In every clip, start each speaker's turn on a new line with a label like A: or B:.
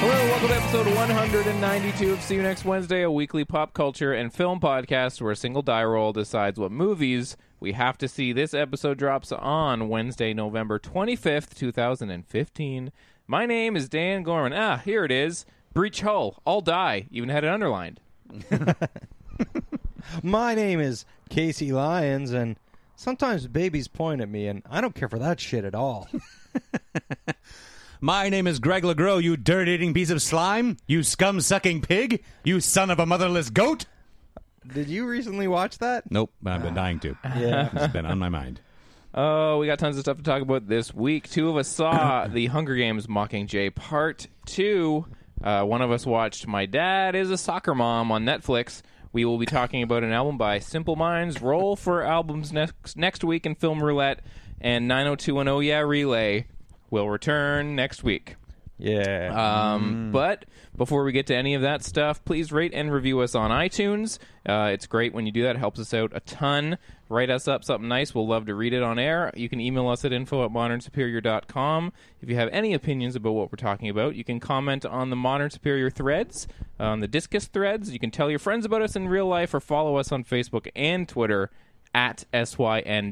A: Hello, welcome to episode 192 of See You Next Wednesday, a weekly pop culture and film podcast where a single die roll decides what movies we have to see. This episode drops on Wednesday, November 25th, 2015. My name is Dan Gorman. Ah, here it is. Breach Hull. All die. Even had it underlined.
B: My name is Casey Lyons, and sometimes babies point at me, and I don't care for that shit at all.
C: My name is Greg LeGros, you dirt eating piece of slime, you scum sucking pig, you son of a motherless goat.
B: Did you recently watch that?
C: Nope, but I've been dying to.
B: Yeah.
C: It's been on my mind.
A: Oh, we got tons of stuff to talk about this week. Two of us saw The Hunger Games Mockingjay Part 2. Uh, one of us watched My Dad is a Soccer Mom on Netflix. We will be talking about an album by Simple Minds. Roll for albums next next week in Film Roulette and 90210 Yeah Relay will return next week.
C: Uh,
B: Yeah.
A: Um, But before we get to any of that stuff, please rate and review us on iTunes. Uh, it's great when you do that; it helps us out a ton. Write us up something nice. We'll love to read it on air. You can email us at info at modernsuperior.com. If you have any opinions about what we're talking about, you can comment on the Modern Superior threads, on the Discus threads. You can tell your friends about us in real life or follow us on Facebook and Twitter at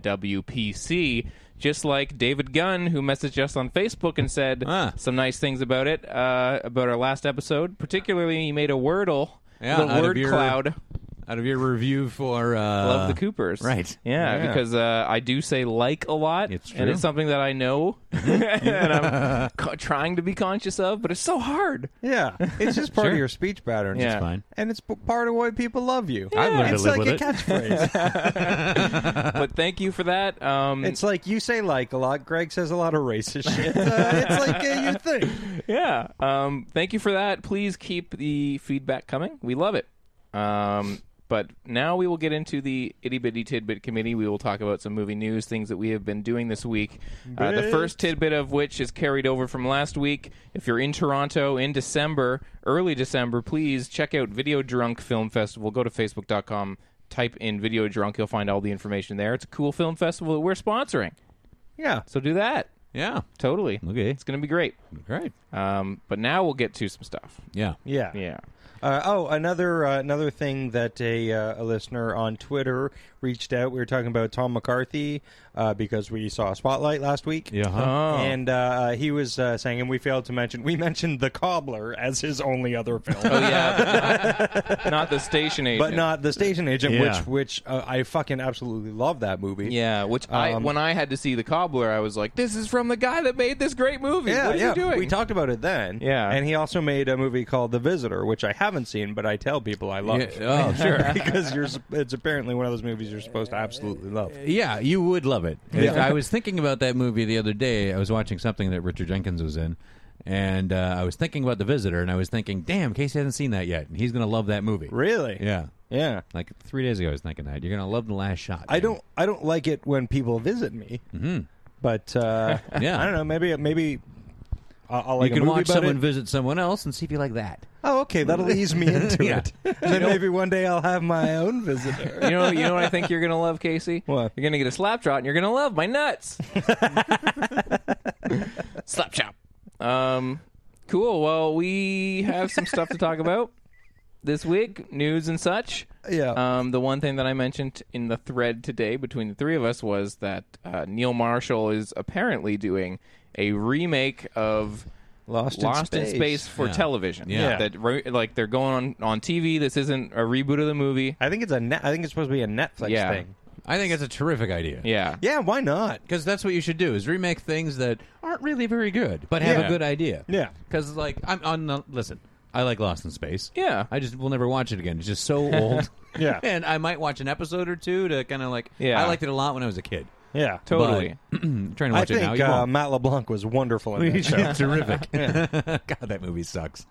A: SYNWPC. Just like David Gunn, who messaged us on Facebook and said
C: Ah.
A: some nice things about it, uh, about our last episode. Particularly, he made a Wordle,
C: Yeah, out
A: the
C: of
A: word
C: your-
A: cloud.
C: Out of your review for uh,
A: Love the Coopers,
C: right.
A: Yeah, because uh, I do say like a lot,
C: It's
A: and
C: true. Mm-hmm.
A: it's something that I know, and I'm co- trying to be conscious of, but it's so hard.
B: yeah. It's just part of your speech patterns.
A: Yeah.
C: Fine.
B: And it's p- part of why people love you.
C: I've learned to
B: it's
C: live
B: like
C: with
B: a
C: it.
B: catchphrase.
A: But thank you for that. Um,
B: it's like you say like a lot. Greg says a lot of racist shit. Uh, it's like uh, your thing.
A: yeah. Um, thank you for that. Please keep the feedback coming. We love it. Um, but now we will get into the itty bitty tidbit committee. We will talk about some movie news, things that we have been doing this week. Uh, the first tidbit of which is carried over from last week. If you're in Toronto in December, early December, please check out Video Drunk Film Festival. Go to facebook.com, type in Video Drunk. You'll find all the information there. It's a cool film festival that we're sponsoring.
B: Yeah.
A: So do that.
C: Yeah.
A: Totally.
C: Okay.
A: It's going to be great.
C: Right.
A: Um, but now we'll get to some stuff.
C: Yeah.
B: Yeah.
A: Yeah.
B: Uh, oh, another uh, another thing that a, uh, a listener on Twitter reached out. We were talking about Tom McCarthy uh, because we saw Spotlight last week.
C: Yeah.
B: And uh, he was uh, saying, and we failed to mention, we mentioned The Cobbler as his only other
C: Oh,
B: film,
A: Oh, yeah, but not, not the station agent.
B: but not The Station Agent,
C: Yeah.
B: which which uh, I fucking absolutely love that movie.
A: Yeah, which I
B: Um,
A: when I had to see the cobbler, I was like, "This is from the guy that made this great movie.
B: Yeah,
A: what are
B: yeah.
A: you doing?"
B: We talked about it then.
A: Yeah.
B: And he also made a movie called The Visitor, which I haven't seen, but I tell people I love it.
C: Yeah, oh, sure.
B: because you're, s- it's apparently one of those movies you're supposed to absolutely love.
C: Yeah, you would love it. I was thinking about that movie the other day. I was watching something that Richard Jenkins was in, and uh, I was thinking about The Visitor, and I was thinking, damn, Casey hasn't seen that yet, and he's going to love that movie.
B: Really?
C: Yeah.
B: Yeah.
C: Like three days ago, I was thinking that. You're going to love The Last Shot.
B: I
C: man.
B: don't I don't like it when people visit me. Mm-hmm. But uh,
C: Yeah.
B: I don't know. Maybe maybe I'll, I'll like
C: you
B: a
C: can
B: movie
C: watch
B: about
C: someone
B: it.
C: visit someone else and see if you like that.
B: Oh, okay. That'll ease me into
C: Yeah.
B: it. then maybe one day I'll have my own visitor.
A: you know, you know what I think you're gonna love, Casey.
B: What?
A: You're gonna get a slap shot, and you're gonna love my nuts. slap chop. Um, Cool. Well, we have some stuff to talk about this week, news and such.
B: Yeah.
A: Um, the one thing that I mentioned in the thread today between the three of us was that uh, Neil Marshall is apparently doing a remake of
B: Lost in Space.
A: for television.
C: Yeah.
B: Yeah.
A: That re- like they're going on on TV. This isn't a reboot of the movie.
B: I think it's a. Net, I think it's supposed to be a Netflix
A: Yeah.
B: thing.
C: I think it's a terrific idea.
A: Yeah.
B: Yeah, why not?
C: Because that's what you should do is remake things that aren't really very good, but have
B: Yeah.
C: a good idea.
B: Yeah.
C: Because like I'm on the, listen, I like Lost in Space.
A: Yeah.
C: I just will never watch it again. It's just so old.
B: Yeah.
C: and I might watch an episode or two to kind of like.
A: Yeah.
C: I liked it a lot when I was a kid.
B: Yeah,
A: Totally.
C: I'm trying to
B: I
C: watch it now.
B: think
C: you
B: uh,
C: won't.
B: Matt LeBlanc was wonderful in that show.
C: It's terrific. God, that movie sucks.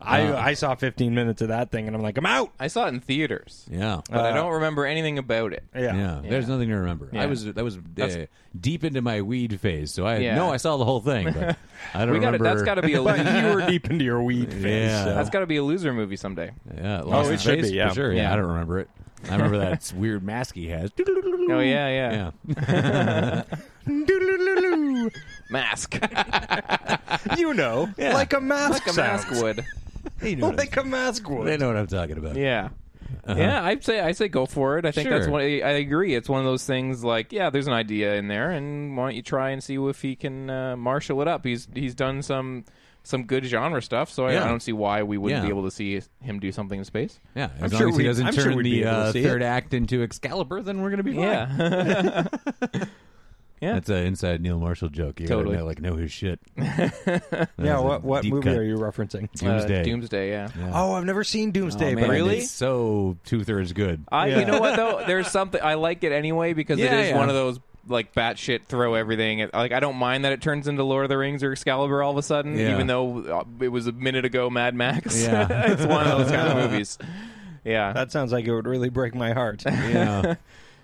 B: I, I saw 15 minutes of that thing and I'm like, I'm out.
A: I saw it in theaters,
C: Yeah.
A: but I don't remember anything about it.
B: Yeah.
C: Uh, Yeah, there's nothing to remember. I
A: Yeah.
C: was that was uh,
A: That's-
C: deep into my weed phase, so I
A: Yeah.
C: no, I saw the whole thing, but I don't
A: We got
C: remember.
A: That's got to be a
B: But
A: loser.
B: you were deep into your weed phase.
C: Yeah.
B: so-
A: That's got to be a loser movie someday.
C: yeah, Lost
B: it
C: in
B: should
C: Space,
B: be, yeah.
C: for sure. Yeah,
A: Yeah.
C: I don't remember it. I remember that weird mask he has.
A: Oh yeah, yeah.
C: Yeah,
A: Mask,
B: you know, like a mask
A: like a mask
B: sound.
A: would.
B: like a mask would.
C: they know what I'm talking about.
A: Yeah. Yeah, I'd say I say go for it. I think that's
C: Uh-huh. Sure.
A: what I, I agree. It's one of those things like, yeah, there's an idea in there, and why don't you try and see if he can uh, marshal it up? He's he's done some some good genre stuff, so I,
C: Yeah.
A: I don't see why we wouldn't
C: Yeah.
A: be able to see him do something in space.
C: Yeah, as
B: I'm
C: long
B: sure
C: as he
B: we-
C: doesn't
B: I'm sure
C: turn
B: we'd be
C: the
B: able to
C: uh,
B: see
C: third act into Excalibur, then we're gonna be fine.
A: Yeah, Yeah.
C: That's an inside Neil Marshall joke. You gotta
A: Totally.
C: know, like know his shit.
B: yeah, what what
C: Deep
B: movie
C: cut.
B: are you referencing?
C: Doomsday.
A: Uh, Doomsday. Yeah.
B: Oh, I've never seen Doomsday,
C: Oh,
B: but
C: man,
A: Really? Oh,
C: it's so two thirds good.
A: I,
B: Yeah.
A: you know what though? There's something I like it anyway because it
C: Yeah,
A: is
C: yeah.
A: one of those like batshit throw everything. It- Like I don't mind that it turns into Lord of the Rings or Excalibur all of a sudden,
C: Yeah.
A: even though uh, it was a minute ago Mad Max.
C: Yeah.
A: it's one of those kind of movies. Yeah,
B: That sounds like it would really break my heart.
C: Yeah,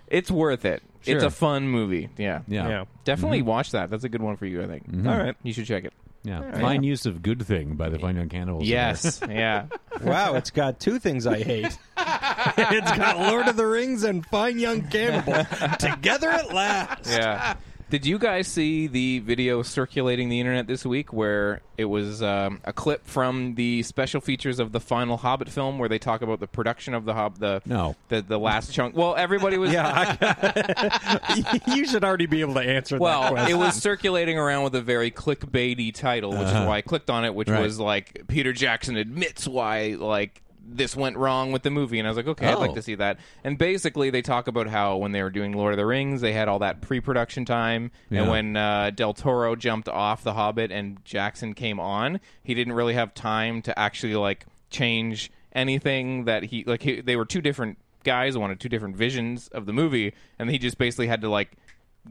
A: it's worth it.
C: Sure.
A: It's a fun movie. Yeah,
C: yeah, Mm-hmm.
B: yeah.
A: definitely watch that. That's a good one for you, I think.
B: All right.
A: You should check it.
C: yeah. Fine use of good thing by the Fine Young Cannibals.
A: Yes, yeah.
B: Wow, it's got two things I hate. it's got Lord of the Rings and Fine Young Cannibal together at last.
A: yeah. Did you guys see the video circulating the internet this week where it was um, a clip from the special features of the final Hobbit film where they talk about the production of the Hob the
C: No.
A: the, the last chunk? Well, everybody was
B: Yeah, I- you should already be able to answer that
A: well,
B: question.
A: it was circulating around with a very clickbaity title, which is why I clicked on it, which
C: Right.
A: was like Peter Jackson admits why like this went wrong with the movie and I was like, okay, I'd
C: Oh.
A: like to see that. And basically they talk about how when they were doing Lord of the Rings, they had all that pre-production time
C: Yeah.
A: and when uh, Del Toro jumped off The Hobbit and Jackson came on, he didn't really have time to actually like change anything that he like he, they were two different guys who wanted two different visions of the movie and he just basically had to like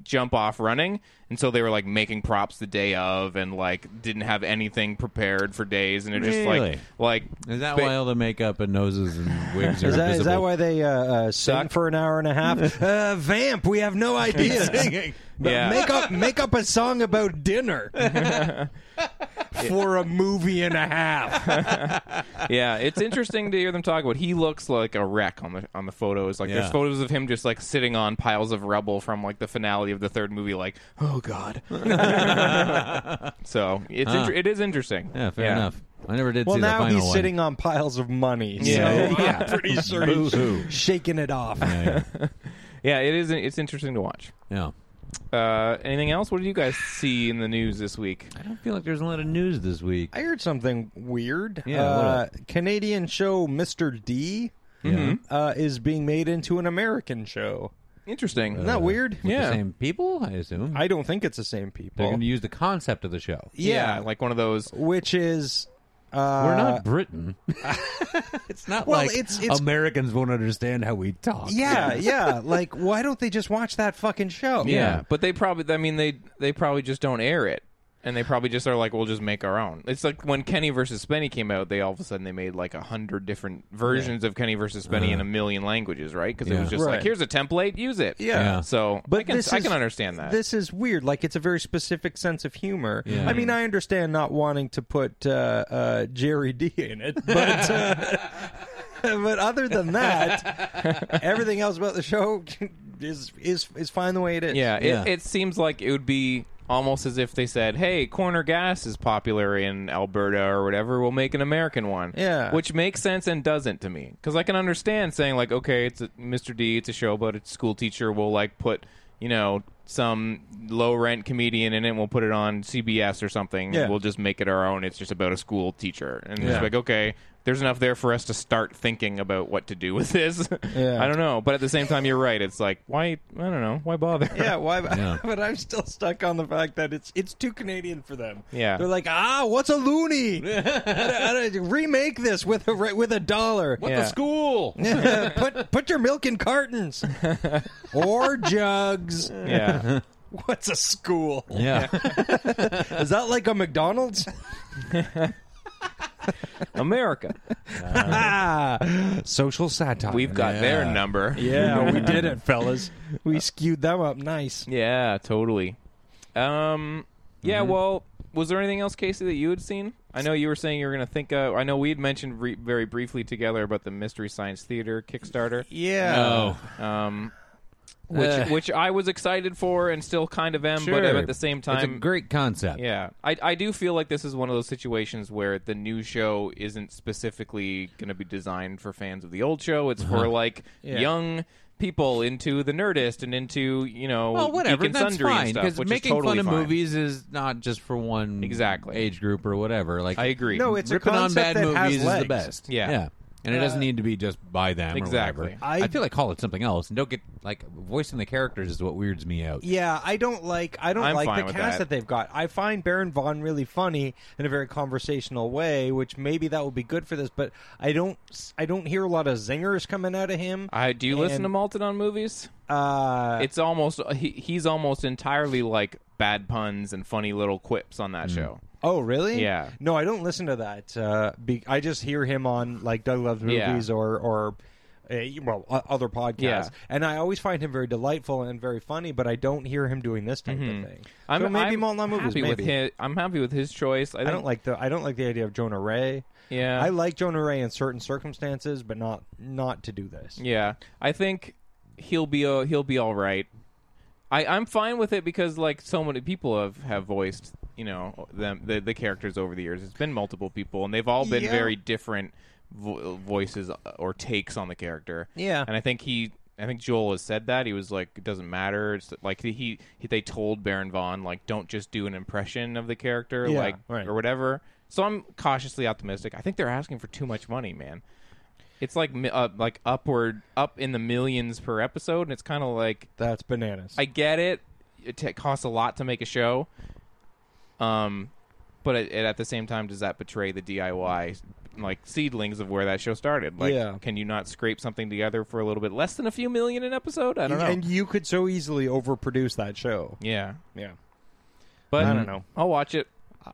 A: jump off running and so they were like making props the day of and like didn't have anything prepared for days and it just
C: Really?
A: like like
C: Is that
A: ba-
C: why all the makeup and noses and wigs are
B: Is that,
C: invisible?
B: is that why they uh, uh, sing
A: Suck.
B: for an hour and a half? uh, vamp, we have no idea. But
A: Yeah.
B: Make up, make up a song about dinner for a movie and a half.
A: yeah it's interesting to hear them talk about he looks like a wreck on the on the photos like
C: Yeah.
A: there's photos of him just like sitting on piles of rubble from like the finale of the third movie like oh god so it's inter- it is interesting
C: Yeah, fair enough. I never did
B: Well,
C: see the
B: now
C: final
B: he's
C: one.
B: sitting on piles of money.
A: Yeah.
B: so I'm pretty sure
C: Boo-hoo.
B: he's shaking it off.
C: yeah, yeah.
A: yeah it is it's interesting to watch
C: Yeah.
A: uh anything else what did you guys see in the news this week
C: I don't feel like there's a lot of news this week.
B: I heard something weird.
C: Yeah,
B: uh, Canadian show Mr. D uh, is being made into an American show.
A: interesting
C: Uh,
B: Isn't that weird?
C: With
A: Uh, yeah.
C: the same people, I assume.
B: I don't think it's the same
C: They're
B: people.
C: going to use the concept of the show.
A: yeah,
B: yeah,
A: like one of those
B: which is uh,
C: We're not Britain. it's not
B: Well,
C: like
B: it's- it's-
C: Americans won't understand how we talk.
B: Yeah, yeah. Like, why don't they just watch that fucking show?
A: Yeah, but they probably. I mean, they they probably just don't air it, and they probably just are like, we'll just make our own. It's like when Kenny versus Spenny came out, they all of a sudden they made like a hundred different versions of Kenny versus Spenny in a million languages, right? Because
C: Yeah.
A: it was just
B: Right.
A: like, here's a template, use it.
B: Yeah. Yeah.
A: So,
B: But
A: I can
B: this
A: I
B: is-
A: can understand that.
B: This is weird. Like, it's a very specific sense of humor.
C: Yeah.
B: I mean, I understand not wanting to put uh, uh, Jerry D in it, but uh, but other than that, everything else about the show is is is fine the way it is.
A: yeah,
C: Yeah.
A: It, it seems like it would be almost as if they said, "Hey, corner gas is popular in Alberta or whatever. We'll make an American one."
B: Yeah.
A: which makes sense and doesn't to me because I can understand saying like, "Okay, it's a, Mr. D, it's a show about a school teacher. We'll like put you know some low rent comedian in it. and We'll put it on CBS or something.
B: Yeah.
A: We'll just make it our own. It's just about a school teacher." And it's like, okay. There's enough there for us to start thinking about what to do with this.
B: Yeah.
A: I don't know, but at the same time, you're right. It's like why I don't know why bother.
B: Yeah, why? But I'm still stuck on the fact that it's it's too Canadian for them.
A: Yeah.
B: they're like, ah, what's a loony? How do- how do- remake this with a re- with a dollar.
A: the Yeah.
C: school.
B: put put your milk in cartons or jugs.
A: yeah.
B: What's a school?
C: Yeah.
B: Is that like a McDonald's?
A: America.
B: ah, social satire.
A: We've got their number.
B: yeah, we did it, fellas. We skewed them up nice.
A: Yeah, totally. Um, yeah.
C: Mm-hmm.
A: Well, was there anything else, Casey, that you had seen? I know you were saying you were going to think. Uh, I know we had mentioned re- very briefly together about the Mystery Science Theater Kickstarter,
B: Yeah.
C: Oh,
A: um, which
C: Ugh.
A: which I was excited for and still kind of am, but I'm
C: sure.
A: at the same time,
C: it's a great concept.
A: Yeah, I I do feel like this is one of those situations where the new show isn't specifically going to be designed for fans of the old show. It's for like young people into the Nerdist and into you know
C: Well, whatever.
A: Geek and
C: That's
A: Sundry and
C: fine
A: stuff,
C: because
A: which is
C: making
A: totally
C: fun of
A: fine.
C: movies is not just for one
A: Exactly.
C: age group or whatever. Like
A: I agree.
B: No, it's a
C: ripping on
B: concept
C: bad
B: that has
C: movies is the
B: legs.
C: best.
A: Yeah.
C: yeah. And it doesn't need to be just by them. Or
A: Exactly.
C: whatever.
B: I-
C: Uh, I, feel like call it something else, and don't get like voicing the characters is what weirds me out.
B: Yeah, I don't like I don't
A: I'm
B: like
A: fine
B: the
A: with
B: cast that.
A: that.
B: they've got. I find Baron Vaughn really funny in a very conversational way, which maybe that would be good for this, but I don't I don't hear a lot of zingers coming out of him.
A: I do you listen
B: And-
A: to Malton on movies.
B: uh,
A: It's almost he, he's almost entirely like bad puns and funny little quips on that show.
B: oh, really?
A: Yeah.
B: No, I don't listen to that. Uh, be, I just hear him on like Doug Loves
A: Yeah.
B: Movies or or. Uh, well, o- other podcasts,
A: Yeah.
B: and I always find him very delightful and very funny, but I don't hear him doing this type of thing.
A: Mm-hmm. I'm
B: so maybe
A: I'm
B: Malton on movies.
A: happy with
B: maybe.
A: his, I'm happy with his choice. I,
B: I
A: think-
B: don't like the I don't like the idea of Jonah Ray.
A: Yeah.
B: I like Jonah Ray in certain circumstances, but not not to do this.
A: Yeah, I think he'll be uh, he'll be all right. I I'm fine with it because like so many people have have voiced you know them the the characters over the years. It's been multiple people, and they've all been
B: Yeah.
A: very different vo- voices uh, or takes on the character.
B: Yeah.
A: and I think he. I think Joel has said that he was like, "It doesn't matter." It's like he, he they told Baron Vaughn like, "Don't just do an impression of the character,
B: Yeah,
A: like
B: right.
A: or whatever." So I'm cautiously optimistic. I think they're asking for too much money, man. It's like mi- uh, like upward up in the millions per episode, and it's kind of like
B: That's bananas.
A: I get it. It t- costs a lot to make a show, um, but it, it- at the same time, does that betray the DIY like seedlings of where that show started? Like,
B: Yeah.
A: can you not scrape something together for a little bit less than a few million an episode? I don't know.
B: And you could so easily overproduce that show.
A: yeah,
B: Yeah.
A: but
B: I don't know.
A: I'll watch it.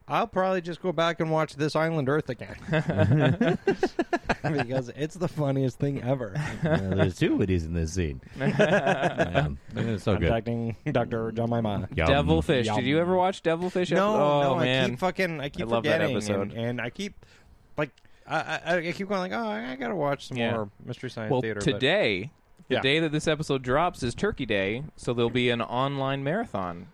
B: I'll probably just go back and watch This Island Earth again. because it's the funniest thing ever.
C: there's two witties in this scene. Um, it's so good.
B: Contacting Dr. John Maimana.
C: Yum.
A: Devilfish.
B: Yum.
A: Did you ever watch Devilfish?
B: No,
A: oh,
B: no,
A: man.
B: I keep fucking I keep
A: love that
B: forgetting
A: episode.
B: And, and I keep like I, I, I keep going like, oh, I gotta watch some
A: Yeah.
B: more Mystery Science
A: well,
B: Theater. but-
A: today, the
B: Yeah.
A: day that this episode drops is Turkey Day, so there'll be an online marathon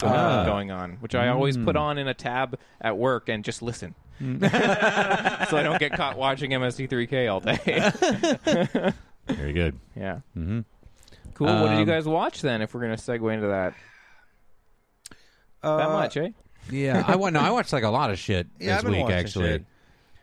A: uh,
B: Ah.
A: going on, which I always put on in a tab at work and just listen. so I don't get caught watching MST3K all day.
C: Very good.
A: yeah. Mm-hmm. Cool. what did you
C: Um,
A: guys watch then? If we're gonna segue into that that
B: Uh,
A: much, eh?
C: Yeah, I wa- no, I watched like a lot of shit
B: Yeah, I've
C: this
B: been
C: week.
B: watching
C: Actually,
B: shit.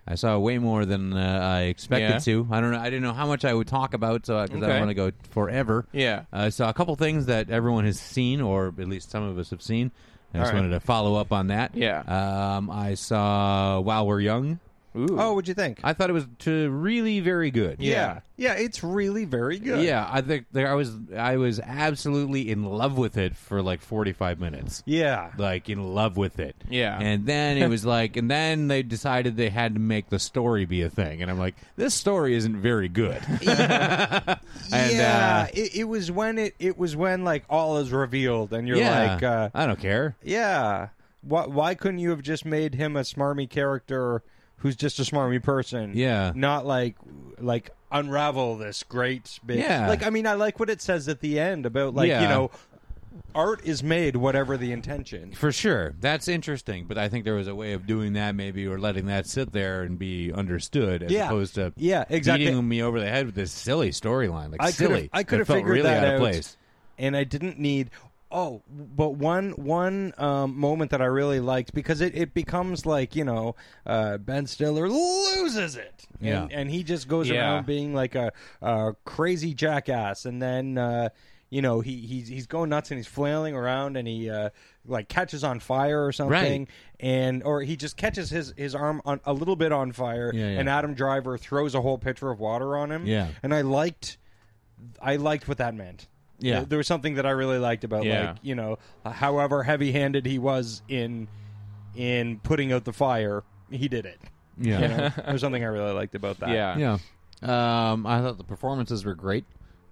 C: I saw way more than uh, I expected
A: Yeah.
C: to. I don't know. I didn't know how much I would talk about because I
A: Okay.
C: don't want to go forever. Uh,
A: Yeah.
C: I saw a couple things that everyone has seen, or at least some of us have seen. I just
B: right.
C: wanted to follow up on that.
A: Yeah.
C: Um, I saw While We're Young.
A: Ooh.
B: Oh, what'd you think?
C: I thought it was to really very good.
B: yeah. Yeah, it's really very good.
C: Yeah, I think there I was I was absolutely in love with it for like 45 minutes.
B: Yeah.
C: Like in love with it.
A: Yeah.
C: And then it was like and then they decided they had to make the story be a thing and I'm like this story isn't very good. And,
B: yeah,
C: uh,
B: it, it was when it it was when like all is revealed, and you're
C: yeah.
B: like, uh,
C: I don't care.
B: yeah, why why couldn't you have just made him a smarmy character who's just a smarmy person?
C: Yeah.
B: not like like unravel this great big.
C: Yeah.
B: like I mean, I like what it says at the end about like you
C: Yeah.
B: know. art is made whatever the intention.
C: For sure. That's interesting, but I think there was a way of doing that maybe or letting that sit there and be understood as
B: Yeah.
C: opposed to
B: Yeah, exactly.
C: beating me over the head with this silly storyline. Like
B: I could
C: silly.
B: have I
C: It
B: could have
C: felt
B: figured
C: really
B: that
C: out of place.
B: and I didn't need. Oh, but one one um, moment that I really liked because it, it becomes like you know uh, Ben Stiller loses it,
C: Yeah.
B: and, and he just goes
D: Yeah.
B: around being like a, a crazy jackass, and then uh, you know he he's he's going nuts and he's flailing around and he uh, like catches on fire or something, and or he just catches his his arm on a little bit on fire,
C: Yeah, yeah.
B: and Adam Driver throws a whole pitcher of water on him,
C: Yeah.
B: and I liked. I liked what that meant.
C: Yeah.
B: There, there was something that I really liked about
D: Yeah.
B: like, you know, however heavy-handed he was in in putting out the fire, he did it.
C: Yeah.
B: You know? There's something I really liked about that.
D: yeah.
C: Yeah. Um, I thought the performances were great.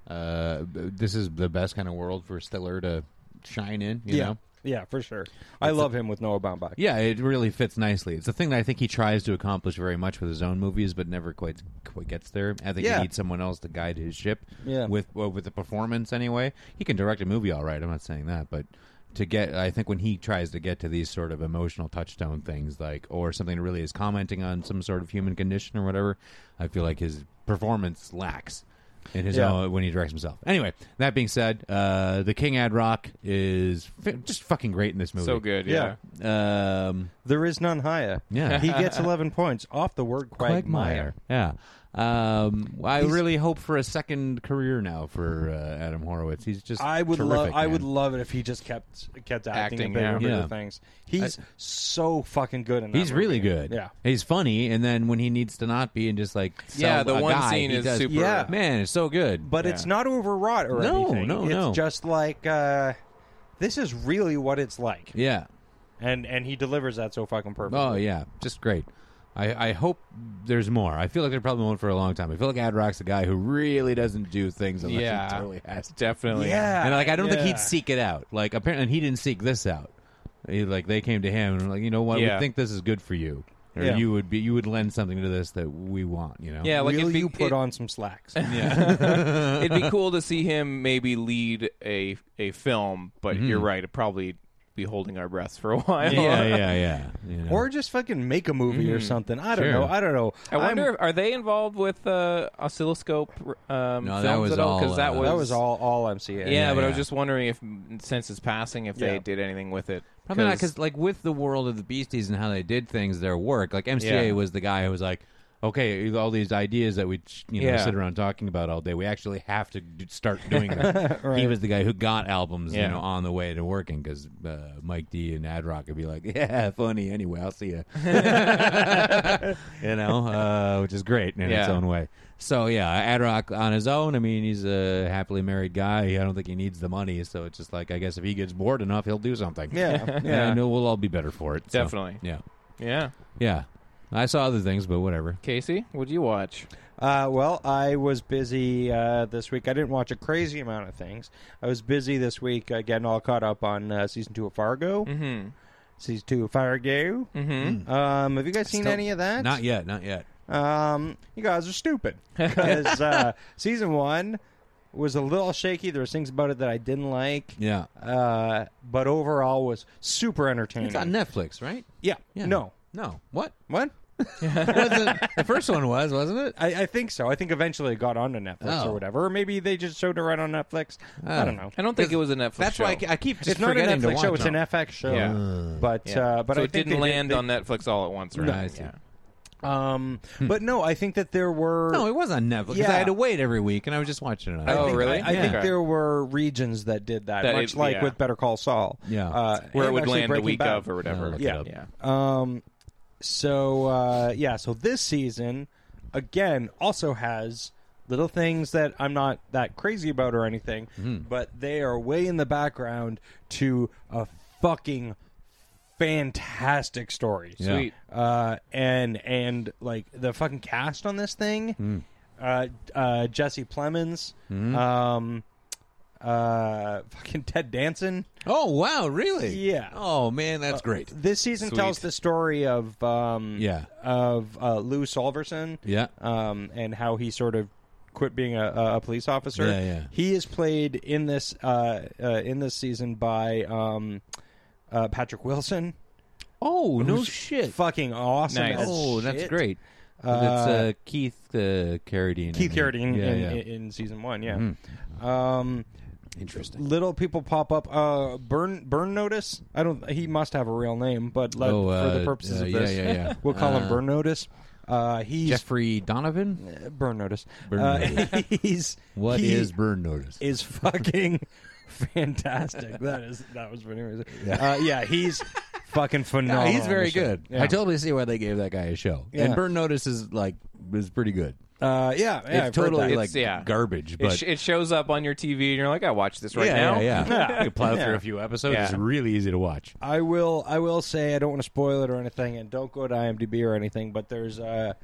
C: Uh, b- this is the best kind of world for Stiller to shine in, you
B: Yeah.
C: know?
B: Yeah, for sure. I love him with Noah Baumbach.
C: Yeah, it really fits nicely. It's the thing that I think he tries to accomplish very much with his own movies, but never quite quite gets there. I think
B: Yeah.
C: he needs someone else to guide his ship.
B: Yeah.
C: with well, with the performance anyway. He can direct a movie all right. I'm not saying that, but to get, I think when he tries to get to these sort of emotional touchstone things, like or something that really is commenting on some sort of human condition or whatever, I feel like his performance lacks. In his
B: Yeah.
C: own, when he directs himself. Anyway, that being said, uh, the King Ad Rock is fi- just fucking great in this movie.
D: So good.
B: Yeah.
D: Yeah.
C: Um,
B: There is none higher.
C: Yeah.
B: He gets 11 points off the word quagmire.
C: Quagmire. Yeah. Um, I really hope for a second career now for uh, Adam Horowitz. He's just
B: I would
C: terrific,
B: love. I
C: man.
B: would love it if he just kept kept acting,
D: Acting,
B: in bigger,
D: yeah.
B: bigger
C: Yeah.
B: things. He's so fucking good. In that
C: He's really
B: movie.
C: good.
B: Yeah.
C: he's funny, and then when he needs to not be and just like sell
D: Yeah, the
C: a
D: one
C: guy,
D: scene
C: he
D: is
C: does-
D: super-
B: Yeah.
C: Man, it's so good.
B: but it's not overwrought or
C: No,
B: anything.
C: no,
B: it's
C: no.
B: just like uh, this is really what it's like,
C: yeah,
B: and and he delivers that so fucking perfectly.
C: oh yeah, just great. I, I hope there's more. I feel like there probably won't for a long time. I feel like Ad Rock's a guy who really doesn't do things unless
D: Yeah.
C: he totally has to.
D: Definitely.
B: Yeah.
C: and like I don't think
B: yeah.
C: he'd seek it out. Like apparently and he didn't seek this out. He, like they came to him and were like, you know what,
D: Yeah.
C: we think this is good for you, or
B: Yeah.
C: you would be you would lend something to this that we want. You know,
D: Yeah, like
B: Will
D: it'd be,
B: you put
D: it,
B: on some slacks?
D: it'd be cool to see him maybe lead a a film, but you're right, it'd probably be holding our breaths for a while.
C: Mm-hmm. yeah, yeah, yeah. you know.
B: or just fucking make a movie or something. I don't
C: Sure.
B: know. I don't know.
D: I wonder,
B: I'm-
D: if, are they involved with uh, oscilloscope um,
C: No, that
D: films
C: was
D: at all?
C: all,
D: Because that
C: uh,
D: was
B: that was all all MCA.
D: Yeah, but I was
C: yeah.
D: just wondering if, mm, since it's passing, if they
B: Yeah.
D: did anything with it.
C: Probably not because, like, with the world of the Beasties and how they did things, their work. Like MCA
D: Yeah.
C: was the guy who was like, "Okay, all these ideas that we you know
D: Yeah.
C: sit around talking about all day, we actually have to d- start doing them." He was the guy who got albums, you
D: Yeah.
C: know, on the way to working because uh, Mike D and Ad Rock would be like, "Yeah, funny. Anyway, I'll see you." you know, uh, which is great in its
D: Yeah.
C: own way. So yeah, Ad Rock on his own. I mean, he's a happily married guy. I don't think he needs the money. So it's just like, I guess if he gets bored enough, he'll do something.
B: yeah,
C: Yeah, I
B: yeah.
C: know we'll all be better for it. so,
D: Definitely.
C: yeah.
D: Yeah.
C: Yeah. I saw other things, but whatever.
D: Casey, what'd you watch?
B: Uh, well, I was busy uh, this week. I didn't watch a crazy amount of things. I was busy this week uh, getting all caught up on uh, season two of Fargo. Mm-hmm. Season two of Fargo. Mm-hmm. Um, have you guys seen any of that?
C: Not yet, not yet.
B: Um, you guys are stupid because uh, season one was a little shaky. There was things about it that I didn't like.
C: Yeah.
B: Uh, but overall was super entertaining.
C: It's on Netflix, right?
B: yeah.
C: Yeah.
B: No.
C: Mm. No. What?
B: What?
C: Wasn't- the first one was, wasn't it?
B: I, I think so. I think eventually it got onto Netflix
C: Oh.
B: or whatever. Or maybe they just showed it right on Netflix. I don't know.
D: I don't think it was a Netflix
C: That's
D: show.
C: why I, ke- I keep just
B: It's not a
C: forgetting to
B: Netflix
C: watch
B: show. It's an
C: them.
B: FX show.
D: Yeah.
B: But uh, but
D: so
B: I think
D: it didn't
B: they did-
D: land
B: they-
D: on Netflix all at once, right?
C: No, I see.
D: Yeah.
B: Um, but no, I think that there were.
C: No, it was on Netflix. 'cause
B: Yeah.
C: I had to wait every week, and I was just watching it. on
D: Oh,
C: Netflix.
B: think-
D: really?
B: I, I think
D: Okay.
B: there were regions that did that,
D: That
B: much
D: it-
B: like
D: yeah.
B: with Better Call Saul.
C: Yeah.
B: Uh,
D: Where it
B: and
D: would
B: actually
D: land the
B: Breaking
D: week
B: Bad.
D: of or
C: I'll
D: whatever.
C: Oh, look it
B: Yeah.
C: up.
D: Yeah.
B: Um, so uh, yeah, so this season again also has little things that I'm not that crazy about or anything, but they are way in the background to a fucking fantastic story.
C: Yeah.
D: Sweet.
B: Uh, and and like the fucking cast on this thing, uh, uh, Jesse Plemons, um, uh, fucking Ted Danson.
C: Oh, wow, really?
B: Yeah.
C: Oh, man, that's great.
B: This season
D: Sweet.
B: tells the story of um,
C: Yeah.
B: of uh, Lou Solverson,
C: Yeah.
B: um, and how he sort of quit being a, a- a police officer.
C: Yeah, yeah.
B: He is played in this uh, uh, in this season by um, uh, Patrick Wilson.
C: Oh no shit!
B: Fucking awesome!
A: Nice.
B: as
C: Oh, that's
B: shit.
C: great.
B: Uh,
C: it's uh, Keith uh, Carradine. I
B: Keith
C: think.
B: Carradine
C: Yeah,
B: in,
C: yeah. Mm-hmm.
B: In, in season one. Yeah. Um,
C: Interesting.
B: little people pop up. Uh, burn burn notice. I don't. He must have a real name, but let,
C: Oh,
B: for
C: uh,
B: the purposes
C: uh,
B: of
C: yeah,
B: this,
C: yeah, yeah.
B: we'll call him
C: Uh,
B: burn notice. Uh, he's
C: Jeffrey Donovan.
B: burn notice.
C: Burn
B: uh,
C: notice.
B: he's
C: What is
B: he
C: burn notice?
B: is fucking fantastic. That is that was pretty amazing. Yeah, uh, yeah he's fucking phenomenal.
C: he's very
B: This shit.
C: good.
B: Yeah.
C: I totally see why they gave that guy a show.
B: Yeah.
C: And burn notice is like is pretty good.
B: Uh, yeah, yeah,
C: it's totally
B: like.
C: like
A: It's- yeah.
C: garbage,
A: It,
C: but
A: sh- it shows up on your TV, and you're like, I watch this right
C: yeah,
A: now.
C: yeah, yeah.
B: Yeah.
C: you plow
B: Yeah.
C: through a few episodes.
A: Yeah.
C: It's really easy to watch.
B: I will. I will say I don't want to spoil it or anything, and don't go to IMDb or anything. But there's a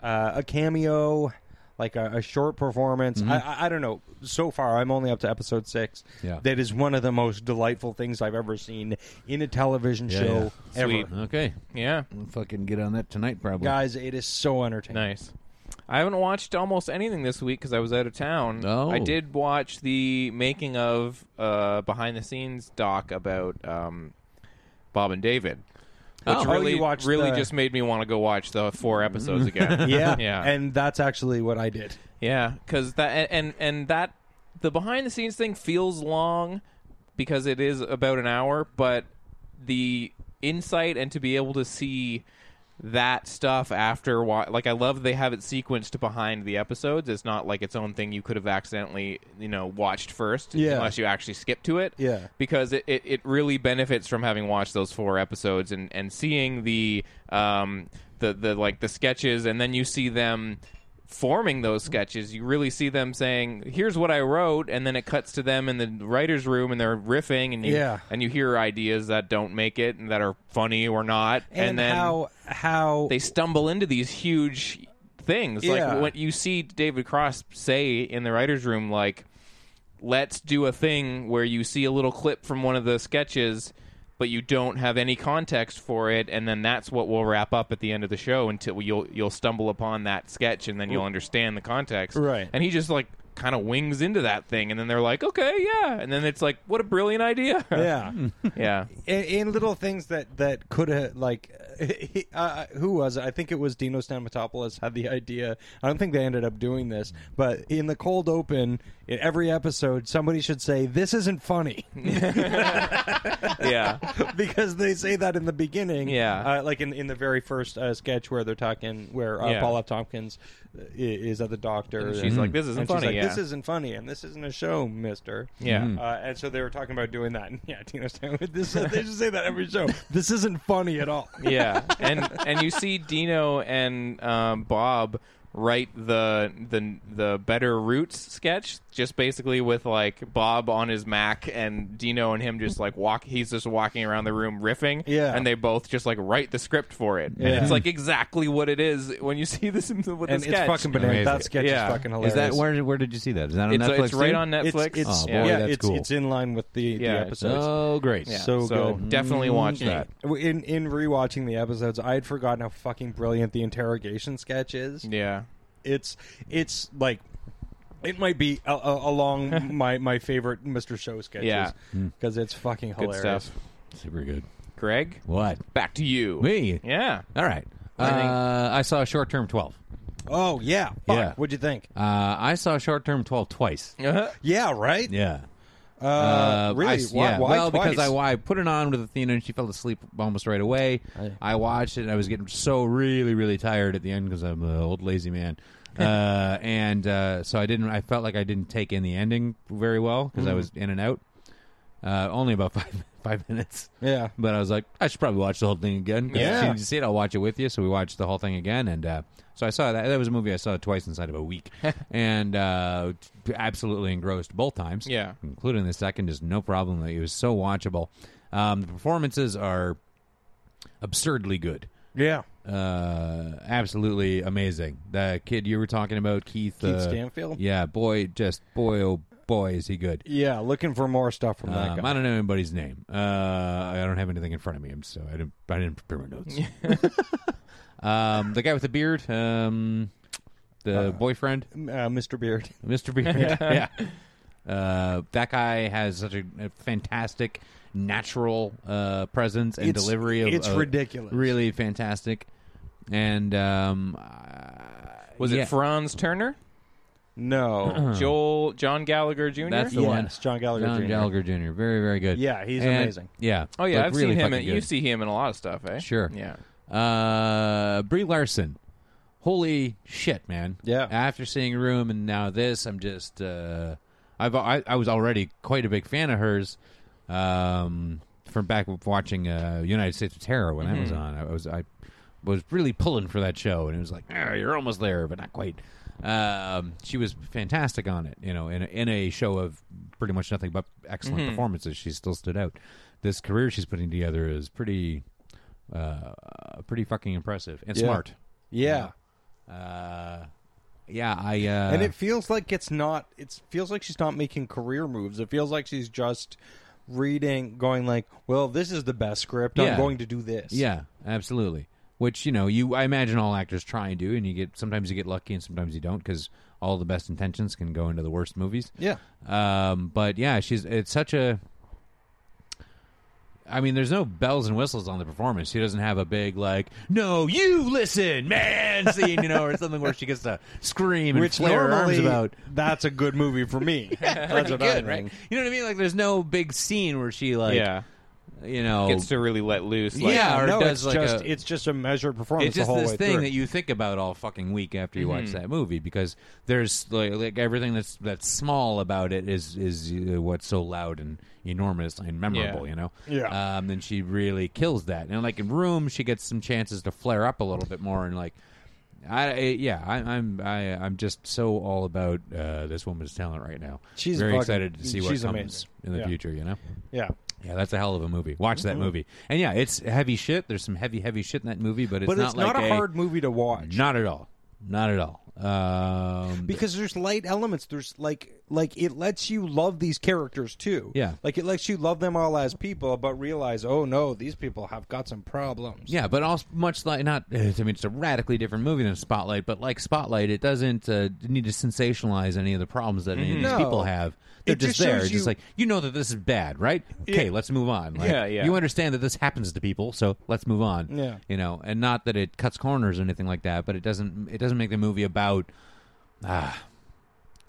B: uh, a cameo, like a, a short performance.
C: Mm-hmm.
B: I, I, I don't know. So far, I'm only up to episode six.
C: Yeah.
B: that is one of the most delightful things I've ever seen in a television
C: Yeah,
B: show
A: yeah.
B: ever.
A: Sweet.
C: Okay,
A: Yeah.
C: we'll fucking get on that tonight, probably.
B: Guys, it is so entertaining.
A: Nice. I haven't watched almost anything this week because I was out of town.
C: Oh.
A: I did watch the making of uh, behind the scenes doc about um, Bob and David, which
B: Oh. Oh,
A: really
B: you watched
A: really
B: the-
A: just made me want to go watch the four episodes again.
B: Yeah,
A: yeah,
B: and that's actually what I did.
A: yeah, because that and and that the behind the scenes thing feels long because it is about an hour, but the insight and to be able to see that stuff after wa- like I love they have it sequenced behind the episodes. It's not like its own thing you could have accidentally you know watched first
B: Yeah.
A: unless you actually skip to it
B: Yeah.
A: because it, it, it really benefits from having watched those four episodes and, and seeing the um the, the like the sketches and then you see them forming those sketches you really see them saying here's what i wrote and then it cuts to them in the writer's room and they're riffing and you
B: Yeah.
A: and you hear ideas that don't make it and that are funny or not and, then
B: how how
A: they stumble into these huge things.
B: Yeah.
A: Like what you see David Cross say in the writers' room, like, "Let's do a thing where you see a little clip from one of the sketches, but you don't have any context for it, and then that's what we'll wrap up at the end of the show until you'll you'll stumble upon that sketch, and then you'll understand the context."
B: Right.
A: And he just like kind of wings into that thing, and then they're like, "Okay, yeah," and then it's like, "What a brilliant idea!"
B: yeah.
A: yeah.
B: in, in little things that that could have like he, uh, who was it? I think it was Dino Stamatopoulos had the idea. I don't think they ended up doing this, but in the cold open, in every episode, somebody should say this isn't funny
A: Yeah.
B: because they say that in the beginning.
A: Yeah.
B: uh, like in in the very first uh, sketch where they're talking, where uh,
A: Yeah.
B: Paul F. Tompkins uh, i- is at the doctor.
A: And she's like, "This isn't
B: and she's
A: funny,
B: like,
A: yeah."
B: This isn't funny, and this isn't a show, Mister.
A: Yeah.
C: Mm-hmm.
B: Uh, and so they were talking about doing that. And yeah, Tina Stanwood. This uh, they just say that every show. This isn't funny at all.
A: yeah, and and you see Dino and um, Bob write the the the better roots sketch just basically with like Bob on his Mac and Dino and him just like walk. He's just walking around the room riffing.
B: Yeah.
A: and they both just like write the script for it. And
B: Yeah.
A: it's like exactly what it is when you see this with the
B: And
A: sketch.
B: it's fucking bananas.
C: Amazing.
B: That sketch
A: Yeah.
B: is fucking
C: Is
B: hilarious.
C: that where? Where did you see that? Is that on
A: It's,
C: Netflix?
A: it's right
C: too?
A: on
B: It's,
A: Netflix.
B: it's,
C: Oh, boy,
B: yeah,
C: that's
B: it's,
C: cool.
B: it's in line with the,
A: Yeah.
B: the episodes.
C: Oh, great!
A: Yeah.
B: so
A: so
B: good.
A: definitely
C: Mm-hmm.
A: watch that.
B: in in rewatching the episodes, I had forgotten how fucking brilliant the interrogation sketch is.
A: Yeah.
B: It's it's like it might be a, a, along my, my favorite Mr. Show
A: Yeah.
B: sketches because it's fucking
A: Good
B: hilarious.
A: stuff.
C: Super good.
A: Greg,
C: What?
A: back to you.
C: Me?
A: Yeah.
C: All right.
A: think-
C: Uh, I saw short term twelve.
B: Oh yeah, Fuck.
C: Yeah.
B: What'd you think?
C: Uh, I saw short term twelve twice.
A: Uh-huh.
B: Yeah, right.
C: Yeah.
B: Uh,
C: Uh,
B: really?
C: I s-
B: why,
C: yeah.
B: why
C: well,
B: twice?
C: because I, wa- I put it on with Athena and she fell asleep almost right away. I watched it and I was getting so really, really tired at the end because I'm an old lazy man. uh, and uh, so I didn't. I felt like I didn't take in the ending very well because
B: Mm.
C: I was in and out. Uh, only about five five minutes.
B: Yeah.
C: But I was like, I should probably watch the whole thing again. 'cause
B: Yeah.
C: if You see it, I'll watch it with you. So we watched the whole thing again, and uh, so I saw that. That was a movie I saw twice inside of a week, and uh, t- absolutely engrossed both times.
A: Yeah.
C: including the second, just no problem. That it was so watchable. Um, the performances are absurdly good.
B: Yeah.
C: Uh, absolutely amazing. The kid you were talking about, Keith,
B: Keith
C: uh,
B: Stanfield?
C: Yeah, boy, just boy, oh boy, is he good.
B: Yeah, looking for more stuff from that
C: Um, I
B: guy.
C: don't know anybody's name. Uh, I don't have anything in front of me, so I didn't. I didn't prepare my notes. um, the guy with the beard. Um, the boyfriend,
B: uh, Mr. Beard.
C: Mr. Beard. yeah. Uh, that guy has such a, a fantastic natural uh, presence and
B: It's-
C: delivery of
B: it's
C: of-
B: ridiculous.
C: Really fantastic. And um, uh,
D: Was
C: yeah.
D: it Franz Turner?
B: No,
D: Joel John Gallagher Jr.
C: Uh-huh. That's the
B: Yes,
C: one.
B: John Gallagher
C: John
B: Jr..
C: Gallagher Jr. Very, very good.
B: Yeah, he's
C: And-
B: amazing.
C: Yeah.
D: oh yeah,
C: Looked
D: I've
C: really
D: seen him.
C: fucking
D: In, you
C: good.
D: see him in a lot of stuff, eh?
C: Sure.
D: Yeah.
C: Uh, Brie Larson. Holy shit, man!
B: Yeah.
C: After seeing Room and now this, I'm just uh, I've I, I was already quite a big fan of hers. Um, from back with watching uh, United States of Terror when I was on, I was I was really pulling for that show, and it was like, "Ah, you're almost there, but not quite. Um, she was fantastic on it, you know, in a, in a show of pretty much nothing but excellent performances. She still stood out. This career she's putting together is pretty uh, pretty fucking impressive and
B: Yeah.
C: smart.
B: yeah,
C: Uh, yeah, I uh,
B: and it feels like it's not. It feels like she's not making career moves. It feels like she's just reading, going like, "Well, this is the best script.
C: Yeah.
B: I'm going to do this."
C: yeah, absolutely. Which you know, you I imagine all actors try and do, and you get sometimes you get lucky and sometimes you don't because all the best intentions can go into the worst movies.
B: yeah.
C: Um, but yeah, she's it's such a. I mean, there's no bells and whistles on the performance. She doesn't have a big like, "No, you listen, man," scene, you know, or something where she gets to scream and
B: Which
C: flare her arms
B: normally,
C: about.
B: that's a good movie for me. that's what
C: Good,
B: I'm
C: right?
B: thinking.
C: You know what I mean? Like, there's no big scene where she like,
D: yeah.
C: you know,
D: Gets to really let loose. Like,
C: yeah, or
B: no, it's
C: does like
B: just
C: a,
B: it's just a measured performance.
C: it's just
B: the whole
C: this
B: way
C: thing
B: through. Mm-hmm.
C: that you think about all fucking week after you watch that movie because there's like, like everything that's that's small about it is is uh, what's so loud and enormous and memorable,
D: Yeah.
C: you know.
B: Yeah.
C: Um, then she really kills that, and like in Room, she gets some chances to flare up a little bit more and like. I, I- yeah, I, I'm I, I'm just so all about uh, this woman's talent right now.
B: She's
C: very
B: fucking-
C: excited to see what
B: she's
C: comes
B: amazing.
C: in the
B: Yeah.
C: future. You know,
B: yeah.
C: yeah, that's a hell of a movie. Watch that
B: Mm-hmm.
C: movie, and yeah, it's heavy shit. There's some heavy heavy shit in that movie, but it's
B: But
C: not
B: it's not
C: like
B: a hard movie to watch.
C: not at all. Not at all. Um,
B: because there's light elements there's like like it lets you love these characters too
C: Yeah.
B: like it lets you love them all as people but realize oh no these people have got some problems
C: yeah, but also much like not. I mean, it's a radically different movie than Spotlight, but like Spotlight, it doesn't uh, need to sensationalize any of the problems that any of these
B: Mm-hmm. No.
C: people have. They're
B: It
C: just,
B: just
C: there,
B: shows
C: just
B: you-
C: like you know that this is bad, right? Okay, let's move on. Like,
D: Yeah, yeah.
C: You understand that this happens to people, so let's move on.
B: Yeah.
C: you know, and not that it cuts corners or anything like that, but it doesn't. It doesn't make the movie about. Ah,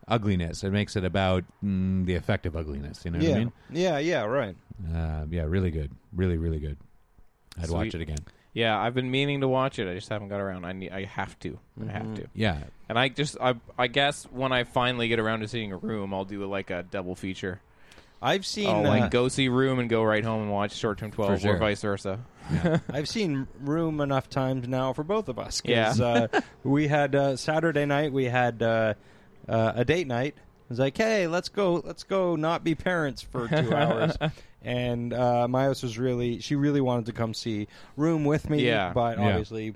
C: Ugliness. It makes it about mm, the effect of ugliness. You know what I
B: yeah
C: mean?
B: yeah yeah right
C: Uh, yeah, really good. Really, really good. I'd watch
D: Sweet.
C: it again.
D: Yeah, I've been meaning to watch it. I just haven't got around. I need. I have to. I have to.
C: Mm-hmm. Yeah.
D: And I just. I. I guess when I finally get around to seeing a room, I'll do like a double feature.
B: i've seen
C: Oh,
D: I'll
B: uh,
D: like go see room and go right home and watch short term twelve
C: sure.
D: or vice versa.
B: i've seen room enough times now for both of us 'cause,
D: Yeah.
B: uh, we had uh, saturday night we had uh, uh, a date night it was like hey let's go let's go not be parents for two hours and uh, myos was really she really wanted to come see room with me
D: Yeah.
B: but
C: Yeah.
B: obviously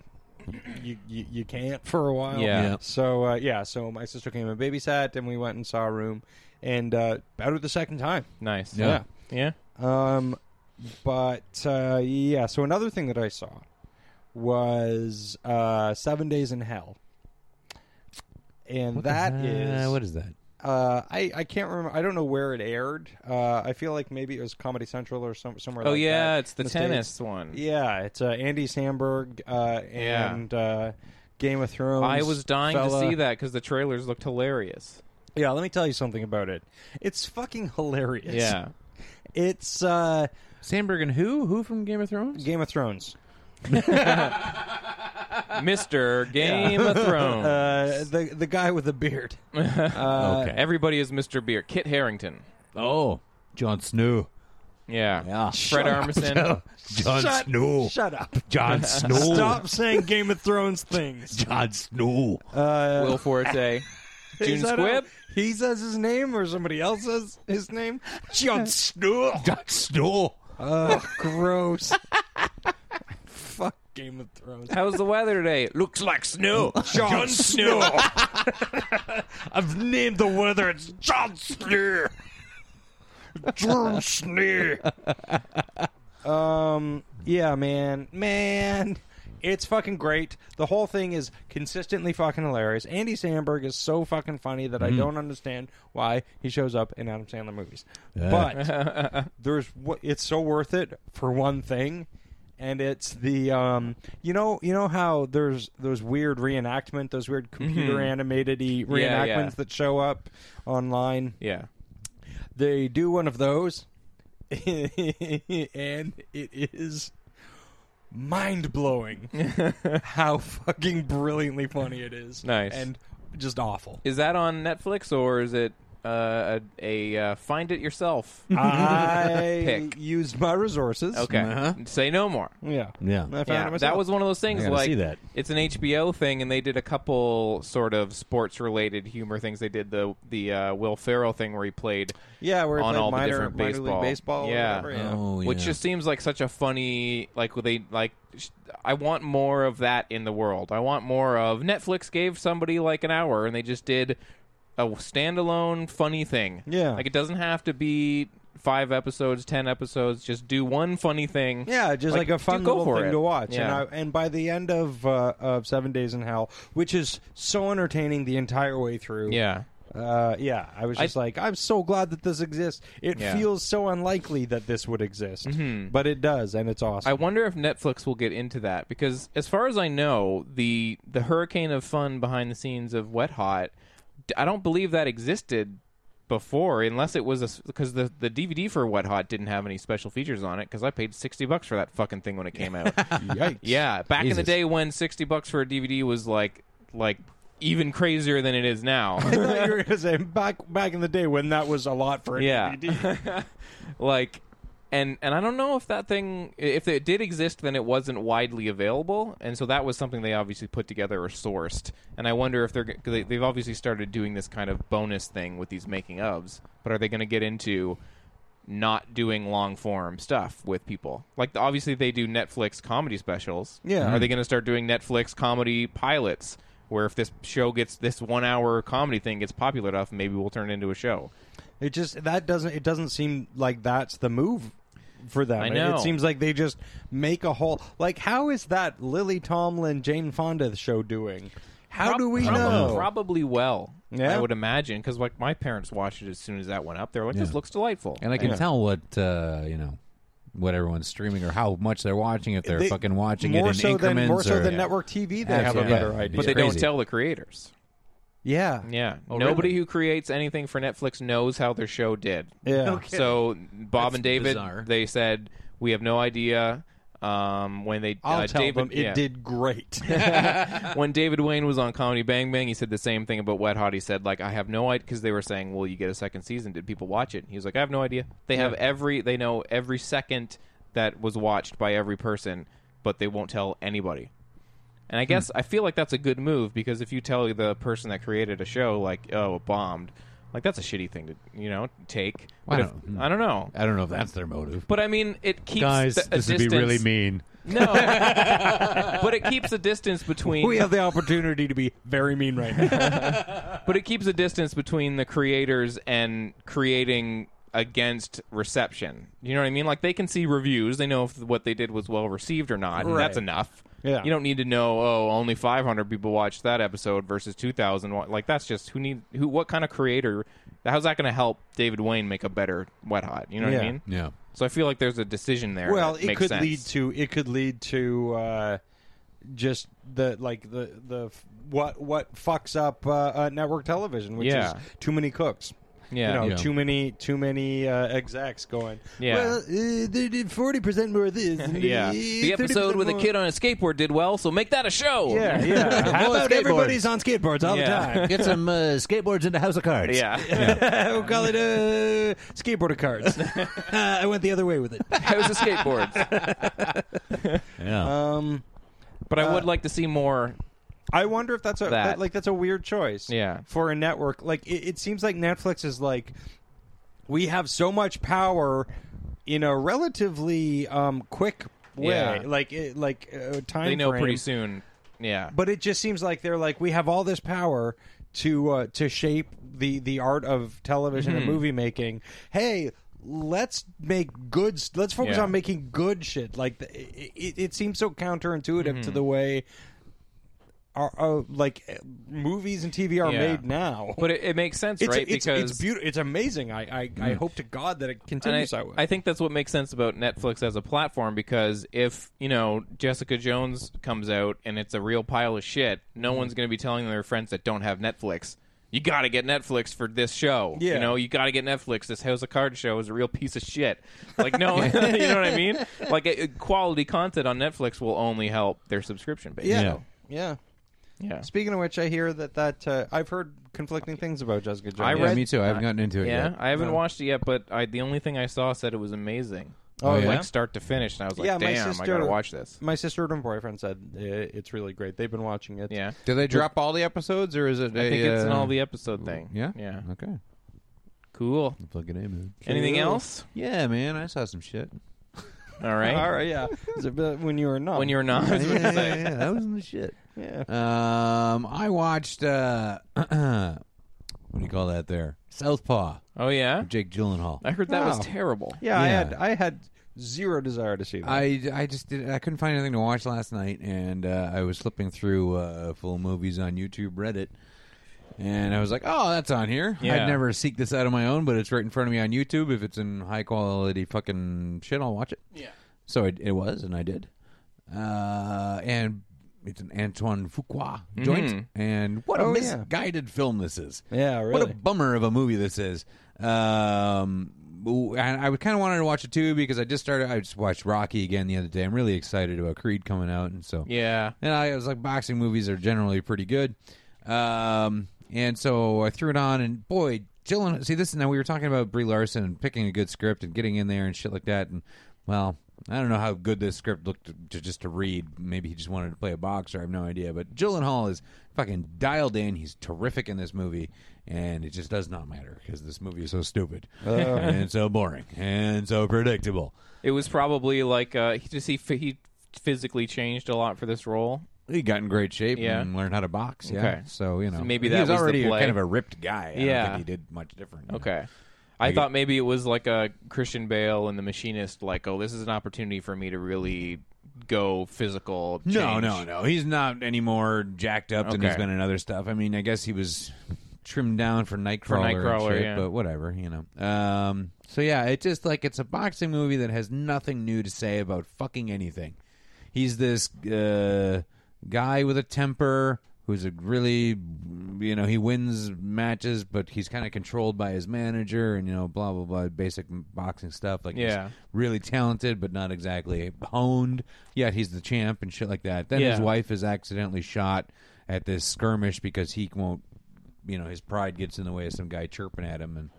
B: you, you you can't for a
C: Oh.
B: while.
D: Yeah. Yeah.
B: So uh, yeah, so my sister came and babysat, and we went and saw a room, and uh, out of the second time.
D: Nice.
C: Yeah.
D: Yeah.
B: Um, but uh, yeah, so another thing that I saw was uh, Seven Days in Hell, and that
C: Uh,
B: is
C: what is that?
B: uh, I I can't remember. I don't know where it aired. Uh, I feel like maybe it was Comedy Central or some, somewhere.
D: Oh
B: like
D: yeah,
B: that
D: it's the
B: in States.
D: tennis one.
B: Yeah, it's uh, Andy Samberg uh,
D: Yeah.
B: and uh, Game of Thrones.
D: I was dying
B: fella.
D: to see that because the trailers looked hilarious.
B: Yeah, let me tell you something about it. It's fucking hilarious.
D: Yeah.
B: it's uh,
C: Sandberg and who? Who from Game of Thrones?
B: Game of Thrones.
D: Mister Game of Thrones.
B: Uh, the the guy with the beard.
C: okay.
D: Everybody is Mister Beer. Kit Harrington.
C: oh, Jon Snow.
D: Yeah.
C: Yeah.
D: Ah, Fred
A: Oh,
D: Armisen.
C: Jon
B: Shut-
C: Snow.
B: Shut up.
C: Jon Snow.
B: Stop saying Game of Thrones things.
C: Jon Snow.
D: Will Forte. June
B: Is that how-
D: Squibb.
B: He says his name, or somebody else says his name.
C: Jon Snow. Jon Snow.
B: Oh, gross. Fuck Game of Thrones.
D: How's the weather today? Looks like snow. Jon Snow.
C: I've named the weather. It's Jon Snow. Jon Snow.
B: Um. Yeah, man, man. It's fucking great. The whole thing is consistently fucking hilarious. Andy Samberg is so fucking funny that I
C: Mm.
B: don't understand why he shows up in Adam Sandler movies. But there's wh- it's so worth it for one thing, and it's the um you know you know how there's those weird reenactment, those weird computer animated animated reenactments
A: Mm-hmm. Yeah, yeah.
B: that show up online
A: Yeah.
B: they do one of those and it is mind-blowing how fucking brilliantly funny it is
A: Nice.
B: and just awful
A: Is that on Netflix or is it uh, a, a uh, find it yourself?
B: Uh, i
A: Pick.
B: used my resources
A: Okay. Say no more.
B: yeah
C: Yeah.
B: I found
A: Yeah,
B: it
A: that
B: myself.
A: was one of those things.
C: I gotta
A: like
C: see that.
A: it's an HBO thing, and they did a couple sort of sports-related humor things. They did the the uh, Will Ferrell thing where he played,
B: yeah where it
A: on
B: played
A: all the
B: minor,
A: different
B: minor
A: baseball.
B: league baseball or
A: Yeah. Uh-huh.
B: whatever, yeah.
C: Oh,
A: which
C: yeah.
A: just seems like such a funny like they like. sh- I want more of that in the world. I want more of Netflix gave somebody like an hour, and they just did a standalone funny thing.
B: Yeah.
A: like it doesn't have to be five episodes, ten episodes. Just do one funny thing.
B: Yeah, just like, a fun
A: go
B: little
A: for
B: thing
A: it.
B: to watch.
A: Yeah.
B: And, I, and by the end of uh, of Seven Days in Hell, which is so entertaining the entire way through.
A: yeah.
B: Uh, yeah, I was just like, I'm so glad that this exists. It
A: Yeah. Mm-hmm.
B: feels so unlikely that this would exist, but it does, and it's awesome.
A: I wonder if Netflix will get into that because, as far as I know, the the hurricane of fun behind the scenes of Wet Hot, d- I don't believe that existed before, unless it was because the the DVD for Wet Hot didn't have any special features on it. Because I paid sixty bucks for that fucking thing when it came out.
B: Yikes.
A: yeah, back in
C: Jesus.
A: the day when sixty bucks for a DVD was like like even crazier than it is now.
B: I thought you were going to say back back in the day when that was a lot for a
A: Yeah.
B: DVD.
A: like and and I don't know if that thing if it did exist then it wasn't widely available and so that was something they obviously put together or sourced and I wonder if they're g- 'cause they, they've obviously started doing this kind of bonus thing with these making ofs but are they going to get into not doing long form stuff with people like obviously they do Netflix comedy specials
B: Yeah.
A: are they going to start doing Netflix comedy pilots where if this show gets this one hour comedy thing gets popular enough maybe we'll turn it into a show
B: It just that doesn't it doesn't seem like that's the move for them.
A: I
B: It-
A: know.
B: It, seems like they just make a whole like how is that Lily Tomlin Jane Fonda show doing? How
A: Prob-
B: do we
A: probably,
B: know?
A: Probably well.
B: Yeah?
A: I would imagine because like my parents watched it as soon as that went up. They were like, "This
C: Yeah.
A: looks delightful."
C: And I can tell what uh, you know, what everyone's streaming or how much they're watching if they're
B: They-
C: fucking watching it
B: more
C: in
B: so
C: increments.
B: than more so
C: or,
B: than network TV. They have a
C: Absolutely.
B: better
C: Yeah.
B: idea.
A: but they
C: Crazy.
A: don't tell the creators.
B: yeah, Oh,
A: Yeah, nobody who creates anything for Netflix knows how their show did.
B: Yeah. Okay.
A: So Bob and David,
C: bizarre.
A: they said we have no idea. Um, when they
B: I'll
A: uh,
B: tell
A: David,
B: them it
A: yeah.
B: did great.
A: when David Wayne was on Comedy Bang Bang, he said the same thing about Wet Hot. He said, like, I have no idea because they were saying, "Will you get a second season? Did people watch it?" He was like, "I have no idea. They have every, they know every second that was watched by every person, but they won't tell anybody." And I
C: Hmm.
A: guess I feel like that's a good move because if you tell the person that created a show, like, "Oh, it bombed," like that's a shitty thing to you know take.
C: Why
A: But if-
C: don't-
A: I don't know.
C: I don't know if that's their motive.
A: But I mean, it keeps
C: Hmm. Guys,
A: the, a
C: this would be really
A: distance-
C: mean.
A: No, but it keeps a distance between
B: we have the opportunity to be very mean right now.
A: But it keeps a distance between the creators and creating against reception. You know what I mean? Like they can see reviews, they know if what they did was well received or not, and
B: Right.
A: that's enough.
B: Yeah.
A: You don't need to know, oh, only 500 people watched that episode versus 2000. Like that's just who need who what kind of creator how's that going to help David Wayne make a better Wet Hot? You know what I
B: Yeah.
A: mean?
C: Yeah.
A: So I feel like there's a decision there.
B: well,
A: that
B: it
A: makes
B: could
A: sense.
B: lead to it could lead to uh, just the like the the f- what what fucks up uh, uh, network television, which
A: Yeah.
B: is too many cooks.
A: Yeah.
B: you know,
C: Yeah.
B: too many too many uh, execs going.
A: Yeah.
B: Well, uh, they did forty percent more of this. and,
A: yeah.
B: uh,
A: The
B: 30%
A: episode with a
B: more-
A: kid on a skateboard did well, so make that a show.
B: Yeah, yeah. How about everybody's on skateboards all
A: Yeah.
B: the time?
C: Get some uh, skateboards into House of Cards.
A: Yeah.
B: we'll call it uh, skateboarder cards. uh, I went the other way with it.
A: How's the skateboards?
C: Yeah.
B: Um,
A: But I would
B: Uh,
A: like to see more.
B: I wonder if that's a
A: That.
B: that- like that's a weird choice.
A: Yeah.
B: For a network, like it, it seems like Netflix is like we have so much power in a relatively um, quick way,
A: Yeah.
B: like it, like uh, time.
A: They know
B: frame.
A: pretty soon. Yeah.
B: but it just seems like they're like we have all this power
A: Mm-hmm.
B: to uh, to shape the the art of television and movie making. Hey. let's make good s- let's focus
A: Yeah.
B: on making good shit like the, it, it, it seems so counterintuitive
A: Mm-hmm.
B: to the way our, our like uh, movies and tv are
A: Yeah.
B: made now
A: But it, it makes sense,
B: it's,
A: right?
B: it's,
A: because
B: it's beautiful it's amazing i i, I hope to god that it
A: and
B: continues
A: I,
B: that way
A: I think that's what makes sense about Netflix as a platform because if you know Jessica Jones comes out and it's a real pile of shit, no
B: Mm-hmm.
A: one's going to be telling their friends that don't have Netflix. You got to get Netflix for this show.
B: Yeah.
A: You know, you got to get Netflix. This House of Cards show is a real piece of shit. Like, no, you know what I mean? Like, it- it- quality content on Netflix will only help their subscription base.
B: yeah
C: Yeah.
B: yeah,
A: Yeah.
B: Speaking of which, I hear that that uh, I've heard conflicting things about Jessica Jones.
A: I
C: yeah,
A: read-
C: me too. I haven't gotten into it
A: Yeah,
C: yet.
A: I haven't watched it yet, but I, the only thing I saw said it was amazing.
B: Oh,
A: like
B: yeah?
A: start to finish, and I was like,
B: Yeah, my
A: "Damn, I
B: sister-
A: gotta watch this."
B: My sister and boyfriend said uh, it's really great. They've been watching it.
A: Yeah,
C: Do they drop all the episodes, or is it?
A: I think it's an all the episode thing.
C: uh, Yeah.
A: yeah,
C: Okay.
A: cool.
C: Plug it in, man.
A: Anything else?
C: Yeah, man. I saw some shit.
A: All right.
B: All right. Yeah. Is it, uh, when you were not.
A: When you're not, I was gonna say.
C: yeah, that was in the shit.
B: Yeah.
C: Um, I watched. Uh, what do you call that? There, Southpaw.
A: oh yeah,
C: Jake Gyllenhaal.
A: I heard that
B: Wow.
C: Oh.
A: was terrible.
B: Yeah, I
C: Yeah.
B: had I had zero desire to see that.
C: I, I just did I couldn't find anything to watch last night, and uh, I was flipping through uh, full movies on YouTube, Reddit, and I was like, "Oh, that's on here."
A: Yeah.
C: I'd never seek this out on my own, but it's right in front of me on YouTube. If it's in high quality fucking shit, I'll watch it. Yeah. So it, it was, and I did. Uh, and it's an Antoine Fuqua joint, and what a
B: Oh, yeah.
C: misguided film this is.
B: Yeah,
C: What a
B: really.
C: bummer of a movie this is. Um, ooh, and I kind of wanted to watch it too because I just started. I just watched Rocky again the other day. I'm really excited about Creed coming out, and so
A: Yeah.
C: And I was like, boxing movies are generally pretty good. Um, and so I threw it on, and boy, Jillian. See, this is now we were talking about Brie Larson and picking a good script and getting in there and shit like that, and well. I don't know how good this script looked to, to- just to read. Maybe he just wanted to play a boxer. I have no idea. But Gyllenhaal is fucking dialed in. He's terrific in this movie, and it just does not matter because this movie is so stupid and so boring and so predictable.
A: It was probably like uh, he just he he physically changed a lot for this role.
C: He got in great shape
A: Yeah.
C: and learned how to box. Yeah,
A: Okay.
C: so you know
A: So maybe
C: he
A: that
C: was,
A: was the
C: already a
A: play.
C: kind of a ripped guy. I
A: Yeah.
C: don't think he did much different.
A: Okay. I thought maybe it was like a Christian Bale and the Machinist, like, oh, this is an opportunity for me to really go physical.
C: No,
A: change.
C: no, no. He's not any more jacked up than
A: Okay.
C: he's been in other stuff. I mean, I guess he was trimmed down for Nightcrawler,
A: Nightcrawler,
C: and shit,
A: yeah.
C: but whatever, you know. Um, so yeah, it's just like it's a boxing movie that has nothing new to say about fucking anything. He's this uh, guy with a temper who's a really, you know, he wins matches, but he's kind of controlled by his manager, and you know, blah blah blah, basic boxing stuff. Like, he's
A: Yeah.
C: really talented, but not exactly honed. Yet he's the champ and shit like that. Then his
A: Yeah.
C: wife is accidentally shot at this skirmish because he won't, you know, his pride gets in the way of some guy chirping at him, and,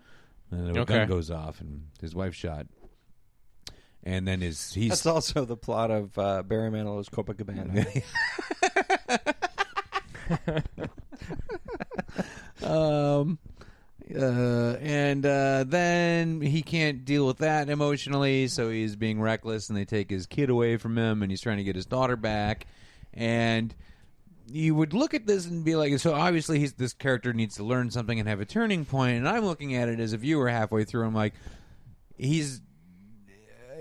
C: and the
A: Okay.
C: gun goes off, and his wife's shot. And then his he's
B: That's also the plot of uh, Barry Manilow's Copacabana.
C: um uh and uh then he can't deal with that emotionally so he's being reckless and they take his kid away from him and he's trying to get his daughter back and you would look at this and be like so obviously he's this character needs to learn something and have a turning point and i'm looking at it as a viewer halfway through i'm like he's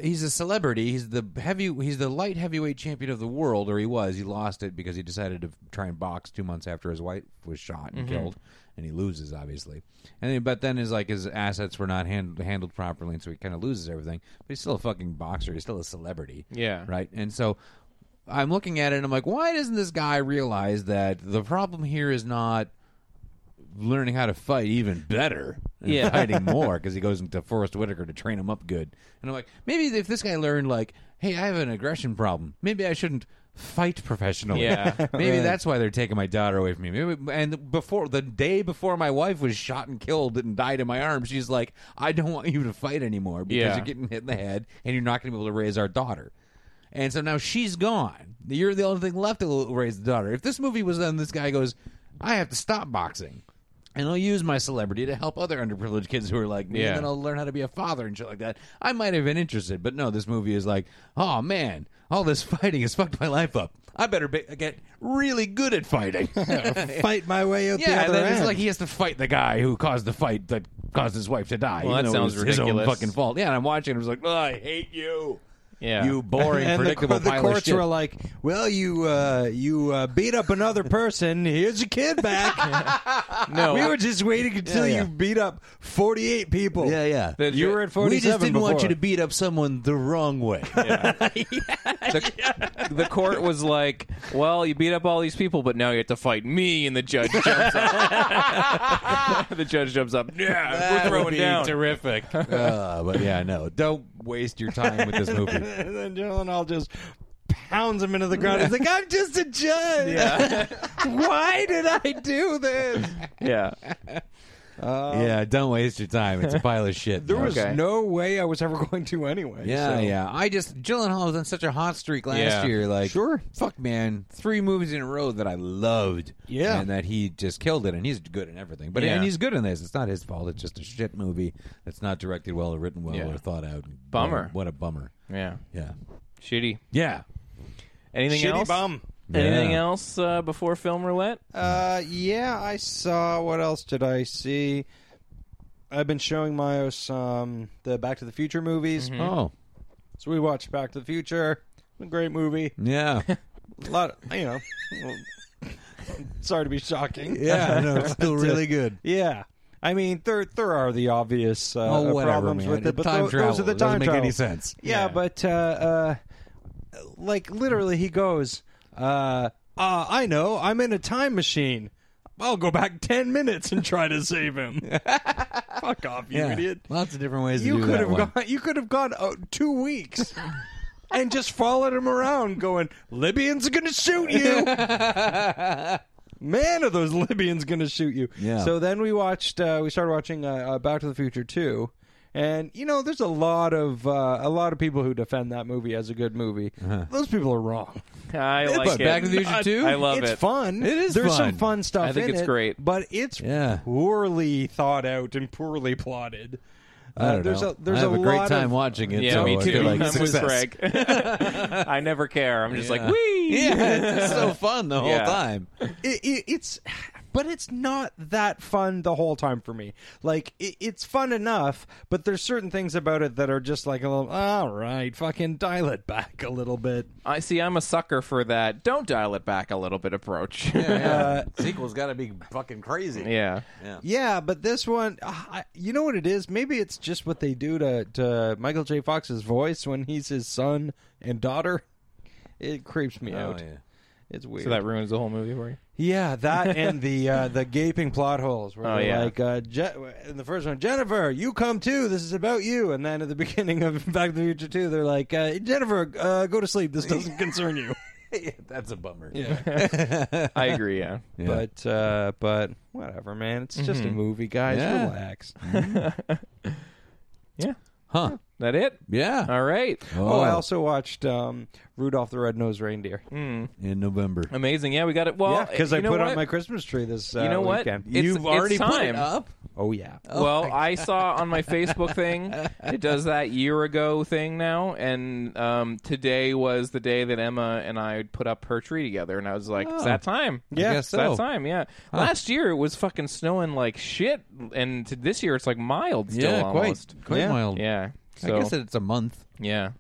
C: he's a celebrity. He's the heavy. He's the light heavyweight champion of the world, or he was. He lost it because he decided to try and box two months after his wife was shot
B: Mm-hmm.
C: and killed, and he loses obviously. And then, but then his like his assets were not hand, handled properly, and so he kind of loses everything. But he's still a fucking boxer. He's still a celebrity.
A: Yeah.
C: Right. And so. I'm looking at it and I'm like, why doesn't this guy realize that the problem here is not learning how to fight even better and
A: Yeah.
C: fighting more because he goes into Forrest Whitaker to train him up good. And I'm like, maybe if this guy learned, like, hey, I have an aggression problem. Maybe I shouldn't fight professionally.
A: Yeah.
C: maybe that's why they're taking my daughter away from me. Maybe, and before the day before my wife was shot and killed and died in my arms, she's like, I don't want you to fight anymore because
A: Yeah.
C: you're getting hit in the head and you're not going to be able to raise our daughter. And so now she's gone. You're the only thing left to raise the daughter. If this movie was done, this guy goes, I have to stop boxing. and I'll use my celebrity to help other underprivileged kids who are like me,
A: Yeah.
C: and then I'll learn how to be a father and shit like that. I might have been interested, but no, this movie is like, oh man, all this fighting has fucked my life up. I better be- get really good at fighting. yeah,
B: Fight my way out the
C: and
B: other
C: then
B: end.
C: it's like he has to fight the guy who caused the fight that caused his wife to die.
A: Well,
C: even
A: that
C: though it
A: sounds
C: was His own
A: ridiculous.
C: fucking fault. Yeah, and I'm watching, and I was like, oh, I hate you.
A: Yeah.
C: you boring,
B: and the,
C: predictable
B: cour- the
C: pile of
B: courts
C: shit.
B: were like, "Well, you uh, you uh, beat up another person. Here's your kid back.
A: No,
B: we were just waiting until
C: Yeah, yeah.
B: you beat up 48 people.
C: yeah, yeah.
A: The-
B: You were at 47
C: we just didn't want
B: before.
C: you to beat up someone the wrong way.
A: the, the court was like, "Well, you beat up all these people, but now you have to fight me." And the judge jumps up. the judge jumps up. Yeah, we're throwing down.
C: terrific. uh, but yeah, no, don't waste your time with this movie.
B: and then Dylan all just pounds him into the ground. He's like, I'm just a judge. Why did I do this?
A: Yeah,
C: yeah, don't waste your time. It's a pile of shit.
B: Um, There was
A: Okay.
B: no way I was ever going to anyway.
C: Yeah,
B: so-
C: yeah. I just Gyllenhaal was on such a hot streak last
A: Yeah.
C: year. Like,
B: Sure.
C: fuck, man, three movies in a row that I loved.
B: Yeah.
C: and that he just killed it, and he's good in everything. But
A: Yeah.
C: and he's good in this. It's not his fault. It's just a shit movie that's not directed well, or written well,
A: Yeah.
C: or thought out.
A: Bummer.
C: What a, what a bummer.
A: yeah.
C: Yeah.
A: Shitty.
C: Yeah.
A: Anything
B: Shitty
A: else?
B: bum.
A: Anything
C: Yeah.
A: else uh, before film roulette?
B: Uh, yeah, I saw. What else did I see? I've been showing Myos um, the Back to the Future movies.
A: Hmm.
C: Oh.
B: So we watched Back to the Future. A great movie.
C: Yeah.
B: A lot, of, you know. well, sorry to be shocking.
C: Yeah. No, it's still really good.
B: Yeah. I mean, there there are the obvious uh,
C: Oh, whatever,
B: problems
C: man.
B: with it, but
C: Time
B: tho- those are the
C: travel. It doesn't
B: time
C: make
B: travel.
C: any sense.
B: Yeah, but uh, uh, like literally, he goes, uh, uh, "I know, I'm in a time machine. I'll go back ten minutes and try to save him." Fuck off, you
C: Yeah.
B: idiot!
C: Lots of different ways
B: You
C: to do
B: could
C: that
B: have
C: one.
B: gone. You could have gone uh, two weeks. And just followed him around, going, "Libyans are gonna shoot you." Man, are those Libyans going to shoot you?
C: Yeah.
B: So then we watched. Uh, we started watching uh, uh, Back to the Future Two, and you know, there's a lot of uh, a lot of people who defend that movie as a good movie.
C: Uh-huh.
B: Those people are wrong.
A: I like
C: What,
A: it.
C: Back to the Future
A: I-
C: 2?
A: I love
B: it's
A: it.
B: fun.
C: It is
B: There's
C: fun.
B: some fun stuff.
A: I think
B: in
A: it's
B: it,
A: great.
B: but it's
C: Yeah.
B: poorly thought out and poorly plotted. Uh,
C: I don't
B: there's
C: know.
B: a there's
C: I have a, great
B: lot
C: time
B: of,
C: watching it.
A: Yeah,
C: so
A: me
C: I
A: too.
C: feel like
A: I'm with
C: success.
A: Greg. I never care. I'm just like, wee.
C: Yeah, it's so fun the whole
A: Yeah.
C: time.
B: it, it, it's but it's not that fun the whole time for me like it, it's fun enough but there's certain things about it that are just like a little all right fucking dial it back a little bit
A: I see. I'm a sucker for that. Don't dial it back a little bit approach. Yeah.
C: Sequel's got to be fucking crazy.
B: yeah but this one uh, I- you know what it is maybe it's just what they do to, to michael j fox's voice when he's his son and daughter it creeps me
C: Oh,
B: out
C: yeah.
B: it's weird
A: So that ruins the whole movie for you.
B: Yeah, that and the uh, the gaping plot holes. Where
A: Oh,
B: they're
A: yeah.
B: like uh, Je- in the first one, Jennifer, you come too. This is about you. And then at the beginning of Back to the Future Two, they're like, uh, Jennifer, uh, go to sleep. This doesn't concern you.
C: That's a bummer.
A: I agree. Yeah. Mm-hmm.
B: But uh, but whatever, man. It's just a movie, guys.
C: Yeah.
B: Relax.
A: Yeah.
C: Huh.
A: That it?
C: Yeah.
A: All right.
B: Oh, I also watched um, Rudolph the Red-Nosed Reindeer.
C: in November.
A: Amazing. Yeah, we got it. Well,
B: yeah, because I
A: you know
B: put
A: what?
B: up my Christmas tree this uh,
A: You know what?
B: weekend.
A: It's- it's time.
B: Oh yeah.
A: well, I saw on my Facebook thing, it does that year ago thing now, and um, today was the day that Emma and I put up her tree together, and I was like, it's that time.
B: Yeah.
C: guess
A: It's that
C: Oh. so.
A: time, yeah. Last year it was fucking snowing like shit, and t- this year it's like mild still
C: yeah,
A: almost.
C: quite, quite
B: Yeah.
C: mild.
A: Yeah. So,
C: I guess it's a month.
A: yeah.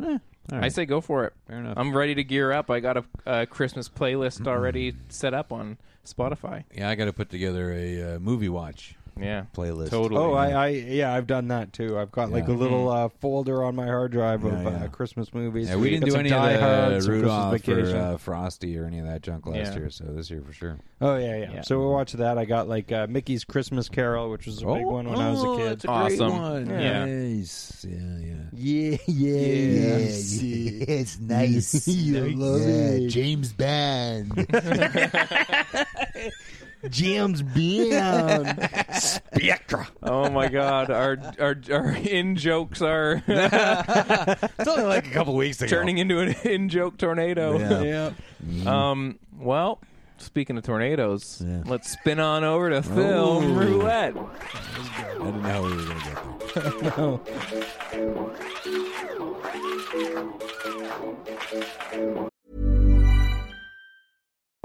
C: All
A: I
C: right.
A: say go for it.
C: Fair enough.
A: I'm ready to gear up. I got a, a Christmas playlist already set up on Spotify.
C: yeah, I got to put together a uh, movie watch
A: Yeah.
C: playlist.
A: Totally.
B: Oh, I, I yeah, I've done that too. I've got like a
C: Yeah.
B: little uh, folder on my hard drive of
C: Yeah, yeah.
B: Uh, Christmas movies.
C: Yeah, we didn't
B: Got
C: do
B: some
C: any
B: Die Hard,
C: of the
B: some
C: Rudolph
B: Christmas
C: or
B: Vacation.
C: uh, Frosty or any of that junk last
A: Yeah.
C: year. So this year for sure.
B: oh yeah, yeah, So we watched that. I got like uh, Mickey's Christmas Carol, which was a big one when I
C: Oh,
B: was a kid.
A: Awesome. Yeah.
C: Yeah. Nice. Yeah, yeah.
B: Yeah, yeah,
E: it's nice. you love it. James Bond. James Bond.
B: Spectra.
A: Oh my God! Our our, our in jokes are
C: It's only like a couple weeks ago.
A: turning into an in joke tornado.
C: Yeah.
B: Yeah.
A: Um. Well,
D: speaking of tornadoes, let's spin on over to film roulette.
F: I didn't know how we were going to get there.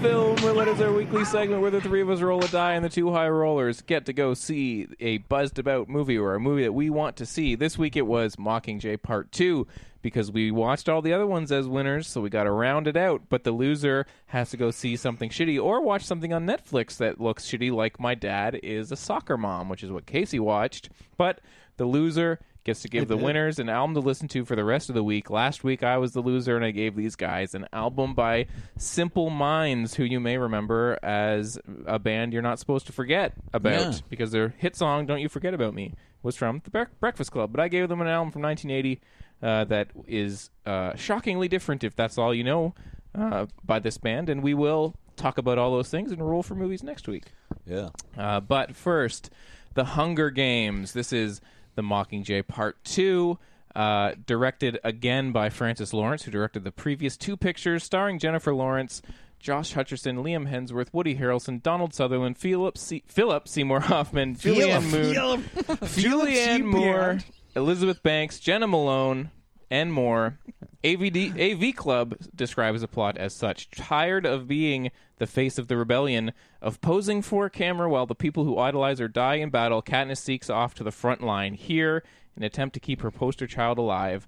D: Film roulette is our weekly segment where the three of us roll a die and the two high rollers get to go see a buzzed about movie or a movie that we want to see. This week it was Mockingjay Part 2 because we watched all the other ones as winners, so we got to round it out. But the loser has to go see something shitty or watch something on Netflix that looks shitty, like My Dad is a Soccer Mom, which is what Casey watched. But the loser gets to give the winners an album to listen to for the rest of the week. Last week I was the loser and I gave these guys an album by Simple Minds, who you may remember as a band you're not supposed to forget about
F: Yeah.
D: because their hit song "Don't You Forget About Me" was from the Bre- Breakfast Club. But I gave them an album from 1980 uh, that is uh, shockingly different, if that's all you know, uh, by this band. And we will talk about all those things and roll for movies next week.
F: Yeah.
D: Uh, but first, The Hunger Games. This is The Mockingjay Part 2, uh, directed again by Francis Lawrence, who directed the previous two pictures, starring Jennifer Lawrence, Josh Hutcherson, Liam Hemsworth, Woody Harrelson, Donald Sutherland, Philip, Se- Philip Seymour Hoffman, Julianne Moore, Julianne Moore, Elizabeth Banks, Jenna Malone, and more. AVD, AV Club describes the plot as such. Tired of being the face of the rebellion, of posing for a camera while the people who idolize her die in battle, Katniss seeks off to the front line here in an attempt to keep her poster child alive.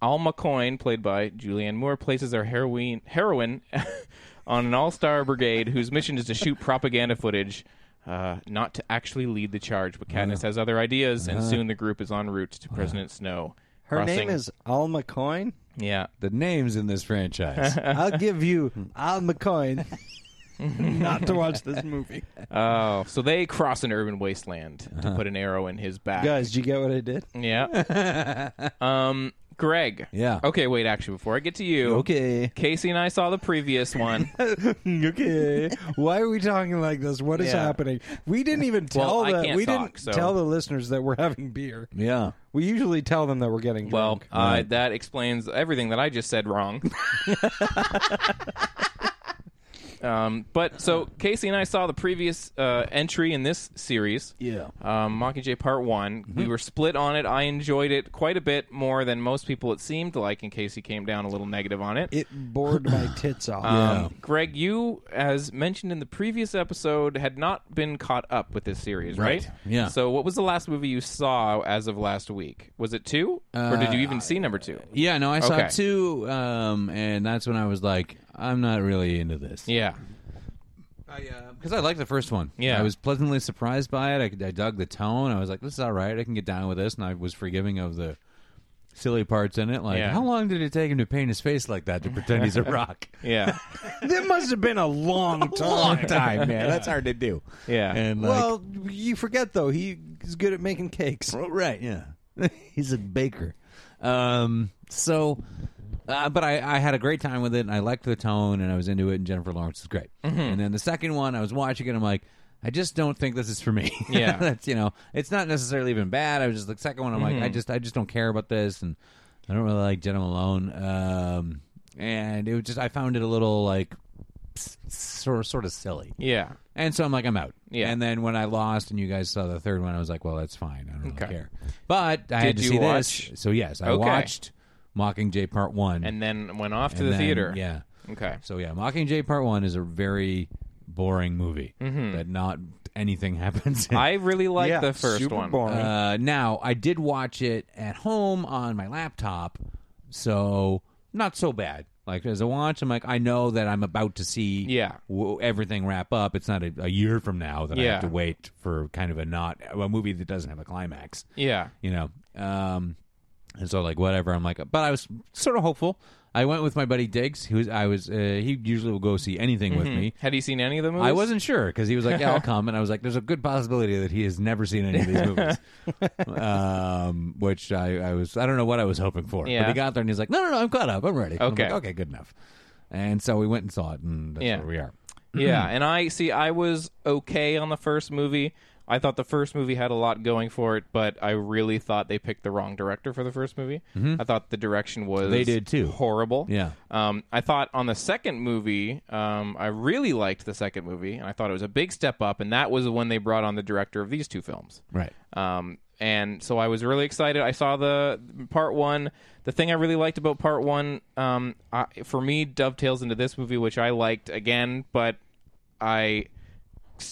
D: Alma Coyne, played by Julianne Moore, places our heroine, heroine on an all star brigade whose mission is to shoot propaganda footage, uh, not to actually lead the charge. But Katniss has other ideas, and soon the group is en route to President Snow.
B: Her
D: crossing-
B: name is Alma Coin.
D: Yeah.
F: The names in this franchise.
B: I'll give you Alma Coin not to watch this movie.
D: Oh, so they cross an urban wasteland
F: Uh-huh.
D: to put an arrow in his back.
B: Guys, did you get what I did?
D: Yeah. um, Greg.
F: Yeah.
D: Okay, wait, actually, before I get to you.
F: okay.
D: Casey and I saw the previous one.
B: okay. Why are we talking like this? What is
D: Yeah.
B: happening? We didn't even tell
D: Well, I
B: the
D: can't
B: we
D: talk,
B: didn't
D: so-
B: tell the listeners that we're having beer.
F: Yeah.
B: We usually tell them that we're getting
D: well,
B: drunk.
D: uh, that explains everything that I just said wrong. um, but so Casey and I saw the previous uh, entry in this series.
F: Yeah.
D: um, Mockingjay Part One. We were split on it. I enjoyed it quite a bit more than most people. It seemed like, in case he came down a little negative on it.
B: it bored my tits off.
D: um, Greg, you, as mentioned in the previous episode, had not been caught up with this series, right?
F: Yeah.
D: So, what was the last movie you saw as of last week? Was it two, or did you even see number two?
C: Yeah, no, I saw
D: Okay.
C: two, um, and that's when I was like, I'm not really into this.
D: Yeah.
C: because I liked the first one.
D: Yeah.
C: I was pleasantly surprised by it. I, I dug the tone. I was like, this is all right. I can get down with this, and I was forgiving of the silly parts in it. Like,
D: Yeah.
C: how long did it take him to paint his face like that to pretend he's a rock?
D: Yeah.
B: that must have been a long time.
C: long time, man. That's hard to do.
D: Yeah.
C: and like,
B: well, you forget though, he's good at making cakes.
C: Oh, right, yeah. He's a baker. Um, so, uh, but I, I had a great time with it, and I liked the tone, and I was into it, and Jennifer Lawrence is great. And then the second one, I was watching it, I'm like, I just don't think this is for me.
D: Yeah.
C: That's, you know, it's not necessarily even bad. I was just like, second one, I'm like, I just, I just don't care about this, and I don't really like Jenna Malone. Um, and it was just, I found it a little like it's sort sort of silly.
D: Yeah.
C: And so I'm like, I'm out.
D: Yeah.
C: And then when I lost and you guys saw the third one, I was like, well, that's fine. I don't really
D: Okay.
C: care. But I had
D: Did
C: to
D: you
C: see
D: watch-
C: this. So yes, I
D: Okay.
C: watched Mockingjay Part One.
D: And then went off to
C: and
D: the
C: then-
D: theater.
C: Yeah.
D: Okay.
C: So yeah, Mockingjay Part One is a very boring movie
D: Mm-hmm.
C: that not anything happens. In.
D: I really liked
B: yeah,
D: the first
B: super
D: one.
B: boring.
C: Uh, now I did watch it at home on my laptop, so not so bad. Like as a watch, I'm like I know that I'm about to see
D: Yeah.
C: w- everything wrap up. It's not a, a year from now that I
D: Yeah.
C: have to wait for kind of a not a movie that doesn't have a climax.
D: Yeah.
C: You know, um, and so like whatever. I'm like, but I was sort of hopeful. I went with my buddy Diggs, who was I was uh, he usually will go see anything with me.
D: Had you seen any of the movies?
C: I wasn't sure because he was like, "Yeah, I'll come," and I was like, "There's a good possibility that he has never seen any of these movies," um, which I, I was. I don't know what I was hoping for, but
D: Yeah.
C: he got there and he's like, "No, no, no, I'm caught up. I'm ready." I'm like,
D: Okay.
C: okay, good enough. And so we went and saw it, and that's
D: Yeah.
C: where we are.
D: yeah,
C: Mm-hmm.
D: and I see. I was okay on the first movie. I thought the first movie had a lot going for it, but I really thought they picked the wrong director for the first movie. I thought the direction was
C: Mm-hmm. They did, too.
D: horrible.
C: Yeah.
D: Um, I thought on the second movie, um, I really liked the second movie, and I thought it was a big step up, and that was when they brought on the director of these two films.
C: Right.
D: Um, and so I was really excited. I saw the part one. The thing I really liked about part one, um, I, for me, dovetails into this movie, which I liked again, but I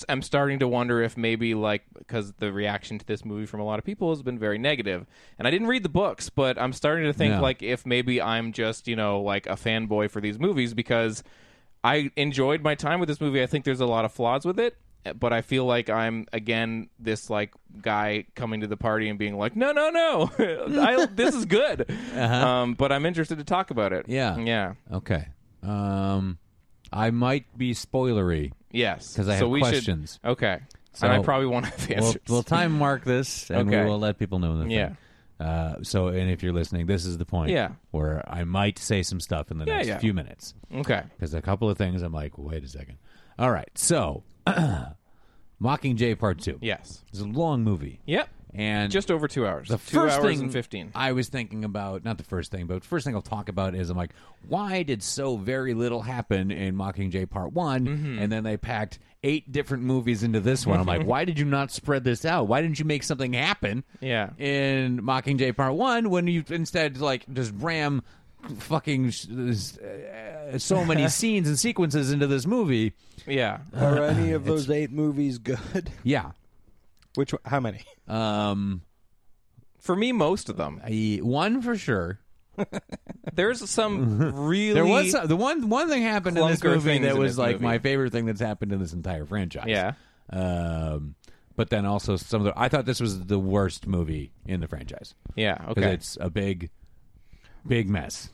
D: am starting to wonder if maybe like because the reaction to this movie from a lot of people has been very negative, and I didn't read the books, but I'm starting to think
C: No.
D: like if maybe I'm just you know like a fanboy for these movies because I enjoyed my time with this movie. I think there's a lot of flaws with it, eh, but I feel like I'm again this like guy coming to the party and being like, no, no, no, I, this is good. Um, but I'm interested to talk about it.
C: Yeah.
D: yeah,
C: Okay. Um, I might be spoilery.
D: yes.
C: 'Cause I
D: so
C: have
D: we
C: questions.
D: Should, okay.
C: So-
D: and I probably won't have the
C: We'll,
D: answers.
C: we'll time mark this, and
D: Okay.
C: we will let people know. when they're
D: Yeah.
C: done. Uh, so, and if you're listening, this is the point
D: Yeah.
C: where I might say some stuff in the
D: Yeah,
C: next
D: yeah.
C: few minutes.
D: okay.
C: because a couple of things I'm like, wait a second. All right, so Mockingjay Part Two.
D: Yes.
C: it's a long movie.
D: Yep.
C: and
D: Just over two hours.
C: the
D: two
C: first
D: hours
C: thing
D: and fifteen.
C: I was thinking about, not the first thing, but first thing I'll talk about is I'm like, why did so very little happen in Mockingjay Part One,
D: Mm-hmm.
C: and then they packed eight different movies into this one? I'm like, why did you not spread this out? Why didn't you make something happen?
D: Yeah.
C: in Mockingjay Part One when you instead like just ram fucking sh- this, uh, so many scenes and sequences into this movie.
D: yeah.
B: Are any of those eight movies good?
C: Yeah.
B: Which one- how many?
C: Um,
D: For me, most of them.
C: I, one for sure.
D: There's some really.
C: There was some, the one one thing happened in this
D: Clunker
C: movie
D: things
C: that
D: in
C: was
D: this
C: like
D: movie.
C: my favorite thing that's happened in this entire franchise.
D: Yeah.
C: Um, but then also some of the I thought this was the worst movie in the franchise
D: Yeah.
C: because
D: Okay.
C: it's a big, big mess.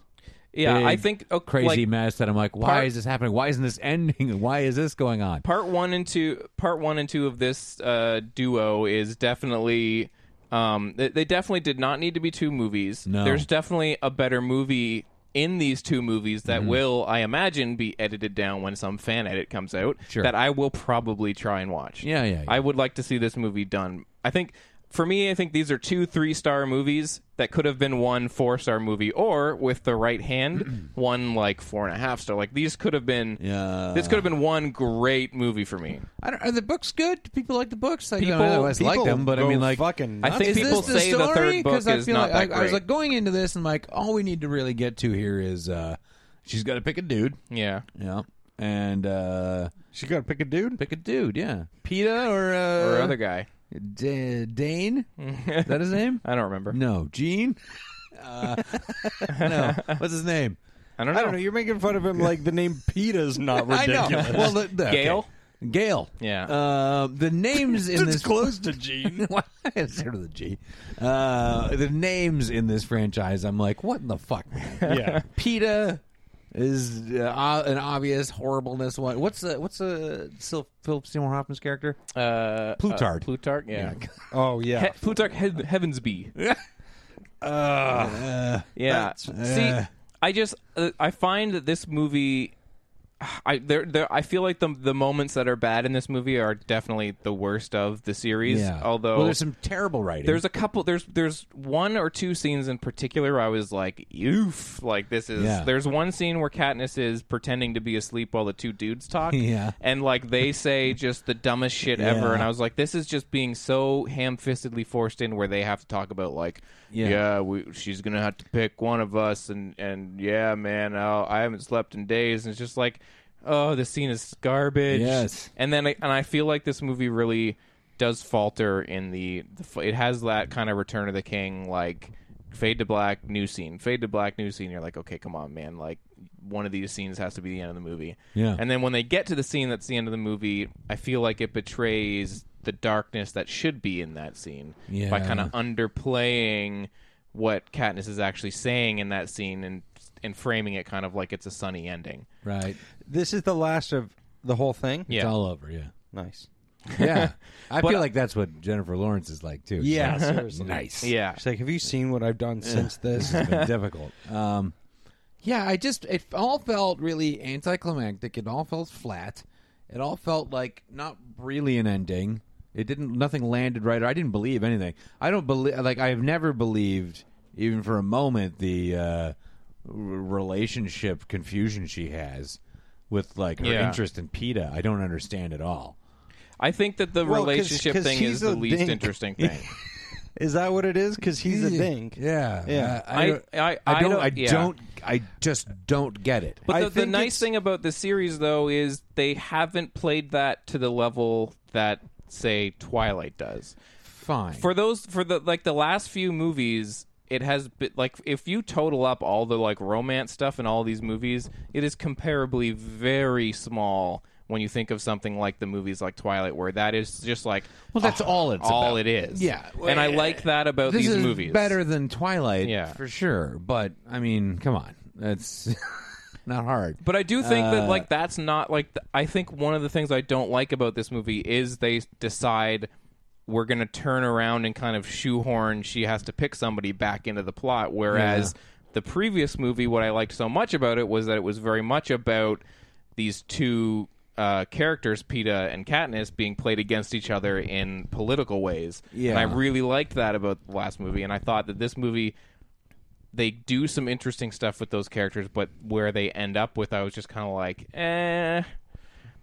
D: Yeah. I
C: Big,
D: think oh,
C: crazy
D: like,
C: mess that I'm like, why
D: part-
C: is this happening? Why isn't this ending? Why is this going on?
D: part one and two part one and two of this uh, duo is definitely um, they, they definitely did not need to be two movies
C: No.
D: there's definitely a better movie in these two movies that
C: Mm-hmm.
D: will i imagine be edited down when some fan edit comes out
C: Sure.
D: that i will probably try and watch
C: Yeah, yeah, yeah.
D: i would like to see this movie done i think for me i think these are two three star movies that could have been one four star movie or with the right hand one like four and a half star like these could have been
C: Yeah.
D: this could have been one great movie for me.
C: I don't, are the books good? Do people like the books? Like, I
D: People-
C: don't always like
B: people
C: them, but I
B: go
C: mean, like,
B: fucking
D: I think
C: is
D: people
C: this the
D: say the
C: story?
D: third book
C: 'Cause I
D: is
C: feel
D: not
C: like,
D: that
C: I, I was
D: great.
C: like going into this and like, all we need to really get to here is uh, she's got to pick a dude,
D: Yeah.
C: yeah, and uh,
B: She got to pick a dude.
C: pick a dude, yeah, Peta or uh,
D: Or other guy.
C: D- Dane, is that his name?
D: I don't remember.
C: No, Gene. Uh, no, what's his name?
D: I don't know.
B: I don't know. You're making fun of him like the name Peta's not ridiculous.
C: I know. Well, the, the, okay.
D: Gale?
C: Gail.
D: Yeah.
C: Uh, the names in
B: It's
C: this
B: close to Gene.
C: Why is there the G? Uh, the names in this franchise, I'm like, what in the fuck? man?
B: yeah.
C: PETA is uh, o- an obvious horribleness one. What's the what's the Sil- Philip Seymour Hoffman's character?
D: Uh,
C: Plutard.
D: Uh, Plutarch, yeah.
B: Oh yeah.
D: He- Plutarch he- Heavensby. uh, yeah. See, I just uh, I find that this movie I there there I feel like the the moments that are bad in this movie are definitely the worst of the series. Although
C: well, there's some terrible writing.
D: there's a couple there's there's one or two scenes in particular where I was like, oof, like this is
C: Yeah.
D: there's one scene where Katniss is pretending to be asleep while the two dudes talk.
C: Yeah.
D: And like they say just the dumbest shit ever. And I was like, this is just being so ham fistedly forced in where they have to talk about like yeah, we, she's gonna have to pick one of us and and yeah, man, I'll, I haven't slept in days and it's just like Oh, this scene is garbage.
C: Yes.
D: and then I, and I feel like this movie really does falter in the, the f- it has that kind of return of the king like fade to black new scene fade to black new scene you're like okay come on man like one of these scenes has to be the end of the movie
C: Yeah.
D: and then when they get to the scene that's the end of the movie i feel like it betrays the darkness that should be in that scene by
C: Yeah.
D: kind of underplaying what Katniss is actually saying in that scene and and framing it kind of like it's a sunny ending.
C: right.
B: This is the last of the whole thing.
D: Yeah.
C: It's all over. Yeah.
B: Nice.
C: Yeah. I
D: But-
C: feel like that's what Jennifer Lawrence is like too. She's
B: Yeah,
C: like,
B: seriously.
C: nice.
D: Yeah.
B: She's like, have you seen what I've done since this?
C: It's been difficult. Um, yeah, I just it all felt really anticlimactic. It all felt flat. It all felt like not really an ending. It didn't. Nothing landed right. I didn't believe anything. I don't believe. Like I've never believed, even for a moment, the uh, r- relationship confusion she has with like her
D: Yeah.
C: interest in Peta. I don't understand at all.
D: I think that the
B: Well, 'cause-
D: relationship
B: 'cause
D: thing
B: he's
D: is the
B: a
D: least
B: dink.
D: interesting thing.
B: Is that what it is? Because he's a dink.
C: Yeah.
B: Yeah.
D: I-
C: I.
D: I-
C: Uh, I,
D: I
C: don't.
D: don't-
C: I
D: yeah.
C: don't. I just don't get it.
D: But
B: I
D: the, the
B: think
D: nice
B: it's-
D: thing about the series, though, is they haven't played that to the level that, say, Twilight does.
C: Fine.
D: For those, for the like the last few movies, it has been like if you total up all the like romance stuff in all these movies, it is comparably very small. When you think of something like the movies like Twilight, where that is just like
C: Well, that's
D: oh,
C: all it's
D: all
C: about.
D: it is.
C: Yeah.
D: and I like that about
C: this
D: these
C: is
D: movies.
C: better than Twilight,
D: Yeah.
C: for sure. But I mean, come on, that's not hard.
D: But I do think that like that's not like th- I think one of the things I don't like about this movie is they decide we're going to turn around and kind of shoehorn she has to pick somebody back into the plot whereas the previous movie what I liked so much about it was that it was very much about these two uh, characters, Peta and Katniss, being played against each other in political ways. And I
C: Yeah.
D: really liked that about the last movie. And I thought that this movie they do some interesting stuff with those characters, but where they end up with, I was just kind of like, eh.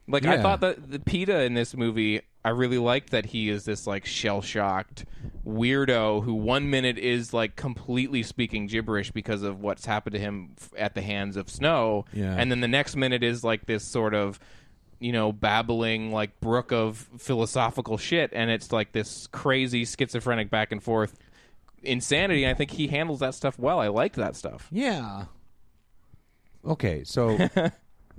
D: Like I
C: Yeah.
D: thought that the Peta in this movie, I really liked that he is this like shell shocked weirdo who one minute is like completely speaking gibberish because of what's happened to him f- at the hands of Snow,
C: Yeah.
D: and then the next minute is like this sort of you know babbling like brook of philosophical shit, and it's like this crazy schizophrenic back and forth insanity. And I think he handles that stuff well. I like that stuff.
C: Yeah. Okay, so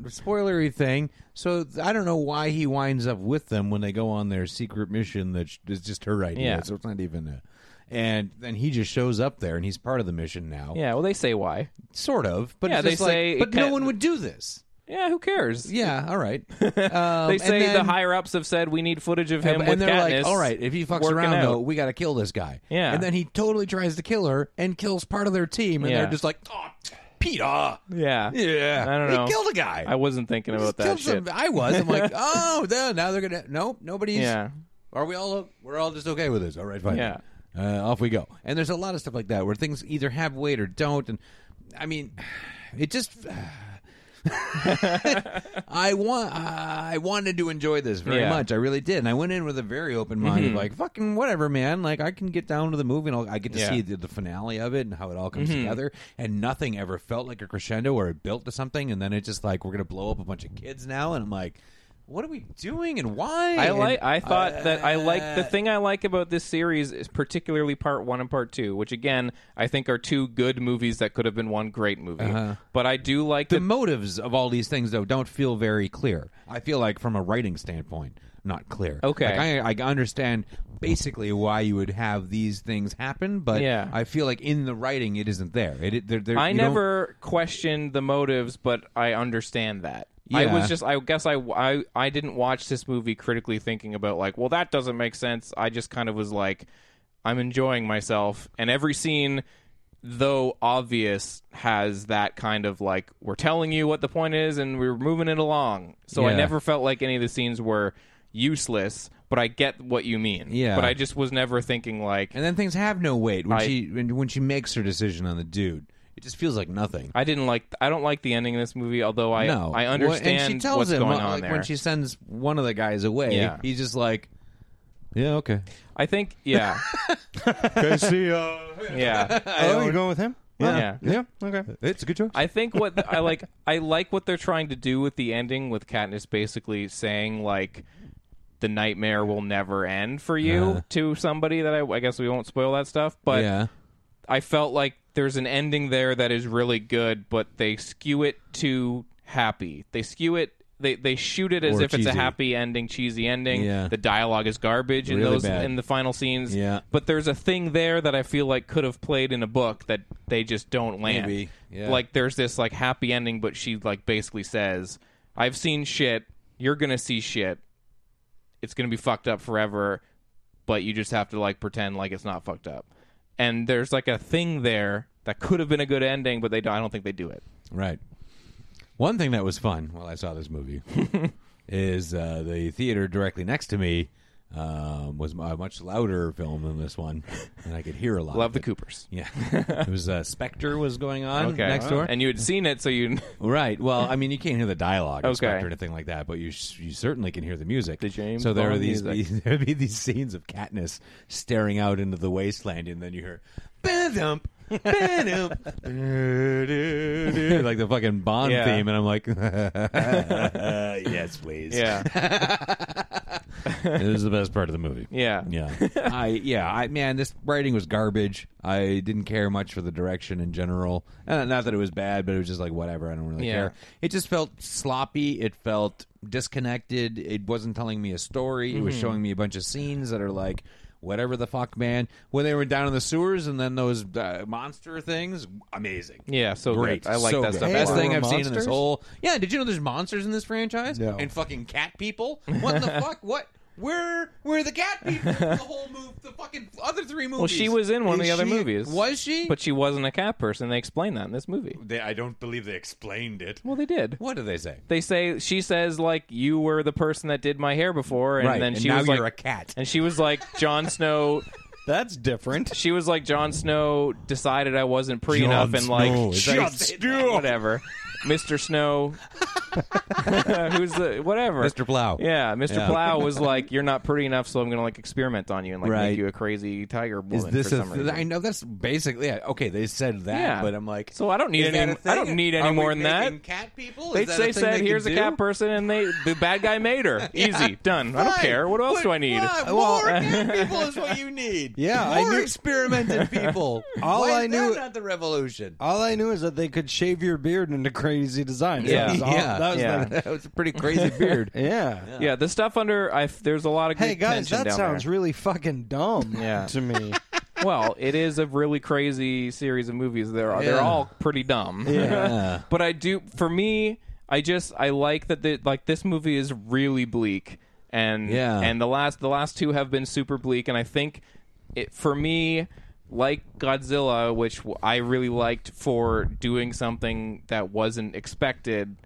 C: spoilery thing. So th- I don't know why he winds up with them when they go on their secret mission that sh- is just her idea.
D: Yeah.
C: So it's not even a. And then he just shows up there, and he's part of the mission now.
D: Yeah, well, they say why.
C: Sort of, but
D: Yeah,
C: it's just
D: they
C: like,
D: say it
C: but no
D: can't-
C: one would do this.
D: Yeah, who cares?
C: Yeah, all right.
D: they say the
C: Um, then-
D: higher ups have said we need footage of him
C: and,
D: with
C: and they're
D: Katniss
C: like, all right, if he fucks
D: working
C: around
D: out."
C: though, we got to kill this guy.
D: Yeah.
C: And then he totally tries to kill her and kills part of their team, and
D: Yeah.
C: they're just like, oh, Peter.
D: yeah,
C: Yeah.
D: I don't
C: He
D: know.
C: killed a guy.
D: I wasn't thinking
C: Just
D: about
C: killed
D: that shit.
C: some- I was. I'm like, oh, no, now they're gonna. Nope, nobody's.
D: Yeah,
C: Are we all? We're all just okay with this. All right, fine.
D: Yeah.
C: Uh, off we go. And there's a lot of stuff like that where things either have weight or don't. And I mean, it just. I want. I wanted to enjoy this very
D: Yeah. Mm-hmm.
C: much. I really did, and I went in with a very open mind, like fucking whatever, man. Like I can get down to the movie, and I'll, I get to
D: Yeah. Mm-hmm.
C: see the, the finale of it and how it all comes together. And nothing ever felt like a crescendo or it built to something, and then it just like we're gonna blow up a bunch of kids now, and I'm like, what are we doing and why?
D: I
C: And-
D: like. I thought that I like the
C: Uh,
D: thing I like about this series is particularly part one and part two, which again I think are two good movies that could have been one great movie. But I do like
C: Uh-huh. the
D: that-
C: motives of all these things though don't feel very clear i feel like from a writing standpoint not clear
D: Okay.
C: like, I, I understand basically why you would have these things happen but
D: Yeah.
C: i feel like in the writing it isn't there it, it- there- there-
D: I
C: you don't-
D: never questioned the motives, but I understand that. I
C: Yeah.
D: was just, I guess I, I, I didn't watch this movie critically thinking about, like, well, that doesn't make sense. I just kind of was like, I'm enjoying myself. And every scene though obvious, has that kind of like we're telling you what the point is and we're moving it along. So I
C: Yeah.
D: never felt like any of the scenes were useless, but I get what you mean.
C: Yeah.
D: But I just was never thinking like
C: And then things have no weight when
D: I-
C: she when, when she makes her decision on the dude. It just feels like nothing.
D: I didn't like I don't like the ending of this movie, although I
C: no,
D: I
C: Well,
D: understand
C: and she tells
D: what's
C: him
D: going
C: uh,
D: on
C: like,
D: there.
C: when she sends one of the guys away.
D: Yeah.
C: he's just like, yeah, okay.
D: I think yeah.
C: Okay, see ya.
D: Yeah.
B: Oh, you're going with him?
D: yeah.
C: yeah, okay. It's a good choice.
D: I think what I like I like what they're trying to do with the ending with Katniss basically saying like the nightmare will never end for you to somebody that I, I guess we won't spoil that stuff, but
C: yeah,
D: I felt like there's an ending there that is really good, but they skew it to happy. They skew it. They they shoot it as
C: Or
D: if it's a
C: cheesy.
D: happy ending, cheesy ending.
C: Yeah.
D: The dialogue is garbage in
C: Really
D: those
C: bad.
D: in the final scenes.
C: Yeah.
D: But there's a thing there that I feel like could have played in a book that they just don't land.
C: Maybe, yeah.
D: Like there's this like happy ending, but she like basically says, "I've seen shit. You're gonna see shit. It's gonna be fucked up forever." but you just have to like pretend like it's not fucked up. And there's like a thing there that could have been a good ending, but they don't, I don't think they do it.
C: right. One thing that was fun while I saw this movie is uh, the theater directly next to me um, was a much louder film than this one, and I could hear a lot.
D: Love
C: of
D: the
C: it.
D: Coopers.
C: Yeah, it was uh, Spectre was going on
D: Okay.
C: next door,
D: And you had seen it, so you
C: Right. Well, I mean, you can't hear the dialogue in
D: Okay.
C: Spectre or anything like that, but you you certainly can hear the music.
D: The James
C: so there are
D: Bond
C: these
D: music.
C: there would be these scenes of Katniss staring out into the wasteland, and then you hear ba-dump, ba-dump, like the fucking Bond
D: Yeah.
C: theme, and I'm like, yes, please.
D: Yeah.
C: it was the best part of the movie.
D: Yeah.
C: Yeah. I yeah, I man, this writing was garbage. I didn't care much for the direction in general. Uh, not that it was bad, but it was just like whatever, I don't really
D: Yeah.
C: care. It just felt sloppy, it felt disconnected. It wasn't telling me a story. It
D: Mm-hmm.
C: was showing me a bunch of scenes that are like whatever the fuck, man. When they were down in the sewers and then those uh, monster things, amazing.
D: Yeah, so
C: great.
D: good. I like
C: So
D: that
C: good.
D: stuff a
C: Best
D: lot.
C: thing
B: There
C: I've
B: were
C: seen in this
B: monsters?
C: whole. Yeah, did you know there's monsters in this franchise?
B: No.
C: And fucking cat people? What the fuck? What? Where were the cat people? in the whole move, the fucking other three movies.
D: Well, she was in one of
C: Is
D: the other
C: she-
D: movies.
C: Was she?
D: But she wasn't a cat person. They explain that in this movie.
C: they, I don't believe they explained it.
D: Well, they did.
C: What do they say?
D: They say she says like you were the person that did my hair before, and
C: Right,
D: then
C: and
D: she
C: now
D: was
C: you're
D: like
C: a cat.
D: and she was like Jon Snow.
B: That's different.
D: She was like Jon Snow decided I wasn't pretty enough, and like
C: Jon Snow.
D: whatever, Mister Snow, who's the whatever,
C: Mr. Plow.
D: Yeah, Mister
C: Yeah.
D: Plow was like, "You're not pretty enough, so I'm gonna like experiment on you and like
C: Right.
D: make you a crazy tiger woman."
C: Is this
D: for
C: a?
D: some
C: Th-
D: reason."
C: I know that's basically it. okay. They said that,
D: Yeah.
C: but I'm like,
D: So I don't need
C: is that
D: any-
C: a thing?
D: I don't need any
C: Are we
D: more than that.
C: making Cat people?
D: They,
C: Is that a
D: they
C: thing
D: said,
C: they
D: "Here's a
C: can
D: cat
C: do?
D: person," and they the bad guy made her easy, done. I don't care. What else do I need?
C: more cat people is what you need.
B: Uh, Yeah, I
C: more
B: knew-
C: experimented people.
B: All
C: Why
B: I
C: is
B: knew-
C: that not the revolution.
B: All I knew is that they could shave your beard into crazy designs.
D: Yeah.
B: That was all-
C: Yeah.
B: That was
D: Yeah.
B: the-
C: that was a pretty crazy beard.
B: yeah.
D: yeah, the stuff under. I there's a lot of good
B: Hey guys,
D: tension
B: that
D: down
B: sounds
D: there.
B: really fucking dumb
D: Yeah.
B: to me.
D: well, it is a really crazy series of movies. They're they're all pretty dumb.
C: Uh,
D: but I do for me, I just I like that the like this movie is really bleak and
C: Yeah.
D: and the last the last two have been super bleak and I think it for me like Godzilla, which w- I really liked for doing something that wasn't expected.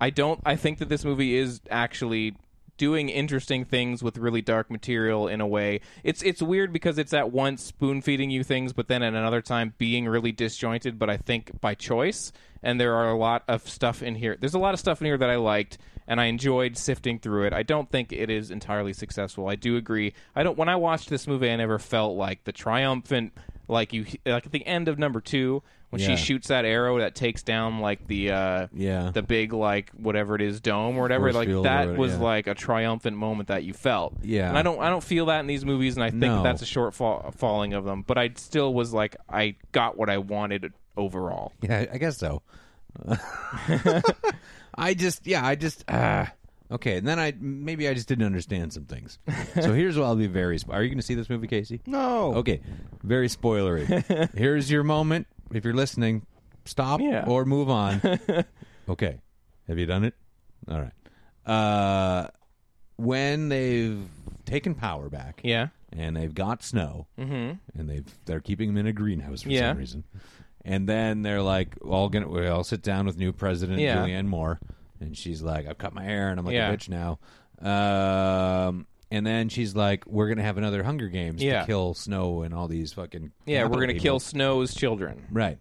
D: I don't I think that this movie is actually doing interesting things with really dark material in a way. It's it's weird because it's at once spoon feeding you things, but then at another time being really disjointed. But I think by choice, and there are a lot of stuff in here. There's a lot of stuff in here that I liked, and I enjoyed sifting through it. I don't think it is entirely successful. I do agree. I don't. When I watched this movie, I never felt like the triumphant, like you, like at the end of number two. When
C: Yeah.
D: she shoots that arrow that takes down like the uh,
C: Yeah.
D: the big like whatever it is dome or whatever
C: Force
D: like
C: field or
D: that
C: whatever,
D: was
C: yeah.
D: like like a triumphant moment that you felt.
C: Yeah.
D: and I don't I don't feel that in these movies, and I think
C: No.
D: that's a short fall, falling of them. But I still was like, I got what I wanted overall.
C: Yeah, I guess so. I just, yeah, I just, uh, okay. And then I, maybe I just didn't understand some things. So here's what I'll be very, spo- are you going to see this movie, Casey?
B: No.
C: Okay. Very spoilery. here's your moment. If you're listening, stop
D: Yeah.
C: or move on. okay. Have you done it? All right. Uh, when they've taken power back
D: Yeah,
C: and they've got snow, mm-hmm. and they've they're keeping them in a greenhouse for
D: Yeah.
C: some reason. And then they're like, "All gonna, we all sit down with new president
D: Yeah.
C: Julianne Moore," and she's like, "I've cut my hair, and I'm like
D: Yeah.
C: a bitch now." Um, and then she's like, "We're gonna have another Hunger Games
D: Yeah.
C: to kill snow and all these fucking
D: Yeah, we're
C: capital
D: gonna
C: people."
D: kill Snow's children.
C: right."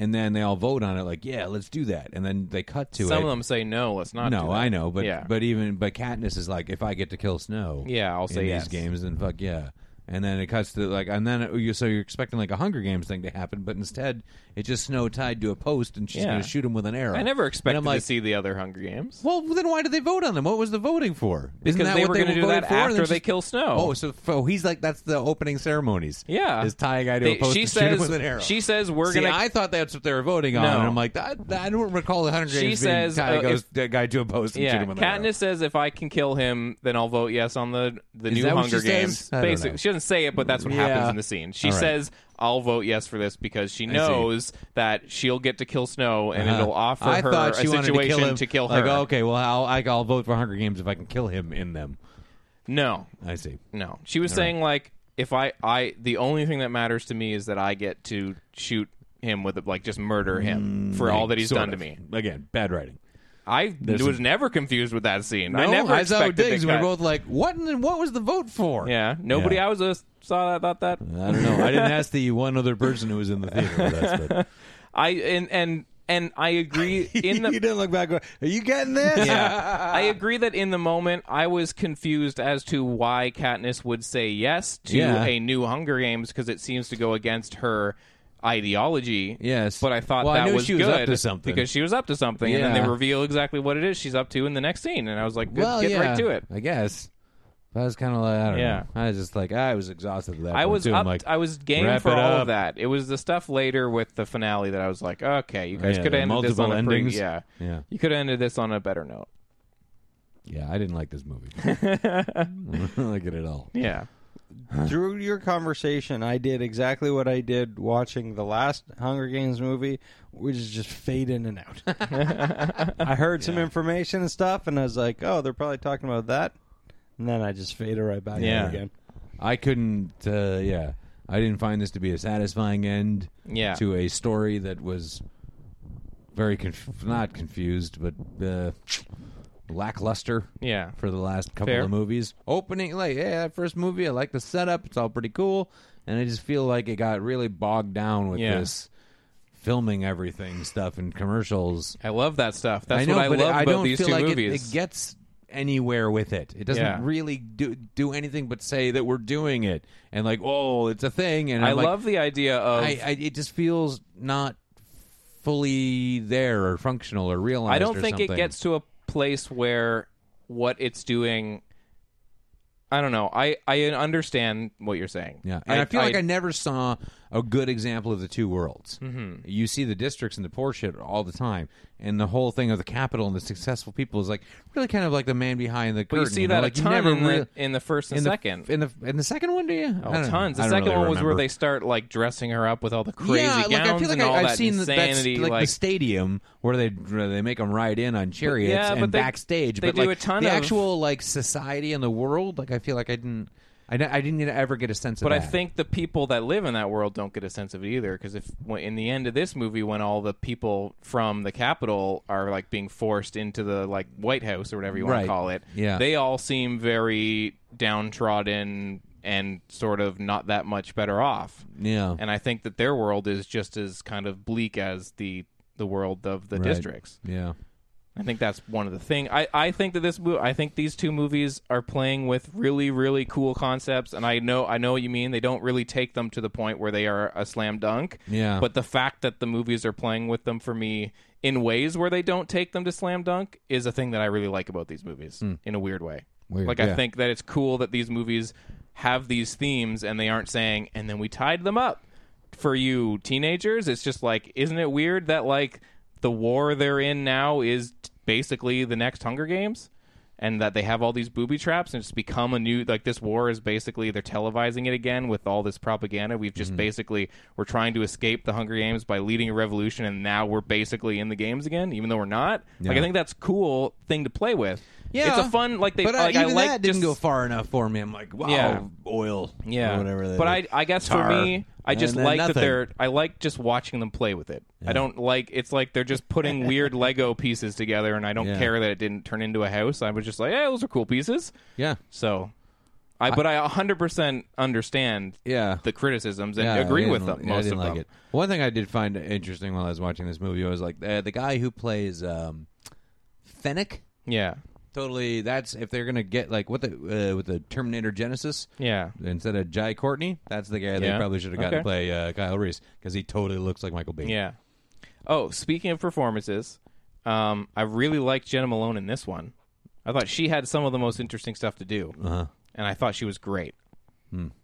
C: And then they all vote on it, like, "Yeah, let's do that." And then they cut to
D: Some
C: it.
D: of them say no. Let's not. do
C: No,
D: that."
C: I know, but
D: yeah,
C: but even but Katniss is like, if I get to kill Snow,
D: Yeah, I'll
C: in
D: say
C: these
D: yes.
C: games, then fuck yeah. And then it cuts to like, and then it, you so you're expecting like a Hunger Games thing to happen, but instead it's just Snow tied to a post, and she's
D: Yeah.
C: gonna shoot him with an arrow.
D: I never expected
C: And I'm like,
D: to see the other Hunger Games.
C: Well, then why did they vote on them? What was the voting for? Isn't
D: Because
C: that
D: they
C: what
D: were
C: they
D: gonna do
C: voted
D: that
C: for? And
D: after
C: then
D: they
C: she's-
D: kill Snow.
C: Oh, so oh, he's like that's the opening ceremonies.
D: Yeah.
C: is tie a guy to
D: They-
C: a post
D: she
C: and shoot
D: says-
C: him with an arrow.
D: she says we're
C: See,
D: gonna-
C: I thought that's what they were voting on,
D: No.
C: and I'm like, I, I don't recall the Hunger
D: She
C: Games
D: says,
C: being tie
D: uh,
C: goes
D: if-
C: that guy to a post and shoot
D: Yeah,
C: him with an arrow.
D: Katniss says if I can kill him, then I'll vote yes on the the
C: Is
D: new
C: that what
D: Hunger
C: she says?
D: Games.
C: I don't
D: Basically,
C: know.
D: she doesn't say it, but that's what happens
C: Yeah.
D: in the scene. She
C: All right.
D: says, "I'll vote yes for this because she
C: see.
D: knows that she'll get to kill Snow, and
C: Uh-huh.
D: it'll offer
C: I
D: her
C: thought
D: a
C: she wanted
D: situation
C: to kill, him.
D: her."
C: Like, okay, well, I'll, I- I'll vote for Hunger Games if I can kill him in them.
D: No,
C: I see.
D: no. She was saying like, if I, I, the only thing that matters to me is that I get to shoot him with like just murder him for all that he's
C: Mm, Sort
D: done
C: of.
D: to me.
C: Again, bad writing.
D: I was never confused with that scene. I never
C: I saw
D: expected they
C: Diggs. We were
D: cut.
C: both like, what? in the- What was the vote for?
D: Yeah, nobody.
C: Yeah.
D: I was just saw that about that.
C: I don't know. I didn't ask the one other person who was in the theater with us, but
D: I and and and I agree in
B: you
D: the
B: didn't look back. and go, Are you getting this?
D: yeah. I agree that in the moment I was confused as to why Katniss would say yes to
C: Yeah.
D: a new Hunger Games because it seems to go against her ideology.
C: Yes.
D: but I thought
C: Well, I
D: that
C: knew
D: was
C: she was
D: good
C: up to something.
D: because she was up to something, and then
C: Yeah.
D: they reveal exactly what it is she's up to in the next scene, and I was like, good,
C: well,
D: get
C: yeah,
D: right to it.
C: I guess. But I was kind of like, I don't
D: Yeah.
C: know. I was just like, I was exhausted. At that
D: I
C: point,
D: was
C: too.
D: up.
C: I'm like,
D: I was game
C: wrap
D: for
C: it
D: all
C: up.
D: of that. It was the stuff later with the finale that I was like, okay, you guys
C: Yeah,
D: could
C: the
D: have ended this on
C: multiple
D: a
C: endings.
D: Pretty, yeah,
C: Yeah.
D: you could have ended this on a better note.
C: Yeah, I didn't like this movie. I don't like it at all.
D: Yeah.
B: Through your conversation, I did exactly what I did watching the last Hunger Games movie, which is just fade in and out. I heard some information and stuff, and I was like, "Oh, they're probably talking about that," and then I just faded right back in
D: Yeah.
B: again.
C: I couldn't. Uh, yeah, I didn't find this to be a satisfying end.
D: Yeah.
C: to a story that was very conf- not confused, but uh, lackluster.
D: Yeah.
C: for the last couple
D: Fair.
C: of movies, opening like yeah, that first movie, I like the setup. It's all pretty cool, and I just feel like it got really bogged down with
D: Yeah.
C: this filming everything stuff and commercials.
D: I love that stuff. That's
C: I know,
D: what I
C: but
D: love
C: it-
D: about
C: I don't
D: these
C: feel
D: two
C: like it-
D: movies.
C: It, gets anywhere with it. It doesn't
D: Yeah.
C: really do do anything but say that we're doing it and like, oh, it's a thing. And
D: I
C: I'm like,
D: love the idea of.
C: I, I it just feels not fully there or functional or realized.
D: I don't
C: or
D: think it
C: something.
D: gets to a place where what it's doing. I don't know. I, I understand what you're saying.
C: Yeah, and I, feel like I never saw a good example of the two worlds. Mm-hmm. You see the districts and the poor shit all the time, and the whole thing of the capital and the successful people is like really kind of like the man behind the
D: But
C: curtain.
D: you see
C: know,
D: that
C: like
D: a
C: you
D: ton
C: never
D: in,
C: rea-
D: the, in the first and
C: in
D: second.
C: The, in the in the second one, do you?
D: oh,
C: I don't-
D: tons.
C: I
D: The
C: don't
D: second
C: really
D: one was where
C: remember.
D: they start like dressing her up with all the crazy
C: yeah, like
D: gowns
C: I feel like
D: and all
C: I, I've
D: that
C: seen
D: insanity.
C: That, that's like,
D: like
C: the stadium where they where they make them ride in on chariots
D: yeah,
C: and
D: but they-
C: backstage.
D: they
C: but
D: do
C: like
D: a ton
C: the
D: of-
C: actual like society and the world. Like I feel like I didn't, I, ne- I didn't ever get a sense of
D: But
C: that.
D: I think the people that live in that world don't get a sense of it either. Because if when- in the end of this movie, when all the people from the capital are like being forced into the like White House or whatever you want
C: Right.
D: to call it,
C: Yeah.
D: they all seem very downtrodden and sort of not that much better off.
C: Yeah.
D: and I think that their world is just as kind of bleak as the the world of the
C: Right.
D: districts.
C: Yeah.
D: I think that's one of the thing. I, I think that this mo- I think these two movies are playing with really really cool concepts, and I know I know what you mean. They don't really take them to the point where they are a slam dunk.
C: Yeah.
D: But the fact that the movies are playing with them for me in ways where they don't take them to slam dunk is a thing that I really like about these movies in a weird way.
C: Weird,
D: like I
C: yeah.
D: think that it's cool that these movies have these themes and they aren't saying and then we tied them up for you teenagers it's just like isn't it weird that like the war they're in now is t- basically the next hunger games and that they have all these booby traps and it's become a new like this war is basically they're televising it again with all this propaganda we've just
C: Mm-hmm.
D: basically we're trying to escape the hunger games by leading a revolution and now we're basically in the games again even though we're not like i
C: Yeah.
D: think that's cool thing to play with
C: Yeah,
D: it's a fun like they
C: But uh,
D: like I
C: even
D: like
C: that didn't
D: just-
C: go far enough for me. I'm like, wow,
D: Yeah.
C: oil,
D: yeah,
C: or whatever. they
D: But
C: like.
D: I, I guess
C: Tar.
D: for me, I
C: And
D: just
C: then
D: like that
C: nothing.
D: they're. I like just watching them play with it. I don't like. It's like they're just putting weird Lego pieces together, and I don't
C: Yeah.
D: care that it didn't turn into a house. I was just like, yeah, those are cool pieces.
C: yeah,
D: So, I, but I 100% understand
C: Yeah.
D: the criticisms and
C: yeah, I
D: agree
C: didn't
D: with them.
C: li- I
D: most
C: didn't
D: of
C: like
D: them.
C: it. One thing I did find interesting while I was watching this movie was like uh, the guy who plays um, Fennec.
D: Yeah,
C: Totally, that's if they're gonna get like what the uh, with the Terminator Genesis.
D: yeah.
C: Instead of Jai Courtney, that's the guy they
D: Yeah.
C: probably should have gotten
D: Okay.
C: to play uh, Kyle Reese because he totally looks like Michael Bay.
D: Yeah. Oh, speaking of performances, um, I really liked Jenna Malone in this one. I thought she had some of the most interesting stuff to do, uh-huh. and I thought she was great.
C: Hmm.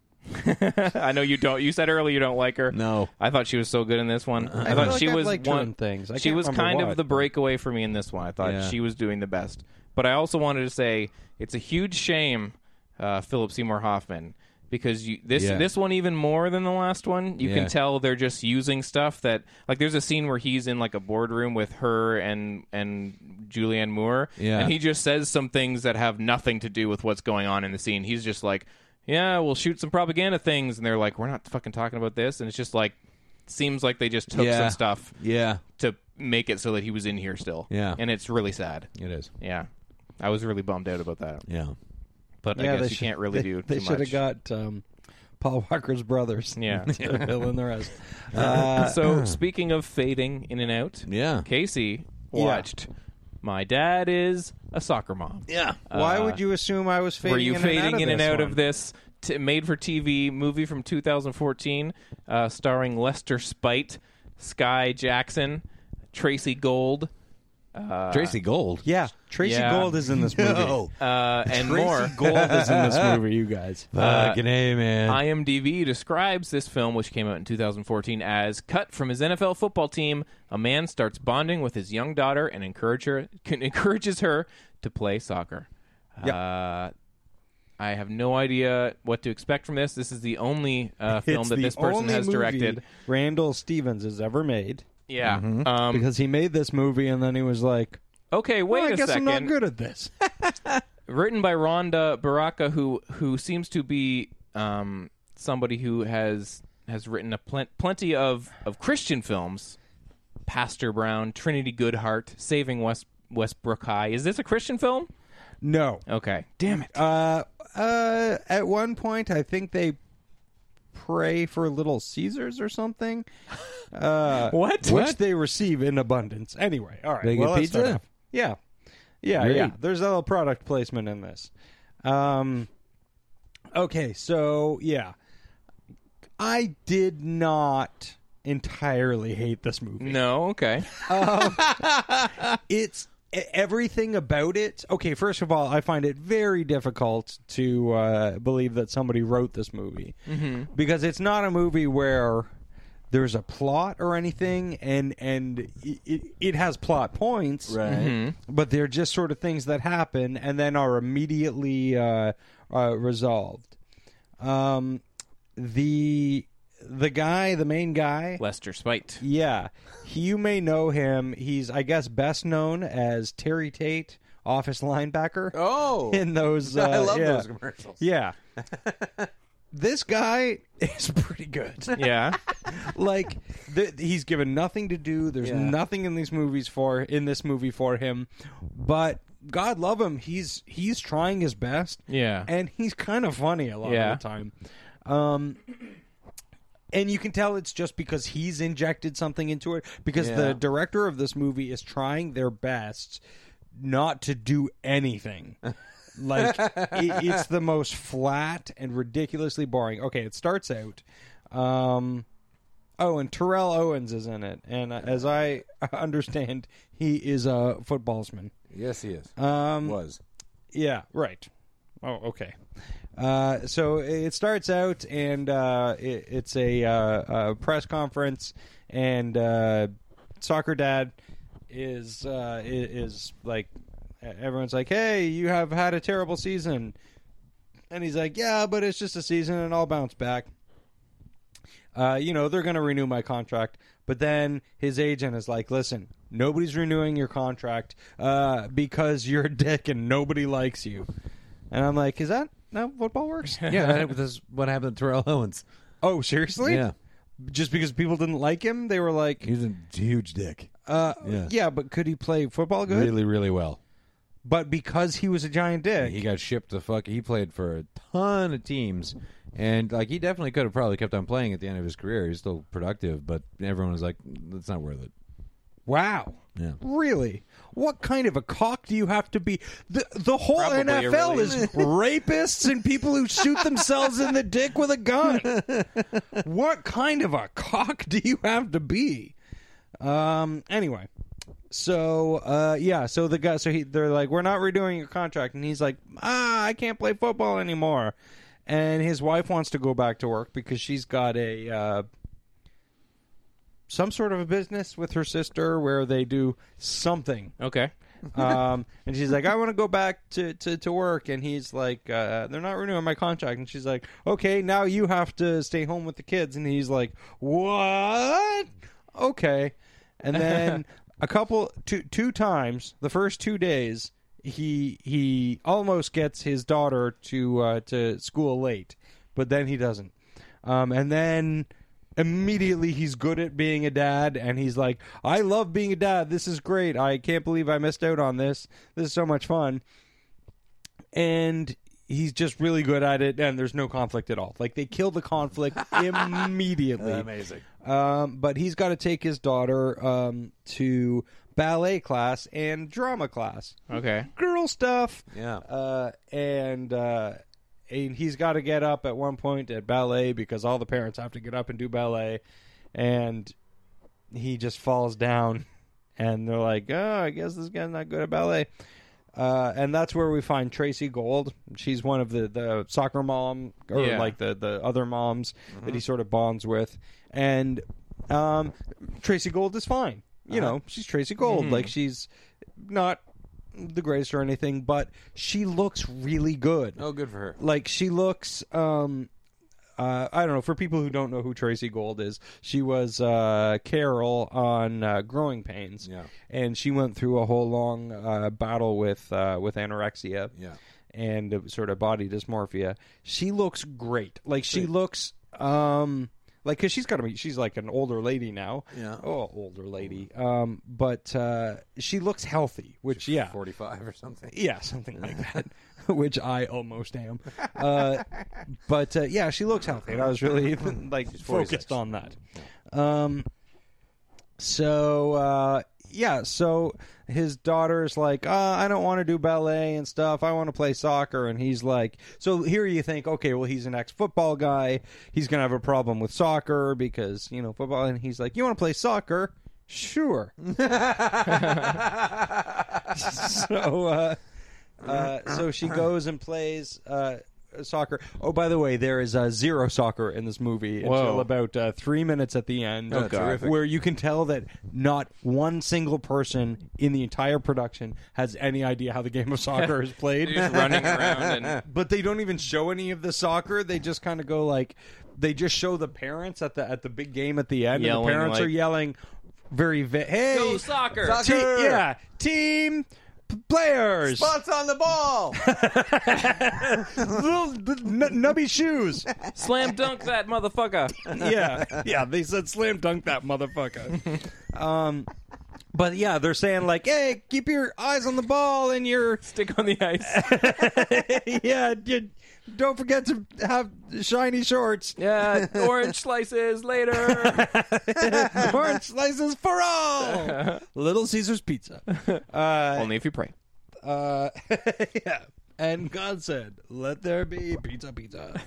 D: I know you don't. You said earlier you don't like her.
C: No. Uh-huh.
D: I thought she was so good in this one. I,
B: feel
D: thought
B: like
D: she
B: I've
D: was
B: liked her
D: one
B: in things. I
D: she
B: can't
D: was
B: remember
D: kind
B: what.
D: of the breakaway for me in this one. I thought
C: Yeah.
D: she was doing the best. But I also wanted to say it's a huge shame, uh, Philip Seymour Hoffman, because you, this
C: Yeah.
D: this one even more than the last one. You
C: Yeah.
D: can tell they're just using stuff that like. There's a scene where he's in like a boardroom with her and and Julianne Moore,
C: Yeah.
D: and he just says some things that have nothing to do with what's going on in the scene. He's just like, "Yeah, we'll shoot some propaganda things," and they're like, "We're not fucking talking about this," and it's just like. Seems like they just took
C: Yeah.
D: some stuff
C: yeah,
D: to make it so that he was in here still.
C: Yeah.
D: And it's really sad.
C: it is.
D: Yeah. I was really bummed out about that.
C: Yeah,
D: But I
B: yeah,
D: guess
B: they
D: you
B: should-
D: can't really
B: they,
D: do
B: They
D: too
B: should
D: much.
B: have got um, Paul Walker's brothers.
D: Yeah. Uh,
B: to fill in the rest. Uh,
D: so speaking of fading in and out,
C: Yeah.
D: Casey watched My Dad is a Soccer Mom.
C: yeah.
B: Why would you assume I was fading?
D: Were you
B: in
D: fading
B: and out of
D: in and
B: this
D: out
B: one?
D: of this t- made for TV movie from 2014 uh, starring Lester Spite, Sky Jackson, Tracy Gold,
C: Tracy Gold.
B: Yeah, Tracy
D: Yeah.
B: Gold is in this movie.
G: No.
D: uh, and more.
B: Gold is in this movie, you guys.
C: Fucking A, man.
D: IMDb describes this film, which came out in 2014, as cut from his NFL football team. A man starts bonding with his young daughter and encourage her, can, encourages her to play soccer. Uh, I have no idea what to expect from this. This is the only uh, film
B: it's
D: that
B: the
D: this person
B: only
D: has
B: movie
D: directed.
B: Randall Stevens has ever made
D: Yeah. Um,
B: Mm-hmm. because he made this movie and then he was like,
D: okay, wait
B: well, I
D: a
B: guess
D: second.
B: I'm not good at this."
D: written by Rhonda Baraka, who who seems to be um, somebody who has has written a plen- plenty of of Christian films. Pastor Brown, Trinity Goodheart, Saving West Westbrook High. Is this a Christian film?
B: no.
D: Okay, damn it.
B: Uh, uh, at one point, I think they pray for Little Caesars or something. Uh,
D: What?
B: Which
D: What?
B: they receive in abundance. Anyway, all right.
C: They get
B: well, let's start
C: pizza?
B: off. Yeah, yeah, yeah. There's a little product placement in this. Um, okay, so yeah, I did not entirely hate this movie
D: No. Okay.
B: it's e- everything about it. Okay, first of all, I find it very difficult to uh, believe that somebody wrote this movie because it's not a movie where there's a plot or anything, and and it, it, it has plot points, right? But they're just sort of things that happen and then are immediately uh, uh, resolved. Um, the the guy, the main guy,
D: Lester Spite.
B: yeah, He- you may know him. He's, I guess, best known as Terry Tate, office linebacker.
C: Oh.
B: in those, uh,
C: I love
B: yeah.
C: those commercials.
B: Yeah, this guy is pretty good.
D: Yeah.
B: like, th- he's given nothing to do. There's nothing in these movies for in this movie for him, but. God love him. He's he's trying his best.
D: Yeah.
B: And he's kind of funny a lot
D: Yeah.
B: of the time. Um and you can tell it's just because he's injected something into it because the director of this movie is trying their best not to do anything like it, it's the most flat and ridiculously boring okay it starts out um oh and terrell owens is in it and uh, as i understand he is a footballsman
F: Yes, he is. Um, was.
B: yeah, right. Oh, okay. Uh, so it starts out, and uh, it, it's a, uh, a press conference, and uh, soccer dad is uh, i- is like e-, everyone's like, "Hey, you have had a terrible season," and he's like, "Yeah, but it's just a season, and I'll bounce back." Uh, you know, they're going to renew my contract, But then his agent is like, listen, nobody's renewing your contract uh, because you're a dick and nobody likes you. And I'm like, is that how football works?
C: yeah, that, that's what happened to Terrell Owens.
B: oh, seriously?
C: Yeah.
B: Just because people didn't like him, they were like,
F: He's a huge dick.
B: uh, yeah.
F: Yeah.
B: but could he play football good?
F: Really, really well.
B: But because he was a giant dick.
C: He got shipped the fuck. He played for a ton of teams, and like he definitely could have probably kept on playing at the end of his career. He's still productive, but everyone was like, "That's not worth it."
B: Wow.
C: Yeah.
B: Really? What kind of a cock do you have to be? The the whole
D: Probably a
B: NFL
D: really-
B: is rapists and people who shoot themselves in the dick with a gun. what kind of a cock do you have to be? Um anyway. So uh yeah, so the guy so he they're like we're not redoing your contract and he's like, "Ah, I can't play football anymore." And his wife wants to go back to work because she's got a uh some sort of a business with her sister where they do something.
D: Okay.
B: Um, and she's like, I want to go back to, to, to work. And he's like, uh, they're not renewing my contract. And she's like, okay, now you have to stay home with the kids. And he's like, what? Okay. And then a couple, two, two times, the first two days, he he almost gets his daughter to uh, to school late, but then he doesn't. Um, and then immediately he's good at being a dad and he's like i love being a dad this is great i can't believe i missed out on this this is so much fun and he's just really good at it and there's no conflict at all like they kill the conflict immediately amazing um, but he's got to take his daughter um, to ballet class and drama class
D: Okay.
B: girl stuff.
C: Yeah.
B: Uh, and uh, and he's got to get up at one point at ballet because all the parents have to get up and do ballet, and he just falls down, and they're like, "Oh, I guess this guy's not good at ballet." Uh, and that's where we find Tracy Gold. She's one of the, the soccer mom, or
D: Yeah.
B: like the, the other moms
F: Mm-hmm.
B: that he sort of bonds with. And um, Tracy Gold is fine.
F: Uh-huh.
B: You know, she's Tracy
F: Mm-hmm.
B: Gold. Like, she's not the greatest or anything, but she looks really good.
F: Oh, good for her.
B: Like she looks um uh, I don't know. For people who don't know who Tracy Gold is, she was uh, Carol on uh, Growing Pains,
F: Yeah.
B: and she went through a whole long uh, battle with uh, with anorexia,
F: Yeah.
B: and uh, sort of body dysmorphia. She looks great. Like she looks um like cuz she's got to be she's like an older lady now.
F: Yeah.
B: Oh, older lady. Um but uh she looks healthy, which yeah.
F: Forty-five or something.
B: Yeah, something like that, which I almost am. Uh, but uh, yeah, she looks healthy, and I was really like focused on that. Um, so uh, yeah, so his daughter's like, uh, I don't want to do ballet and stuff. I want to play soccer, and he's like, so here you think, okay, well he's an ex-football guy. He's gonna have a problem with soccer because you know football, and he's like, you want to play soccer? Sure. so uh, uh, so she goes and plays uh, soccer. Oh, by the way, there is uh, zero soccer in this movie until about uh, three minutes at the
D: Oh,
B: end,
F: God. terrific.
B: where you can tell that not one single person in the entire production has any idea how the game of soccer is played.
D: They're just running around and
B: But they don't even show any of the soccer. They just kind of go like, they just show the parents at the at the big game at the end, and
D: Yelling,
B: the parents
D: like-
B: are yelling very, va- "Hey,
D: Go soccer!
B: Te- yeah, team p- players,
G: Spots on the ball.
B: little n- nubby shoes.
D: slam dunk that motherfucker.
B: yeah, yeah. They said slam dunk that motherfucker. um, but yeah, they're saying like, hey, keep your eyes on the ball and your
D: Stick on the ice.
B: yeah, you, don't forget to have shiny shorts.
D: Yeah, orange slices later.
B: Orange slices for all. Little Caesar's pizza.
D: Only if you pray.
B: Uh, yeah. And God said, "Let there be pizza, pizza."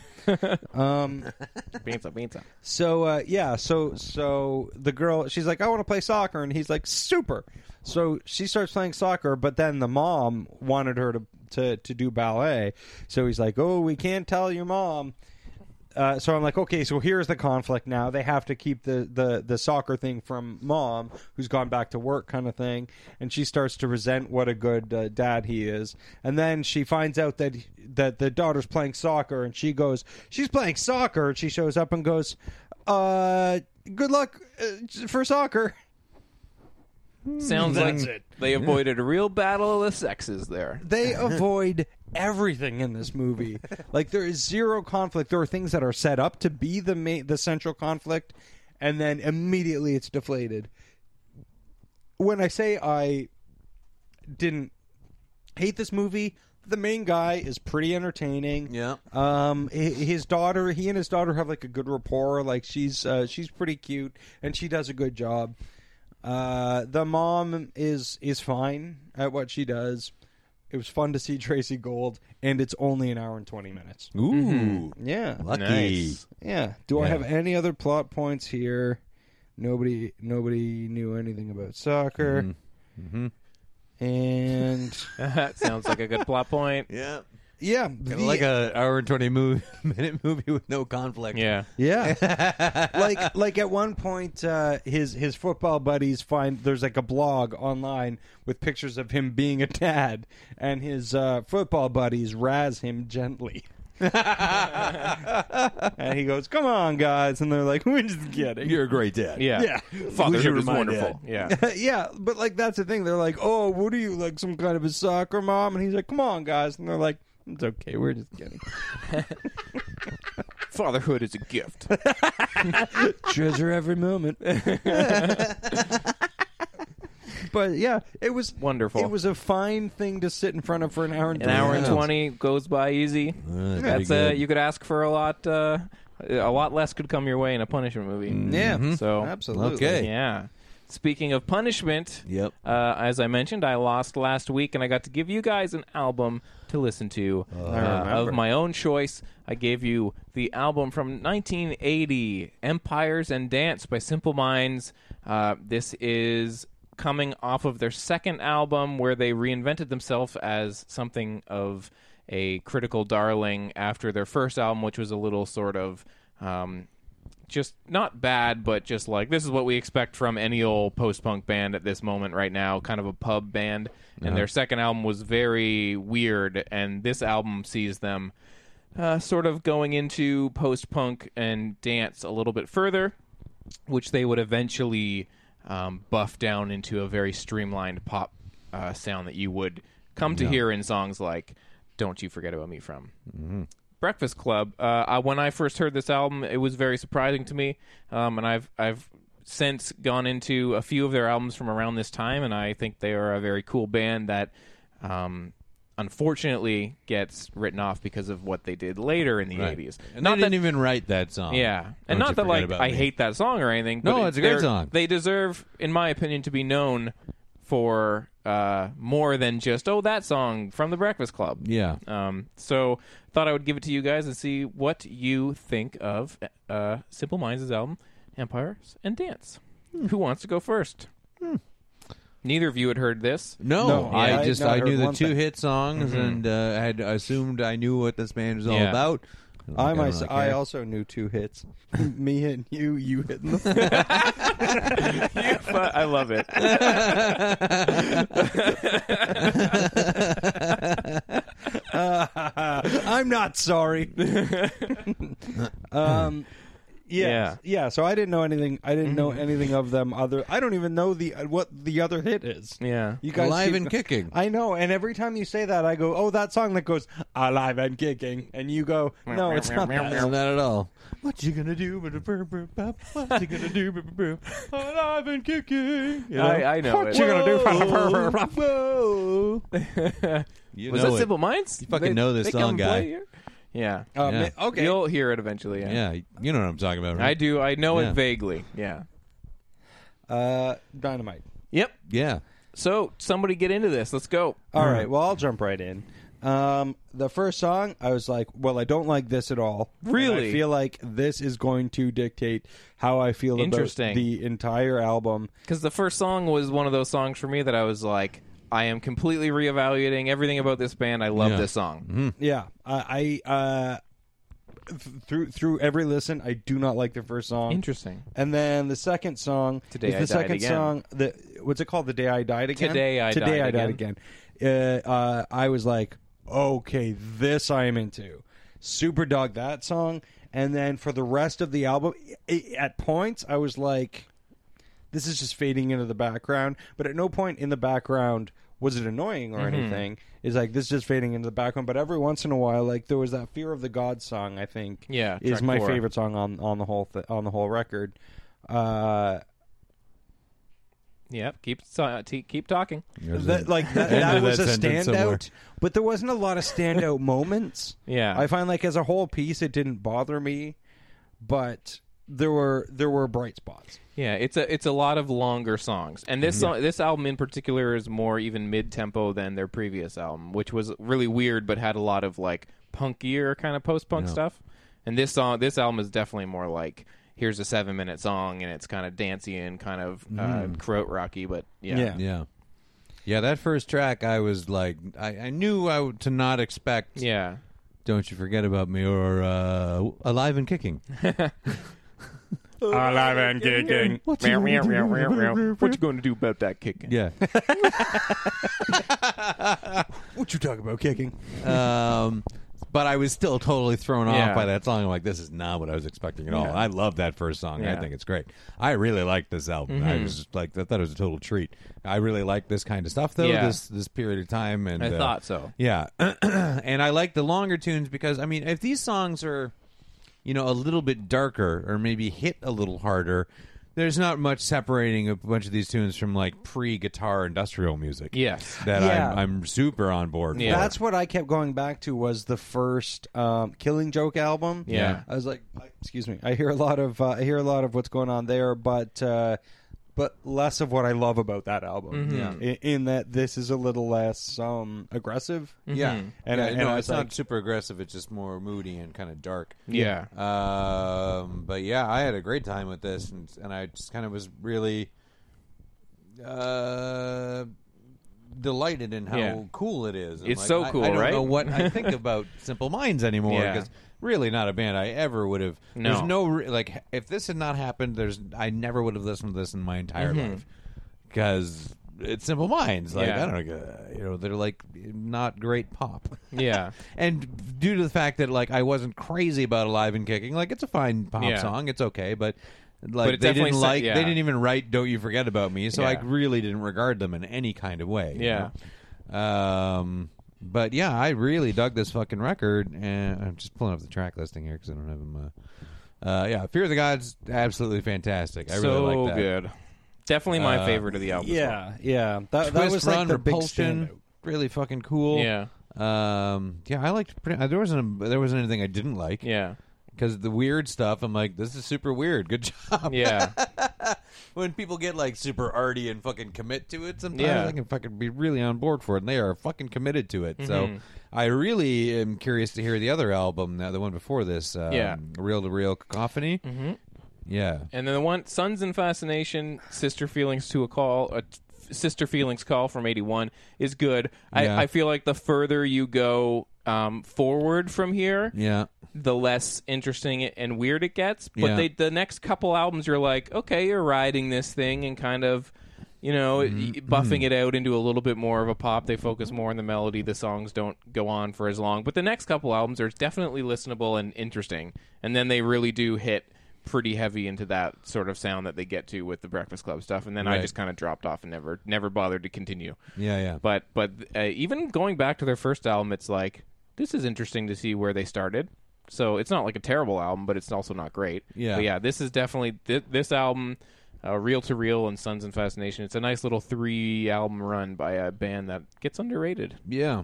D: Pizza, pizza.
B: So uh, yeah, so so the girl, she's like, I want to play soccer, and he's like, super. So she starts playing soccer, but then the mom wanted her to to to do ballet. So he's like, oh, we can't tell your mom. Uh, so I'm like, okay, so here's the conflict now. They have to keep the, the, the soccer thing from mom, who's gone back to work, kind of thing. And she starts to resent what a good uh, dad he is. And then she finds out that that the daughter's playing soccer, and she goes, she's playing soccer. And she shows up and goes, uh, good luck uh, for soccer.
D: Sounds
B: That's
D: like
B: it.
D: they avoided a real battle of the sexes there.
B: They avoid everything in this movie. Like there is zero conflict. There are things that are set up to be the ma- the central conflict, and then immediately it's deflated. When I say I didn't hate this movie, the main guy is pretty entertaining.
C: Yeah.
B: Um, hi- his daughter, he and his daughter have like a good rapport. Like she's uh, she's pretty cute, and she does a good job. Uh, the mom is is fine at what she does. It was fun to see Tracy Gold, and it's only an hour and twenty minutes.
C: Ooh,
D: Mm-hmm.
B: Yeah,
F: Lucky.
B: yeah. Do I have any other plot points here? Nobody, nobody knew anything about soccer, and
D: that sounds like a good plot point.
F: Yeah.
B: yeah, the-
C: like a hour and twenty move, minute movie with no conflict.
D: Yeah.
B: Yeah. like like at one point uh, his his football buddies find there's like a blog online with pictures of him being a dad and his uh, football buddies razz him gently. and he goes, "Come on, guys." And they're like, "We're just kidding."
F: You're a great dad.
D: Yeah.
B: Yeah.
D: Fatherhood
F: Who's
D: is
F: your mind
D: wonderful. Yeah.
B: yeah, but like that's the thing. They're like, "Oh, what are you like some kind of a soccer mom?" And he's like, "Come on, guys." And they're like, "It's okay. We're just kidding."
D: Fatherhood is a gift.
B: treasure every moment. but yeah, it was
D: Wonderful.
B: It was a fine thing to sit in front of for an hour and
D: An hour and 20 goes by easy. That's uh, you could ask for a lot uh, a lot less could come your way in a punishment movie.
B: Yeah,
D: So
B: absolutely.
F: Okay.
D: Yeah. Speaking of punishment,
F: Yep.
D: Uh, as I mentioned, I lost last week, and I got to give you guys an album to listen to uh, of my own choice. I gave you the album from 1980, "Empires and Dance" by Simple Minds. Uh, this is coming off of their second album, where they reinvented themselves as something of a critical darling after their first album, which was a little sort of um, just not bad, but just like this is what we expect from any old post punk band at this moment right now, kind of a pub band. And their second album was very weird, and this album sees them uh, sort of going into post punk and dance a little bit further, which they would eventually um, buff down into a very streamlined pop uh, sound that you would come to hear in songs like "Don't You Forget About Me" from.
C: Mm-hmm.
D: Breakfast Club. Uh, I, when I first heard this album, it was very surprising to me, um, and I've I've since gone into a few of their albums from around this time, and I think they are a very cool band that, um, unfortunately, gets written off because of what they did later in the eighties.
C: And Not didn't even write that song.
D: Yeah, and
C: Don't you
D: not that
C: forget
D: like
C: about
D: I
C: me.
D: hate that song or anything. But
C: No, it's a great
D: they're-
C: song.
D: They deserve, in my opinion, to be known for uh, more than just oh that song from the Breakfast Club.
C: Yeah.
D: Um, so thought I would give it to you guys and see what you think of uh, Simple Minds' album Empires and Dance.
C: Hmm.
D: Who wants to go first? Neither of you had heard this.
C: No,
B: No,
C: I
B: yeah, I-
C: just
B: no, I
C: I
B: heard
C: knew the
B: one
C: two
B: thing.
C: hit songs and uh, I had assumed I knew what this band was all
D: Mm-hmm. Yeah.
C: about.
B: I
C: don't really
B: myself, I
C: care.
B: also knew two hits. Me and you, you hitting the floor.
D: but I love it.
B: Uh, I'm not sorry. um, yeah, yeah, So I didn't know anything. I didn't know
D: Mm-hmm.
B: anything of them. Other, I don't even know the uh, what the other hit is.
D: Yeah.
B: you guys
C: Alive
B: keep-
C: and Kicking.
B: I know, and every time you say that, I go, "Oh, that song that goes alive and kicking," and you go, "No, it's not that."
C: No, not at all. What you gonna do? What you gonna do? I've been kicking. You know?
D: I, I know
C: What
D: it.
C: you gonna do?
D: Whoa.
C: You
D: Was
C: know
D: that
C: it.
D: Simple Minds? You
C: fucking know this song, guy.
D: Yeah.
B: Uh,
C: Yeah.
B: ma- Okay,
D: You'll hear it eventually. Yeah.
C: Yeah, you know what I'm talking about. Right?
D: I do. I know
C: Yeah.
D: it vaguely. Yeah.
B: uh, dynamite.
D: Yep.
C: Yeah.
D: So somebody get into this. Let's go.
B: All right, well, I'll jump right in. Um, the first song, I was like, "Well, I don't like this at all." And
D: Really?
B: I feel like this is going to dictate how I feel
D: Interesting.
B: about the entire album.
D: Because the first song was one of those songs for me that I was like, I am completely reevaluating everything about this band. I love this song.
C: Mm-hmm.
B: Yeah, I, I uh, th- through through every listen, I do not like the first song.
D: Interesting.
B: And then the second song
D: Today
B: is
D: I
B: the
D: Died
B: second
D: Again.
B: song. The what's it called? The day I died again.
D: Today I
B: Today
D: Died
B: I died again. Uh, uh, I was like, okay, this I am into. Super dog that song, And then for the rest of the album, i at points, I was like, this is just fading into the background. But at no point in the background was it annoying
D: Mm-hmm.
B: or anything. It's like, this is just fading into the background. But every once in a while, like, there was that Fear of the God song, I think.
D: Yeah,
B: Is
D: track
B: my
D: four.
B: favorite song on, on the whole th- on the whole record. Uh,
D: Yep. Keep so- uh, t- keep talking.
B: that like that,
C: End
B: that
C: of
B: was
C: that
B: a
C: sentence somewhere.
B: standout, but there wasn't a lot of standout moments.
D: Yeah.
B: I find like as a whole piece, it didn't bother me, but there were there were bright spots.
D: Yeah, it's a it's a lot of longer songs, and this song, this album in particular is more even mid tempo than their previous album, which was really weird, but had a lot of like punkier kind of post punk stuff. And this song, this album is definitely more like here's a seven minute song, and it's kind of dancey and kind of uh, throat rocky, but yeah,
B: Yeah.
C: Yeah. Yeah, that first track, I was like, I, I knew I would, to not expect.
D: yeah.
C: Don't you forget about me or uh, alive and kicking.
D: Alive and kicking. What you going to do about that kicking?
C: Yeah.
F: What you talking about kicking?
C: um, but I was still totally thrown
D: Yeah.
C: off by that song. I'm like, this is not what I was expecting at all. I love that first song.
D: Yeah. Mm-hmm.
C: I think it's great. I really liked this album. I was just like, I thought it was a total treat. I really like this kind of stuff though.
D: Yeah.
C: This this period of time, and
D: I
C: uh,
D: thought so.
C: Yeah, and I like the longer tunes because I mean, if these songs are, you know, a little bit darker or maybe hit a little harder. There's not much separating a bunch of these tunes from like pre-guitar industrial music.
D: Yes.
C: that
B: Yeah.
C: I'm, I'm super on board.
D: Yeah.
C: for.
B: That's what I kept going back to was the first um, Killing Joke album.
D: Yeah.
B: I was like, I- excuse me, I hear a lot of uh, I hear a lot of what's going on there, but uh, but less of what I love about that album. Yeah, in, in that this is a little less um, aggressive.
C: Yeah,
B: And
C: Yeah,
B: I- and
C: no,
B: I
C: it's
B: was
C: not
B: like-
C: super aggressive. It's just more moody and kind of dark.
D: Yeah.
C: Um, but yeah, I had a great time with this, and, and I just kind of was really uh, delighted in how
D: Yeah.
C: cool it is. I'm
D: It's so
C: I-
D: cool,
C: I, don't
D: right?
C: Know what I think about Simple Minds anymore
D: Yeah.
C: because really not a band I ever would have.
D: No.
C: There's no re- like if this had not happened, there's I never would have listened to this in my entire life because. It's Simple Minds, like
D: Mm-hmm. Yeah.
C: I don't know, you know, they're like not great pop.
D: Yeah.
C: And due to the fact that like I wasn't crazy about Alive and Kicking, like it's a fine pop
D: Yeah.
C: song, it's okay, but like
D: But it
C: they
D: definitely
C: didn't
D: sa-
C: like
D: yeah.
C: they didn't even write Don't You Forget About Me, so
D: Yeah.
C: I really didn't regard them in any kind of way. you
D: Yeah.
C: know? Um but yeah, I really dug this fucking record and I'm just pulling up the track listing here cuz I don't have them uh, uh yeah, Fear of the Gods absolutely fantastic. I
D: so
C: really like that.
D: good. Definitely my favorite of the album. as well.
B: Yeah, yeah. That, that
C: Twist
B: was
C: Run
B: like the big
C: Repulsion,
B: standout.
C: really fucking cool.
D: Yeah.
C: Um. Yeah, I liked. Pretty, uh, there wasn't. A, there wasn't anything I didn't like.
D: Yeah.
C: Because the weird stuff, I'm like, this is super weird. Good job.
D: Yeah.
C: when people get like super arty and fucking commit to it, sometimes
D: Yeah.
C: I can fucking be really on board for it, and they are fucking committed to it.
D: Mm-hmm.
C: So I really am curious to hear the other album, uh, the one before this, um,
D: Yeah.
C: Real to Real Cacophony. Mm-hmm. Yeah.
D: And then the one Sons and Fascination, Sister Feelings to a Call, a t- Sister Feelings Call from 81 is good. I,
C: Yeah.
D: I feel like the further you go um, forward from here,
C: Yeah.
D: the less interesting and weird it gets. But
C: Yeah.
D: they, the next couple albums, you're like, okay, you're riding this thing and kind of. You know, y-
C: Mm-hmm.
D: buffing it out into a little bit more of a pop. They focus more on the melody. The songs don't go on for as long. But the next couple albums are definitely listenable and interesting. And then they really do hit pretty heavy into that sort of sound that they get to with the Breakfast Club stuff. And then I
C: Right.
D: just kind of dropped off and never never bothered to continue.
C: Yeah. Yeah.
D: But but uh, even going back to their first album, it's like this is interesting to see where they started. So it's not like a terrible album, but it's also not great.
C: Yeah.
D: but yeah. This is definitely th- this album, uh, Real to Real and Sons and Fascination. It's a nice little three album run by a band that gets underrated.
C: Yeah.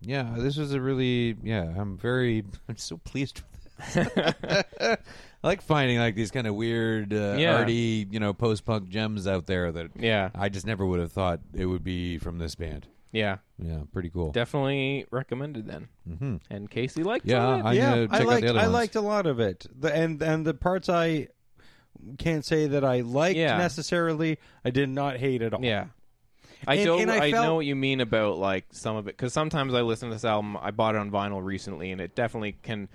C: Yeah, this was a really yeah, I'm very I'm so pleased with this. I like finding like these kind of weird uh,
D: Yeah.
C: arty, you know, post-punk gems out there that
D: Yeah.
C: I just never would have thought it would be from this band.
D: Yeah,
C: Yeah, pretty cool.
D: definitely recommended then. Mm-hmm. And Casey liked
C: yeah,
D: it.
C: I'm
B: yeah,
C: gonna check
B: I liked
C: out the other
B: I
C: ones.
B: liked a lot of it, the, and and the parts I can't say that I liked
D: Yeah.
B: necessarily. I did not hate at all.
D: Yeah. I
B: And-
D: don't.
B: and I
D: I,
B: felt-
D: know what you mean about like some of it because sometimes I listen to this album. I bought it on vinyl recently, and it definitely can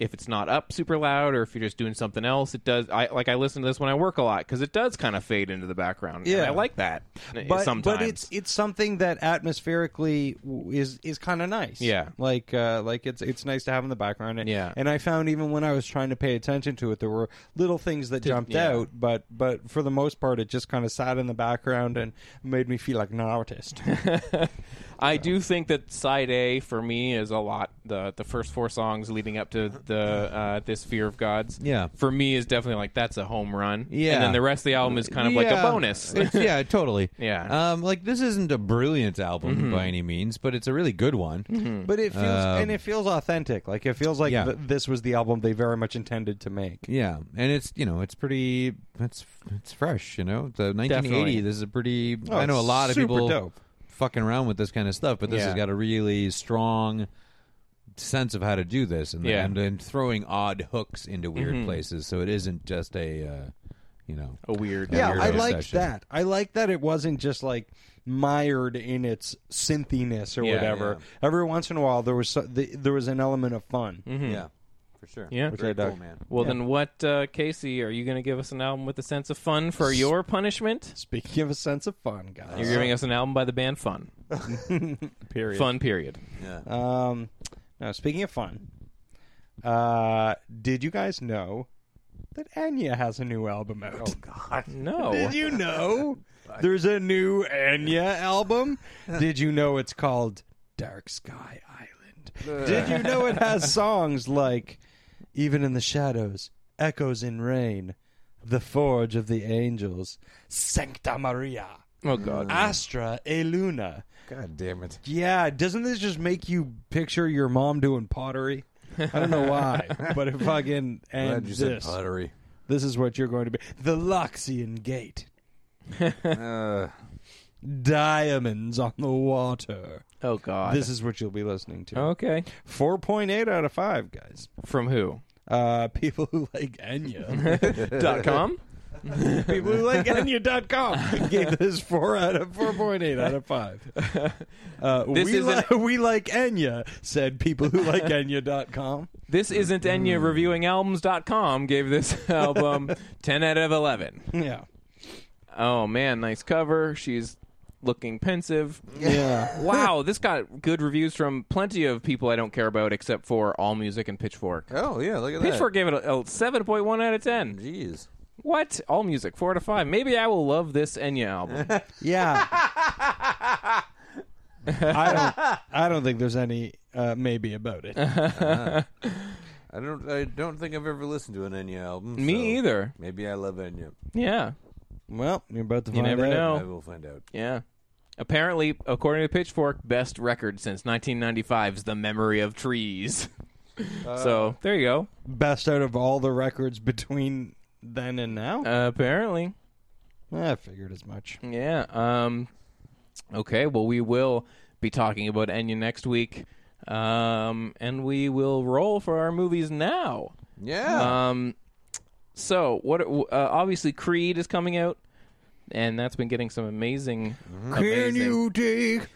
D: if it's not up super loud or if you're just doing something else it does i like i listen to this when i work a lot because it does kind of fade into the background and
B: Yeah.
D: i like that eh,
B: but,
D: sometimes
B: but it's it's something that atmospherically w- is is kind of nice.
D: Yeah.
B: like uh, like it's it's nice to have in the background. And,
D: Yeah.
B: and I found even when I was trying to pay attention to it, there were little things that jumped
D: yeah.
B: out, but but for the most part, it just kind of sat in the background and made me feel like an artist.
D: I do think that side A for me is a lot the the first four songs leading up to the uh, this fear of gods.
C: Yeah.
D: for me is definitely like that's a home run.
C: Yeah.
D: and then the rest of the album is kind of like a
C: Yeah.
D: bonus.
C: It's- yeah, totally.
D: Yeah. Mm-hmm.
C: Um, like this isn't a brilliant album by any means, but it's a really good one.
B: but it feels
D: Um,
B: and it feels authentic. Like it feels like
C: Yeah.
B: th- this was the album they very much intended to make.
C: Yeah, and it's you know it's pretty it's it's fresh. You know, the 1980.
D: Definitely.
C: This is a pretty.
B: Oh,
C: I know a
B: it's
C: lot of
B: super
C: people
B: dope.
C: fucking around with this kind of stuff, but this has
D: Yeah.
C: got a really strong sense of how to do this, and
D: Yeah. Mm-hmm.
C: and, and throwing odd hooks into weird places, so it isn't just a. Uh, you know,
D: a weird.
B: Yeah,
C: weirdo
B: I liked
C: session.
B: that. I liked that it wasn't just like mired in its synthiness or
D: Yeah,
B: whatever. Every once in a while, there was so, the, there was an element of fun.
D: Mm-hmm.
C: yeah, for sure.
D: Yeah.
B: Which I dug.
C: man.
D: Well, then what, uh, Casey? Are you going to give us an album with a sense of fun for your punishment?
B: Speaking of a sense of fun,
D: You're
B: guys.
D: giving us an album by the band Fun.
B: Period.
D: Fun Uh. period.
B: Um, now speaking of fun, uh, did you guys know that Enya has a new album out?
D: No.
B: Did you know there's a new Enya album? Did you know it's called Dark Sky Island? Did you know it has songs like Even in the Shadows, Echoes in Rain, The Forge of the Angels, Sancta Maria,
D: Oh God.
B: Astra e Luna?
F: God damn it.
B: Yeah, doesn't this just make you picture your mom doing pottery? I don't know why, but it fucking and
F: Glad you said
B: this.
F: pottery.
B: This is what you're going to be. The Loxian Gate.
F: Uh,
B: Diamonds on the Water.
D: Oh God.
B: This is what you'll be listening to.
D: okay.
B: 4.8 out of 5, guys.
D: From who?
B: Uh, people who like Enya.
D: Dot com.
B: people who like Enya.com gave this 4 out of 4.8 out of 5. Uh,
D: This
B: we, li-
D: isn't-
B: we like Enya, said people who like Enya.com.
D: This isn't Enya reviewing albums.com gave this album 10 out of 11.
B: Yeah.
D: Oh man, nice cover. She's looking pensive.
B: Yeah.
D: Wow, this got good reviews from plenty of people I don't care about except for All Music and Pitchfork.
F: oh, yeah, look at
D: Pitchfork gave it a, a 7.1 out of 10.
F: that. Jeez.
D: What? All Music 4 out of 5. Maybe I will love this Enya album.
B: Yeah. I don't. I don't think there's any uh, maybe about it.
F: I don't I don't think I've ever listened to an Enya album.
D: Me
F: so
D: either.
F: Maybe I love Enya.
D: Yeah.
B: Well, you're about to
D: You
B: find
D: never
B: out.
D: know.
F: I will find out.
D: Yeah. Apparently, according to Pitchfork, best record since 1995's The Memory of Trees.
B: Uh,
D: so, there you go.
B: Best out of all the records between then and now. Mm.
D: apparently.
B: Uh, I figured as much.
D: Yeah. Um, okay. Well, we will be talking about Enya next week, um, and we will roll for our movies now.
F: Yeah.
D: Um, so what? Uh, obviously, Creed is coming out, and that's been getting some amazing. amazing-
F: take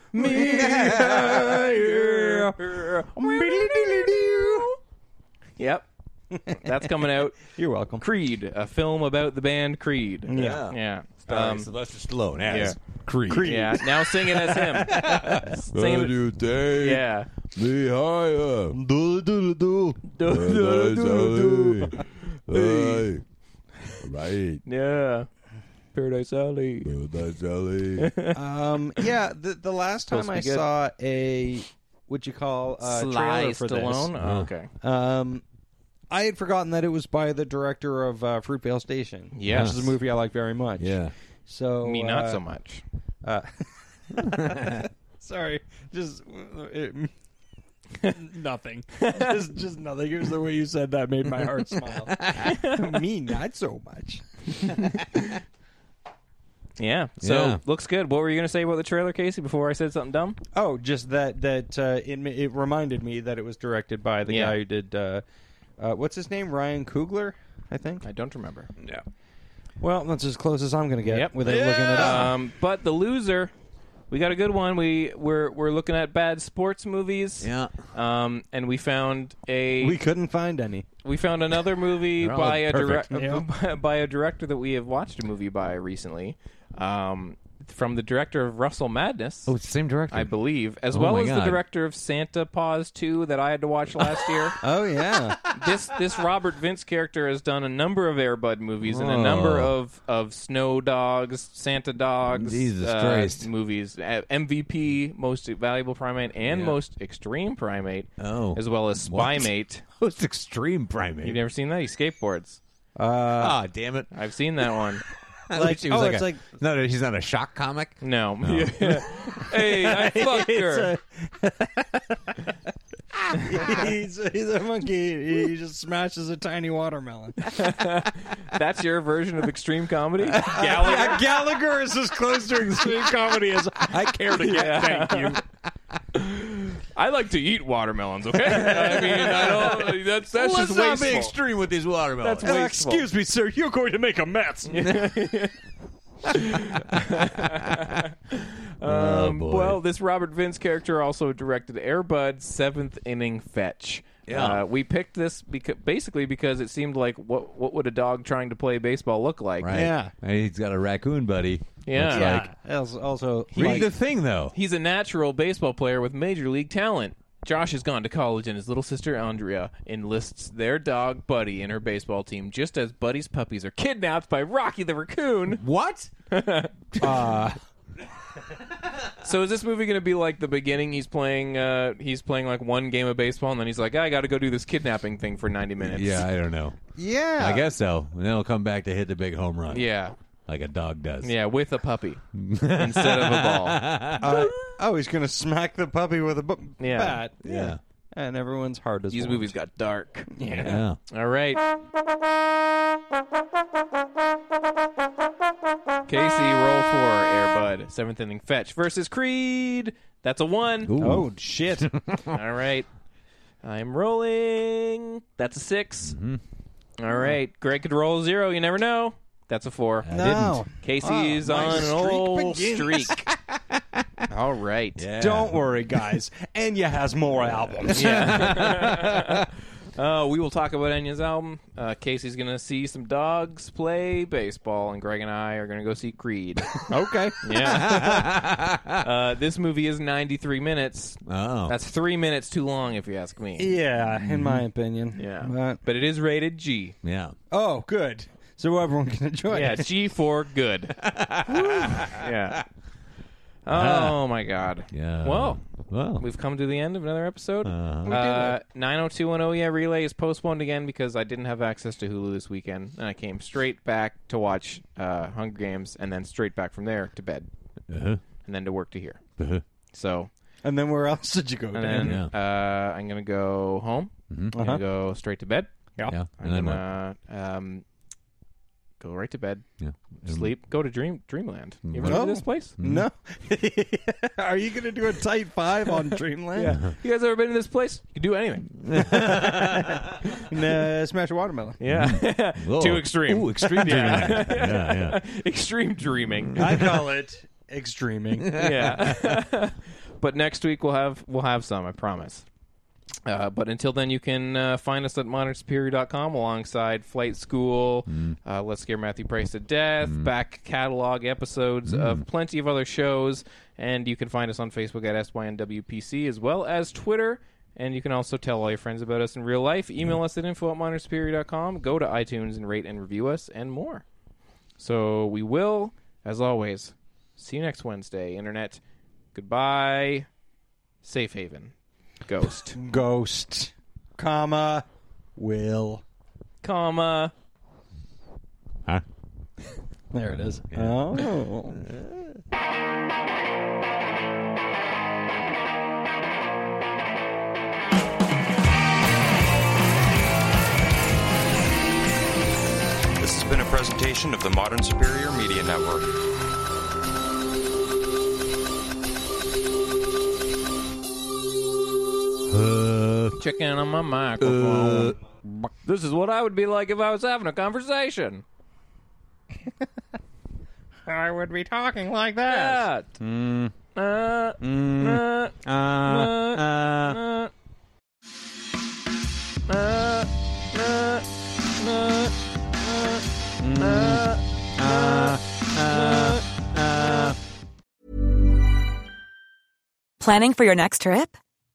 D: Yep. That's coming out.
B: You're welcome.
D: Creed, a film about the band Creed.
F: Yeah.
D: Yeah. Uh,
B: Um,
F: Sorry, Sylvester Stallone as Creed.
D: Yeah. Now sing it as him. sing
F: Can
D: it.
F: you take
D: Yeah.
F: me higher? Do do do
D: Do, do, do,
F: do. Right.
D: Yeah. Paradise Alley.
F: Paradise Alley.
B: Um, yeah, the the last
D: Supposed
B: time I
D: to be good.
B: saw a what you call uh,
D: Sly
B: trailer for this,
D: Stallone.
F: Uh,
D: Oh, okay.
B: Um, I had forgotten that it was by the director of uh, Fruitvale Station.
D: Yes.
B: which is a movie I like very much.
C: Yeah.
B: So
D: Me not
B: uh,
D: so much.
B: Sorry, just uh, it, nothing. just, just nothing. It was the way you said that made my heart smile. Me not so much.
D: Yeah. So
C: Yeah.
D: looks good. What were you gonna say about the trailer, Casey? Before I said something dumb?
B: Oh, just that that uh, it ma- it reminded me that it was directed by the
D: Yeah.
B: guy who did uh, uh, what's his name Ryan Coogler, I think.
D: I don't remember.
B: Well, that's as close as I'm going to get
D: Yep.
B: without looking it up.
D: Um, but the loser we got a good one. We we're we're looking at bad sports movies.
C: Yeah.
D: Um, and we found a
B: Um, We
D: we,
B: couldn't find any.
D: found another movie
C: They're all
D: by a
C: perfect.
D: director by a director that we have watched a movie by recently. Um, from the director of Russell Madness.
C: Oh, it's the same director.
D: I believe, as
C: Oh
D: well
C: my
D: as the
C: God.
D: director of Santa Paws 2 that I had to watch last year.
B: Oh yeah.
D: this this Robert Vince character has done a number of Airbud movies and a number
C: Oh.
D: of, of Snow Dogs, Santa Dogs,
C: Jesus
D: uh,
C: Christ.
D: movies, Uh, MVP, Most Valuable Primate, and Most Extreme Primate,
C: Oh.
D: as well as
C: What?
D: Spymate.
C: Most extreme primate.
D: You've never seen that? He skateboards.
C: ah, damn it!
D: I've seen that one.
C: I wish he
B: oh,
C: was like
B: it's
C: a-
B: like-
C: no, he's not a shock comic.
D: No. hey, I fucked her.
B: he's, he's a monkey. He just smashes a tiny watermelon.
D: That's your version of extreme comedy? Gallagher?
B: Yeah, Gallagher is as close to extreme comedy as I care to get. Thank you.
D: I like to eat watermelons. Okay, I mean, I don't. That's that's
C: Let's
D: just
C: not
D: wasteful.
C: be extreme with these watermelons.
D: That's wasteful.
B: excuse me, sir. You're going to make a mess.
C: oh,
D: Um, well, this Robert Vince character also directed Airbud's seventh inning fetch.
C: Yeah.
D: Uh, we picked this because, basically because it seemed like what what would a dog trying to play baseball look like?
C: right.
B: yeah.
C: And he's got a raccoon buddy.
D: Yeah.
C: It's
D: Yeah.
C: Like,
B: Also, also
C: read
B: like,
C: the thing though.
D: He's a natural baseball player with major league talent. Josh has gone to college, and his little sister Andrea enlists their dog Buddy in her baseball team, just as Buddy's puppies are kidnapped by Rocky the raccoon.
C: What? Uh,
D: So is this movie going to be like the beginning? He's playing, uh, he's playing like one game of baseball, and then he's like, "I got to go do this kidnapping thing for ninety minutes."
C: Yeah, I don't know.
B: yeah.
C: I guess so. And then he'll come back to hit the big home run.
D: yeah,
C: Like a dog does.
D: yeah, with a puppy instead of a ball.
B: Uh, oh, he's going to smack the puppy with a bu-
D: Yeah.
B: bat.
C: Yeah.
B: And everyone's heart is
D: These movies got dark.
C: Yeah.
D: All right, Casey, roll for Airbud seventh inning fetch versus Creed. That's a one.
B: Oh shit!
D: All right, I'm rolling. That's a 6
C: Mm-hmm.
D: All right, Greg could roll a zero. You never know. That's a four.
B: no,
D: Casey's
B: Ah, my
D: on an
B: streak
D: old
B: begins.
D: streak. All right.
C: Yeah.
B: don't worry, guys. Enya has more albums.
D: Uh, we will talk about Enya's album. Uh, Casey's going to see some dogs play baseball, and Greg and I are going to go see Creed.
B: okay.
D: yeah. uh, this movie is 93 minutes.
C: Oh.
D: That's three minutes too long, if you ask me.
B: Yeah, in my opinion.
D: Yeah.
B: But,
D: But it is rated G.
C: yeah.
B: oh, good. So everyone can enjoy
D: Yeah,
B: it.
D: G for good. yeah. Oh, my God.
C: Uh-huh. Yeah. Uh-huh.
D: Well,
C: Well.
D: We've come to the end of another episode. Uh, 90210 Yeah Relay is postponed again because I didn't have access to Hulu this weekend, and I came straight back to watch uh, Hunger Games, and then straight back from there to bed,
C: Uh-huh.
D: and then to work to here.
C: Uh-huh.
D: So,
B: And then where else did you go?
D: and
B: Dan?
D: then uh, I'm gonna go home. I'm gonna go straight to bed.
C: Mm-hmm. Yeah.
D: I'm
C: And then what?
D: gonna um, go right to bed,
C: Yeah. And-
D: sleep, go to dream Dreamland. You ever
B: Oh.
D: been to this place?
B: No. Are you going to do a tight five on Dreamland?
D: You guys ever been to this place? You can do anything.
B: And, uh, smash a watermelon.
D: Yeah,
C: Whoa.
D: too extreme.
C: Ooh, extreme dreaming. yeah, yeah.
D: Extreme dreaming.
B: I call it extreming.
D: yeah. but next week we'll have we'll have some, I promise. Uh, but until then, you can uh, find us at modernsuperior.com alongside Flight School, uh, Let's Scare Matthew Price to Death, back catalog episodes of plenty of other shows, and you can find us on Facebook at SYNWPC as well as Twitter. And you can also tell all your friends about us in real life. Email us at info at modernsuperior.com. Go to iTunes and rate and review us and more. So we will, as always, see you next Wednesday, Internet. Goodbye. Safe haven. Ghost.
B: Ghost, comma, will.
D: Comma.
C: Huh?
B: There it is. Oh.
H: This has been a presentation of the Modern Superior Media Network.
D: Chicken on my microphone. Uh. this is what I would be like if I was having a conversation. I would be talking like that. uh, uh,
C: Uh, uh,
D: uh, uh, uh, uh, uh, uh, uh, uh, uh.
I: Planning for your next trip?